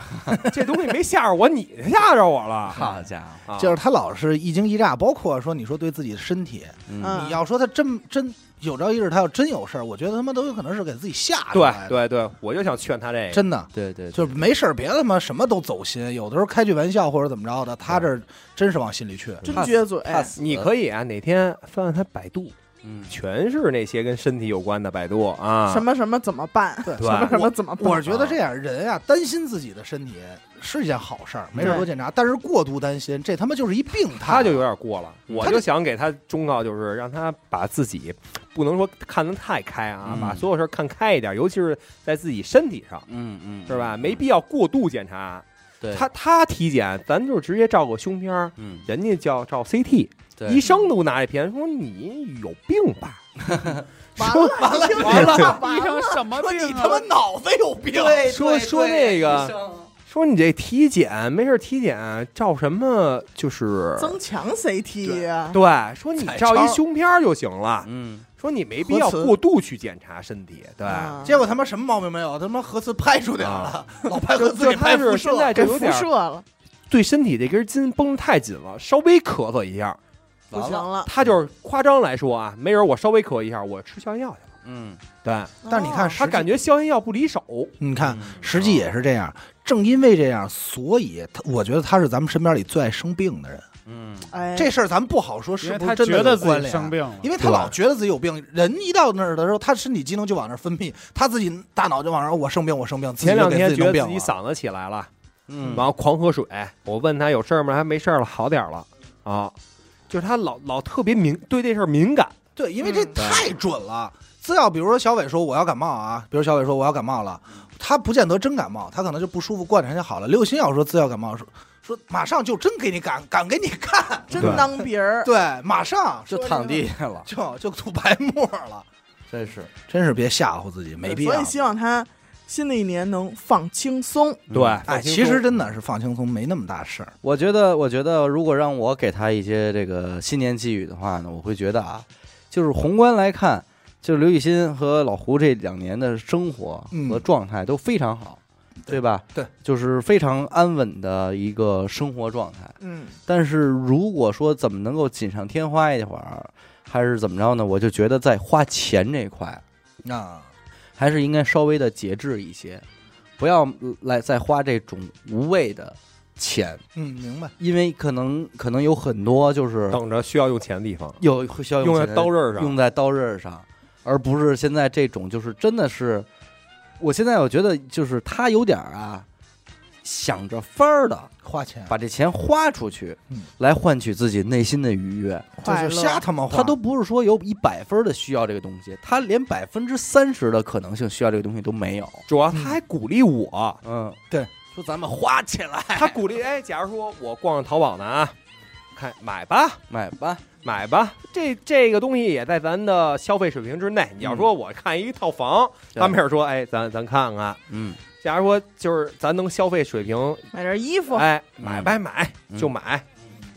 [SPEAKER 5] 这东西没吓着我，你吓着我了。
[SPEAKER 1] 好家伙，
[SPEAKER 5] 啊”
[SPEAKER 2] 就是他老是一惊一乍，包括说你说对自己的身体，
[SPEAKER 3] 嗯
[SPEAKER 2] 你要说他真真有朝一日他要真有事儿，我觉得他妈都有可能是给自己吓出
[SPEAKER 5] 对
[SPEAKER 2] 来的，
[SPEAKER 5] 对对，我就想劝他这个。
[SPEAKER 2] 真的。
[SPEAKER 1] 对对，
[SPEAKER 2] 就是没事儿，别他妈什么都走心，有的时候开句玩笑或者怎么着的，他这儿真是往心里去。
[SPEAKER 3] 真
[SPEAKER 1] 怕死
[SPEAKER 3] 撅嘴。
[SPEAKER 1] 怕死，
[SPEAKER 5] 哎你可以啊，哪天翻翻他百度，
[SPEAKER 1] 嗯，
[SPEAKER 5] 全是那些跟身体有关的百度啊。
[SPEAKER 3] 什么什么怎么办？
[SPEAKER 2] 对
[SPEAKER 3] 什么
[SPEAKER 5] 对
[SPEAKER 3] 什么怎么办？
[SPEAKER 2] 啊我觉得这样人啊，担心自己的身体是一件好事儿，没事儿多检查。但是过度担心，这他妈就是一病态。
[SPEAKER 5] 他就有点过了，我
[SPEAKER 2] 他
[SPEAKER 5] 就想给他忠告，就是让他把自己不能说看得太开啊，
[SPEAKER 1] 嗯
[SPEAKER 5] 把所有事儿看开一点，尤其是在自己身体上，
[SPEAKER 1] 嗯嗯，
[SPEAKER 5] 是吧？没必要过度检查。
[SPEAKER 1] 对
[SPEAKER 5] 他他体检，咱就直接照个胸片儿，
[SPEAKER 1] 嗯，
[SPEAKER 5] 人家叫照 CT，
[SPEAKER 1] 对，
[SPEAKER 5] 医生都拿这片说你有病吧？
[SPEAKER 3] 完
[SPEAKER 5] 说
[SPEAKER 3] 了完了
[SPEAKER 4] 完了，
[SPEAKER 3] 完
[SPEAKER 4] 医生
[SPEAKER 3] 了，
[SPEAKER 4] 什么
[SPEAKER 2] 说
[SPEAKER 4] 病、啊？
[SPEAKER 2] 你他妈脑子有病，
[SPEAKER 1] 对
[SPEAKER 5] 说说那
[SPEAKER 1] 医
[SPEAKER 5] 个，
[SPEAKER 1] 生
[SPEAKER 5] 说你这体检没事儿体检照什么？就是
[SPEAKER 3] 增强 CT 呀，
[SPEAKER 5] 对，说你
[SPEAKER 2] 啊彩
[SPEAKER 5] 照
[SPEAKER 2] 超
[SPEAKER 5] 一胸片儿就行了，
[SPEAKER 1] 嗯，
[SPEAKER 5] 说你没必要
[SPEAKER 2] 核磁嗯
[SPEAKER 5] 过度去检查身体，对。
[SPEAKER 3] 啊
[SPEAKER 2] 结果他妈什么毛病没有，他妈核磁拍出去了，老拍核
[SPEAKER 5] 就
[SPEAKER 2] 磁
[SPEAKER 5] 就
[SPEAKER 2] 给
[SPEAKER 5] 他
[SPEAKER 2] 拍
[SPEAKER 5] 是
[SPEAKER 2] 辐
[SPEAKER 5] 现
[SPEAKER 2] 射。
[SPEAKER 5] 在就
[SPEAKER 3] 给
[SPEAKER 5] 有
[SPEAKER 3] 辐
[SPEAKER 5] 点儿
[SPEAKER 3] 射了，
[SPEAKER 5] 对身体这根筋绷得太紧了，稍微咳嗽一下，
[SPEAKER 3] 不行
[SPEAKER 1] 完了，
[SPEAKER 3] 了。
[SPEAKER 5] 他就是夸张来说啊，没准我稍微咳一下，我吃消炎药去了。
[SPEAKER 1] 嗯，
[SPEAKER 5] 对
[SPEAKER 2] 但是你看
[SPEAKER 3] 哦
[SPEAKER 2] 实际，
[SPEAKER 5] 他感觉消炎药不离手，
[SPEAKER 2] 你看，
[SPEAKER 1] 嗯
[SPEAKER 2] 实际也是这样。正因为这样，所以他我觉得他是咱们身边里最爱生病的人。
[SPEAKER 1] 嗯，
[SPEAKER 3] 哎，
[SPEAKER 2] 这事儿咱不好说
[SPEAKER 4] 因
[SPEAKER 2] 是
[SPEAKER 4] 为
[SPEAKER 2] 不
[SPEAKER 4] 他
[SPEAKER 2] 是真的
[SPEAKER 4] 觉得
[SPEAKER 2] 有
[SPEAKER 4] 自
[SPEAKER 2] 关
[SPEAKER 4] 己
[SPEAKER 2] 联，啊
[SPEAKER 4] 生病了，
[SPEAKER 2] 因为他老觉得自己有病。人一到那儿的时候，他身体机能就往那儿分泌，他自己大脑就往那儿我生病，我生病。自己
[SPEAKER 5] 前两
[SPEAKER 2] 就给
[SPEAKER 5] 天
[SPEAKER 2] 自己
[SPEAKER 5] 觉
[SPEAKER 2] 弄
[SPEAKER 5] 得
[SPEAKER 2] 病
[SPEAKER 5] 自己
[SPEAKER 2] 了
[SPEAKER 5] 嗓子起来了，
[SPEAKER 1] 嗯
[SPEAKER 5] 然后狂喝水。我问他有事儿吗？他没事儿了，好点儿了啊。就是他老老特别敏对这事儿敏感，
[SPEAKER 2] 对，因为这
[SPEAKER 3] 嗯
[SPEAKER 2] 太准了。只要比如说小伟说我要感冒啊，比如小伟说我要感冒了，他不见得真感冒，他可能就不舒服，过两天就好了。刘鑫要说自要感冒，说说马上就真给你赶赶给你看，
[SPEAKER 3] 真
[SPEAKER 5] 对
[SPEAKER 3] 当别人儿，
[SPEAKER 2] 对，马上
[SPEAKER 1] 就躺地下了，
[SPEAKER 2] 就就吐白沫了，
[SPEAKER 1] 真是，
[SPEAKER 2] 真是别吓唬自己，没必要
[SPEAKER 3] 所以。希望他新的一年能放轻松。
[SPEAKER 1] 嗯
[SPEAKER 5] 对，
[SPEAKER 2] 哎，其实真的是放轻松，没那么大事儿。
[SPEAKER 1] 我觉得，我觉得如果让我给他一些这个新年寄语的话呢，我会觉得啊，就是宏观来看，就是刘雨欣和老胡这两年的生活
[SPEAKER 2] 嗯
[SPEAKER 1] 和状态都非常好，对吧？
[SPEAKER 2] 对，
[SPEAKER 1] 就是非常安稳的一个生活状态。
[SPEAKER 3] 嗯，
[SPEAKER 1] 但是如果说怎么能够锦上添花一会儿，还是怎么着呢？我就觉得在花钱这块，
[SPEAKER 2] 啊，
[SPEAKER 1] 还是应该稍微的节制一些，不要呃来再花这种无谓的钱，
[SPEAKER 2] 嗯，明白。
[SPEAKER 1] 因为可能可能有很多就是
[SPEAKER 5] 等着需要用钱的地方，
[SPEAKER 1] 有需要
[SPEAKER 5] 用在
[SPEAKER 1] 钱
[SPEAKER 5] 刀刃上，
[SPEAKER 1] 用在刀刃上，而不是现在这种就是真的是，我现在我觉得就是他有点儿啊，想着法儿的
[SPEAKER 2] 花钱，
[SPEAKER 1] 把这钱花出去
[SPEAKER 2] 嗯，
[SPEAKER 1] 来换取自己内心的愉悦。
[SPEAKER 2] 就
[SPEAKER 3] 快
[SPEAKER 2] 是瞎
[SPEAKER 3] 乐。
[SPEAKER 2] 他妈花，
[SPEAKER 1] 他都不是说有一百分儿的需要这个东西，他连百分之三十的可能性需要这个东西都没有。
[SPEAKER 5] 主
[SPEAKER 2] 嗯
[SPEAKER 5] 要他还鼓励我，
[SPEAKER 1] 嗯，
[SPEAKER 2] 对，
[SPEAKER 1] 说咱们花起来
[SPEAKER 5] 他鼓励哎，假如说我逛淘宝呢啊，看买吧
[SPEAKER 1] 买吧，
[SPEAKER 5] 买吧，这这个东西也在咱的消费水平之内。你要说我看一套房，
[SPEAKER 1] 嗯对
[SPEAKER 5] 他们也是说哎，咱咱看看。
[SPEAKER 1] 嗯，
[SPEAKER 5] 假如说就是咱能消费水平，
[SPEAKER 3] 买件衣服
[SPEAKER 5] 哎，
[SPEAKER 1] 嗯
[SPEAKER 5] 买呗买
[SPEAKER 1] 嗯
[SPEAKER 5] 就买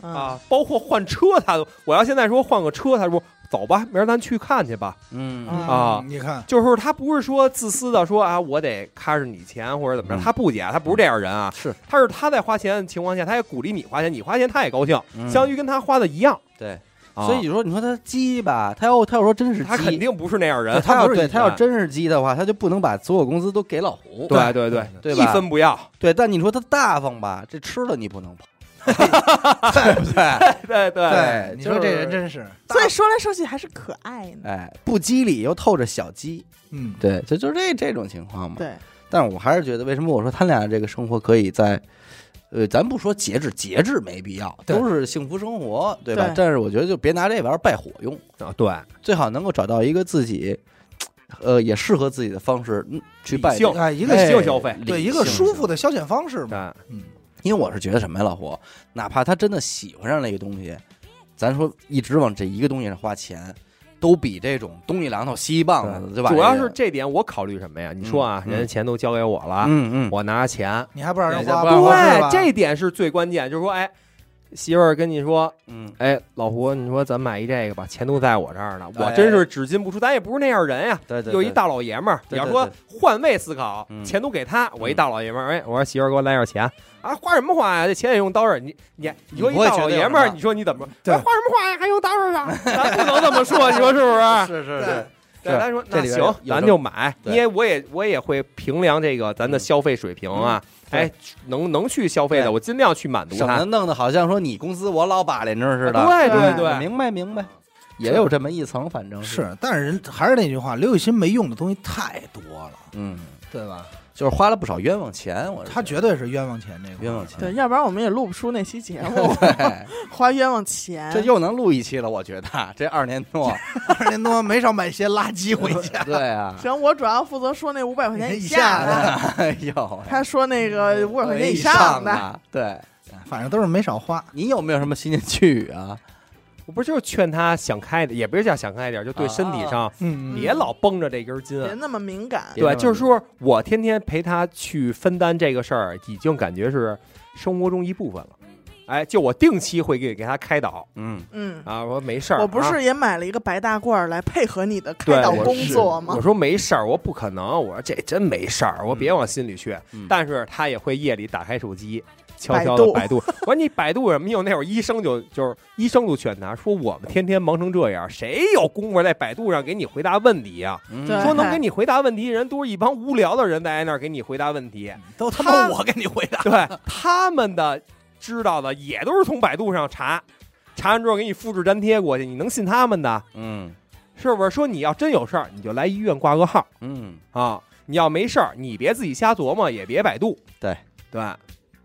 [SPEAKER 3] 嗯
[SPEAKER 5] 啊，包括换车，他都我要现在说换个车，他说走吧，明儿咱去看去吧。
[SPEAKER 1] 嗯
[SPEAKER 3] 啊
[SPEAKER 5] 啊
[SPEAKER 2] 嗯你看，
[SPEAKER 5] 就是他不是说自私的说啊，我得揩着你钱或者怎么
[SPEAKER 1] 嗯
[SPEAKER 5] 着，他不解，他不是这样人啊，
[SPEAKER 1] 是，
[SPEAKER 5] 他是他在花钱的情况下，他也鼓励你花钱，你花钱他也高兴，
[SPEAKER 1] 嗯
[SPEAKER 5] 相当于跟他花的一样，
[SPEAKER 1] 对。
[SPEAKER 5] 啊
[SPEAKER 1] 所以你说，你说他鸡吧，他要他要说真是
[SPEAKER 5] 他肯
[SPEAKER 1] 鸡，
[SPEAKER 5] 定不是那样人，
[SPEAKER 1] 他要
[SPEAKER 5] 不是
[SPEAKER 1] 对
[SPEAKER 5] 一
[SPEAKER 1] 他要
[SPEAKER 5] 般
[SPEAKER 1] 真是鸡的话，他就不能把所有工资都给老胡，
[SPEAKER 5] 对对对
[SPEAKER 1] 嗯对
[SPEAKER 5] 一
[SPEAKER 1] 吧？
[SPEAKER 5] 分不要，
[SPEAKER 1] 对，但你说他大方吧，这吃的你不 能碰，
[SPEAKER 2] 对不对？
[SPEAKER 5] 对对
[SPEAKER 1] 对
[SPEAKER 2] 你
[SPEAKER 1] 就
[SPEAKER 2] 说这
[SPEAKER 1] 是
[SPEAKER 2] 人真是，
[SPEAKER 3] 所以说来说去还是可爱呢。
[SPEAKER 1] 哎，不鸡里又透着小鸡，
[SPEAKER 2] 嗯，
[SPEAKER 1] 对，这就是这这种情况嘛。
[SPEAKER 3] 对，
[SPEAKER 1] 但是我还是觉得，为什么我说他俩这个生活可以在，呃，咱不说节制，节制没必要，
[SPEAKER 2] 对
[SPEAKER 1] 都是幸福生活，对吧？
[SPEAKER 3] 对
[SPEAKER 1] 但是我觉得就别拿这玩意儿拜火用，
[SPEAKER 5] 啊对，
[SPEAKER 1] 最好能够找到一个自己，呃，也适合自己的方式嗯去拜
[SPEAKER 5] 理性
[SPEAKER 1] 这个
[SPEAKER 2] 哎，一个
[SPEAKER 5] 理
[SPEAKER 1] 哎
[SPEAKER 5] 性消费
[SPEAKER 1] 理
[SPEAKER 2] 对一个
[SPEAKER 1] 性
[SPEAKER 2] 舒服的消遣方式嘛，
[SPEAKER 5] 对
[SPEAKER 2] 嗯，
[SPEAKER 1] 因为我是觉得什么呀，老胡，哪怕他真的喜欢上了一个东西，咱说一直往这一个东西上花钱，都比这种东一榔头西一棒子的，对吧？
[SPEAKER 5] 主要是这点我考虑什么呀？你说啊，
[SPEAKER 1] 嗯
[SPEAKER 5] 人家钱都交给我了，
[SPEAKER 1] 嗯嗯，
[SPEAKER 5] 我拿钱，
[SPEAKER 2] 你还不让人
[SPEAKER 1] 对这
[SPEAKER 2] 花，
[SPEAKER 1] 不让
[SPEAKER 2] 不合适
[SPEAKER 5] 对
[SPEAKER 2] 吧，
[SPEAKER 5] 这点是最关键，就是说哎。媳妇儿跟你说，
[SPEAKER 1] 嗯
[SPEAKER 5] 哎，老胡，你说咱买一这个吧，钱都在我这儿呢，
[SPEAKER 1] 哎
[SPEAKER 5] 我真是只进不出，咱也不是那样人呀。
[SPEAKER 1] 对对，
[SPEAKER 5] 有
[SPEAKER 1] 对
[SPEAKER 5] 一大老爷们儿，
[SPEAKER 1] 对
[SPEAKER 5] 你要说换位思考
[SPEAKER 1] 嗯，
[SPEAKER 5] 钱都给他，我一
[SPEAKER 1] 嗯
[SPEAKER 5] 大老爷们儿，哎，我说媳妇儿给我来点钱啊，花什么花呀？这钱也用刀刃，你你你说
[SPEAKER 1] 你
[SPEAKER 5] 一
[SPEAKER 1] 不会
[SPEAKER 5] 大
[SPEAKER 1] 嗯
[SPEAKER 5] 老
[SPEAKER 1] 觉得
[SPEAKER 5] 爷
[SPEAKER 1] 有
[SPEAKER 5] 们儿，
[SPEAKER 1] 什么
[SPEAKER 5] 你说你怎么说？
[SPEAKER 2] 对
[SPEAKER 5] 哎花什么花呀？还用刀刃啊？咱不能这么说，你说是不是？
[SPEAKER 1] 是是
[SPEAKER 2] 对
[SPEAKER 1] 是，
[SPEAKER 5] 对，
[SPEAKER 1] 是
[SPEAKER 5] 咱说
[SPEAKER 1] 这
[SPEAKER 5] 那
[SPEAKER 1] 里边
[SPEAKER 5] 行
[SPEAKER 1] 有，
[SPEAKER 5] 咱
[SPEAKER 1] 有
[SPEAKER 5] 就买，因
[SPEAKER 1] 对
[SPEAKER 5] 为我也我也会评量这个咱的
[SPEAKER 1] 嗯
[SPEAKER 5] 消费水平啊，
[SPEAKER 1] 嗯
[SPEAKER 5] 哎，能能去消费的，
[SPEAKER 1] 对
[SPEAKER 5] 我尽量去满足
[SPEAKER 1] 省
[SPEAKER 5] 他
[SPEAKER 1] 得。弄得好像说你公司我老把连着似的。
[SPEAKER 5] 对
[SPEAKER 3] 对
[SPEAKER 5] 啊对，
[SPEAKER 1] 明白明白，也有这么一层，反正
[SPEAKER 2] 是，但是人还是那句话，刘雨欣没用的东西太多了，
[SPEAKER 1] 嗯，
[SPEAKER 2] 对吧？
[SPEAKER 1] 就是花了不少冤枉钱，我是
[SPEAKER 2] 他
[SPEAKER 1] 觉
[SPEAKER 2] 绝对是冤枉钱这
[SPEAKER 1] 得
[SPEAKER 2] 个
[SPEAKER 1] 冤枉。钱。
[SPEAKER 3] 对，要不然我们也录不出那期节目，
[SPEAKER 1] 嗯对，
[SPEAKER 3] 花冤枉钱。
[SPEAKER 1] 这又能录一期了，我觉得这二年多，
[SPEAKER 2] 二年多没少买些垃圾回家。
[SPEAKER 1] 对啊，
[SPEAKER 3] 行，我主要负责说那五百块钱
[SPEAKER 2] 以
[SPEAKER 3] 下
[SPEAKER 2] 下的
[SPEAKER 3] 的，
[SPEAKER 1] 哎呦，
[SPEAKER 3] 他说那个五百块钱
[SPEAKER 1] 哎
[SPEAKER 3] 以
[SPEAKER 1] 上啊
[SPEAKER 3] 上的，，
[SPEAKER 1] 对。
[SPEAKER 2] 反正都是没少花。
[SPEAKER 1] 你有没有什么新年寄语啊？
[SPEAKER 5] 我不是就是劝他想开点，也不是叫想开点，就
[SPEAKER 1] 啊
[SPEAKER 5] 对身体上
[SPEAKER 2] 嗯
[SPEAKER 5] 别老绷着这根筋啊
[SPEAKER 3] 别。那么敏感。
[SPEAKER 1] 别那
[SPEAKER 5] 对，
[SPEAKER 1] 么
[SPEAKER 5] 就是说我天天陪他去分担这个事儿，已经感觉是生活中一部分了。哎，就我定期会给给他开导
[SPEAKER 1] 嗯，
[SPEAKER 3] 嗯，
[SPEAKER 5] 啊，我说没事儿，
[SPEAKER 3] 我不
[SPEAKER 5] 啊
[SPEAKER 3] 是也买了一个白大褂儿来配合你的
[SPEAKER 5] 对
[SPEAKER 3] 开导
[SPEAKER 5] 我
[SPEAKER 3] 工
[SPEAKER 5] 是
[SPEAKER 3] 作吗
[SPEAKER 5] 我？说没事儿，我不可能，我说这真没事儿，我别往心里去。
[SPEAKER 1] 嗯
[SPEAKER 5] 但是他也会夜里打开手机，悄悄
[SPEAKER 3] 百
[SPEAKER 5] 的
[SPEAKER 3] 度
[SPEAKER 5] 百度。 我说你百度什么用？那会儿医生就就是医生就劝他说，我们天天忙成这样，谁有功夫在百度上给你回答问题呀、
[SPEAKER 2] 嗯
[SPEAKER 3] 对
[SPEAKER 5] 说能给你回答问题的人，都是一帮无聊的人在那儿给你回答问题。
[SPEAKER 2] 都他妈
[SPEAKER 5] 他
[SPEAKER 2] 我给你回答。
[SPEAKER 5] 对他们的知道的也都是从百度上查，查完之后给你复制粘贴过去，你能信他们的？
[SPEAKER 1] 嗯
[SPEAKER 5] 是不是？说你要真有事儿，你就来医院挂个号
[SPEAKER 1] 嗯，
[SPEAKER 5] 啊！你要没事儿，你别自己瞎琢磨，也别百度。
[SPEAKER 1] 对
[SPEAKER 5] 对，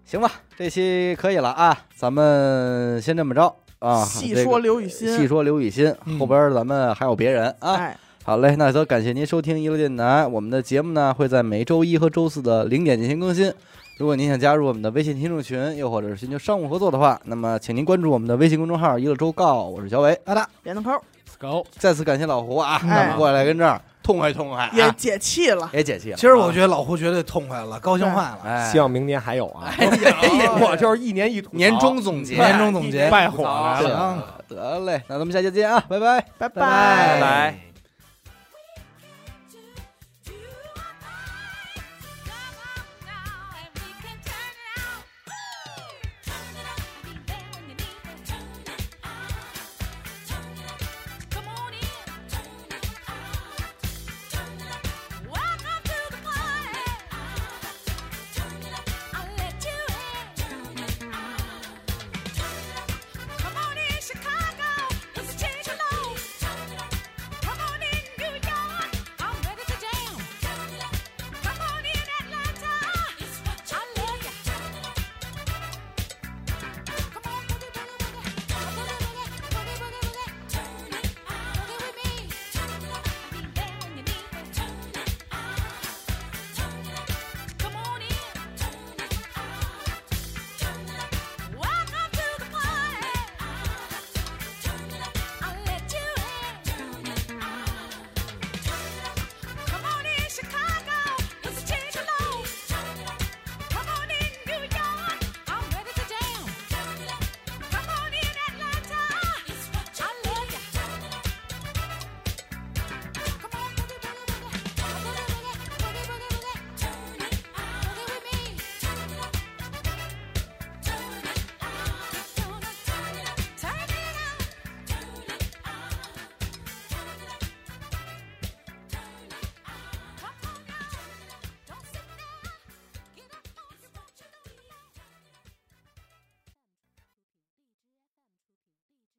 [SPEAKER 1] 行吧，这期可以了啊，咱们先这么着啊。
[SPEAKER 3] 细
[SPEAKER 1] 这个
[SPEAKER 3] 说刘雨
[SPEAKER 1] 细
[SPEAKER 3] 欣，
[SPEAKER 1] 说刘雨欣，
[SPEAKER 2] 嗯
[SPEAKER 1] 后边咱们还有别人啊。
[SPEAKER 3] 哎，
[SPEAKER 1] 好嘞，那都感谢您收听一路电台，我们的节目呢会在每周一和周四的零点进行更新。如果您想加入我们的微信听众群，又或者是寻求商务合作的话，那么请您关注我们的微信公众号“一路周告”，我是小伟。
[SPEAKER 2] 阿达，
[SPEAKER 3] 扁豆抠儿
[SPEAKER 4] 狗
[SPEAKER 1] 再次感谢老胡啊，
[SPEAKER 3] 哎
[SPEAKER 1] 过来跟这儿痛快痛快
[SPEAKER 3] 也
[SPEAKER 1] 啊，
[SPEAKER 3] 解气了。
[SPEAKER 1] 也解气了。
[SPEAKER 2] 其实我觉得老胡绝对痛快了，高兴坏了。
[SPEAKER 1] 哎，
[SPEAKER 5] 希望明年还有啊！
[SPEAKER 1] 哎
[SPEAKER 5] 我就是一年一啊吐槽
[SPEAKER 1] 年终总结，
[SPEAKER 2] 年
[SPEAKER 5] 啊
[SPEAKER 2] 终总结，
[SPEAKER 4] 拜火来了。
[SPEAKER 1] 得嘞，那咱们下期见啊，拜拜，拜
[SPEAKER 3] 拜
[SPEAKER 1] 拜
[SPEAKER 5] 拜拜。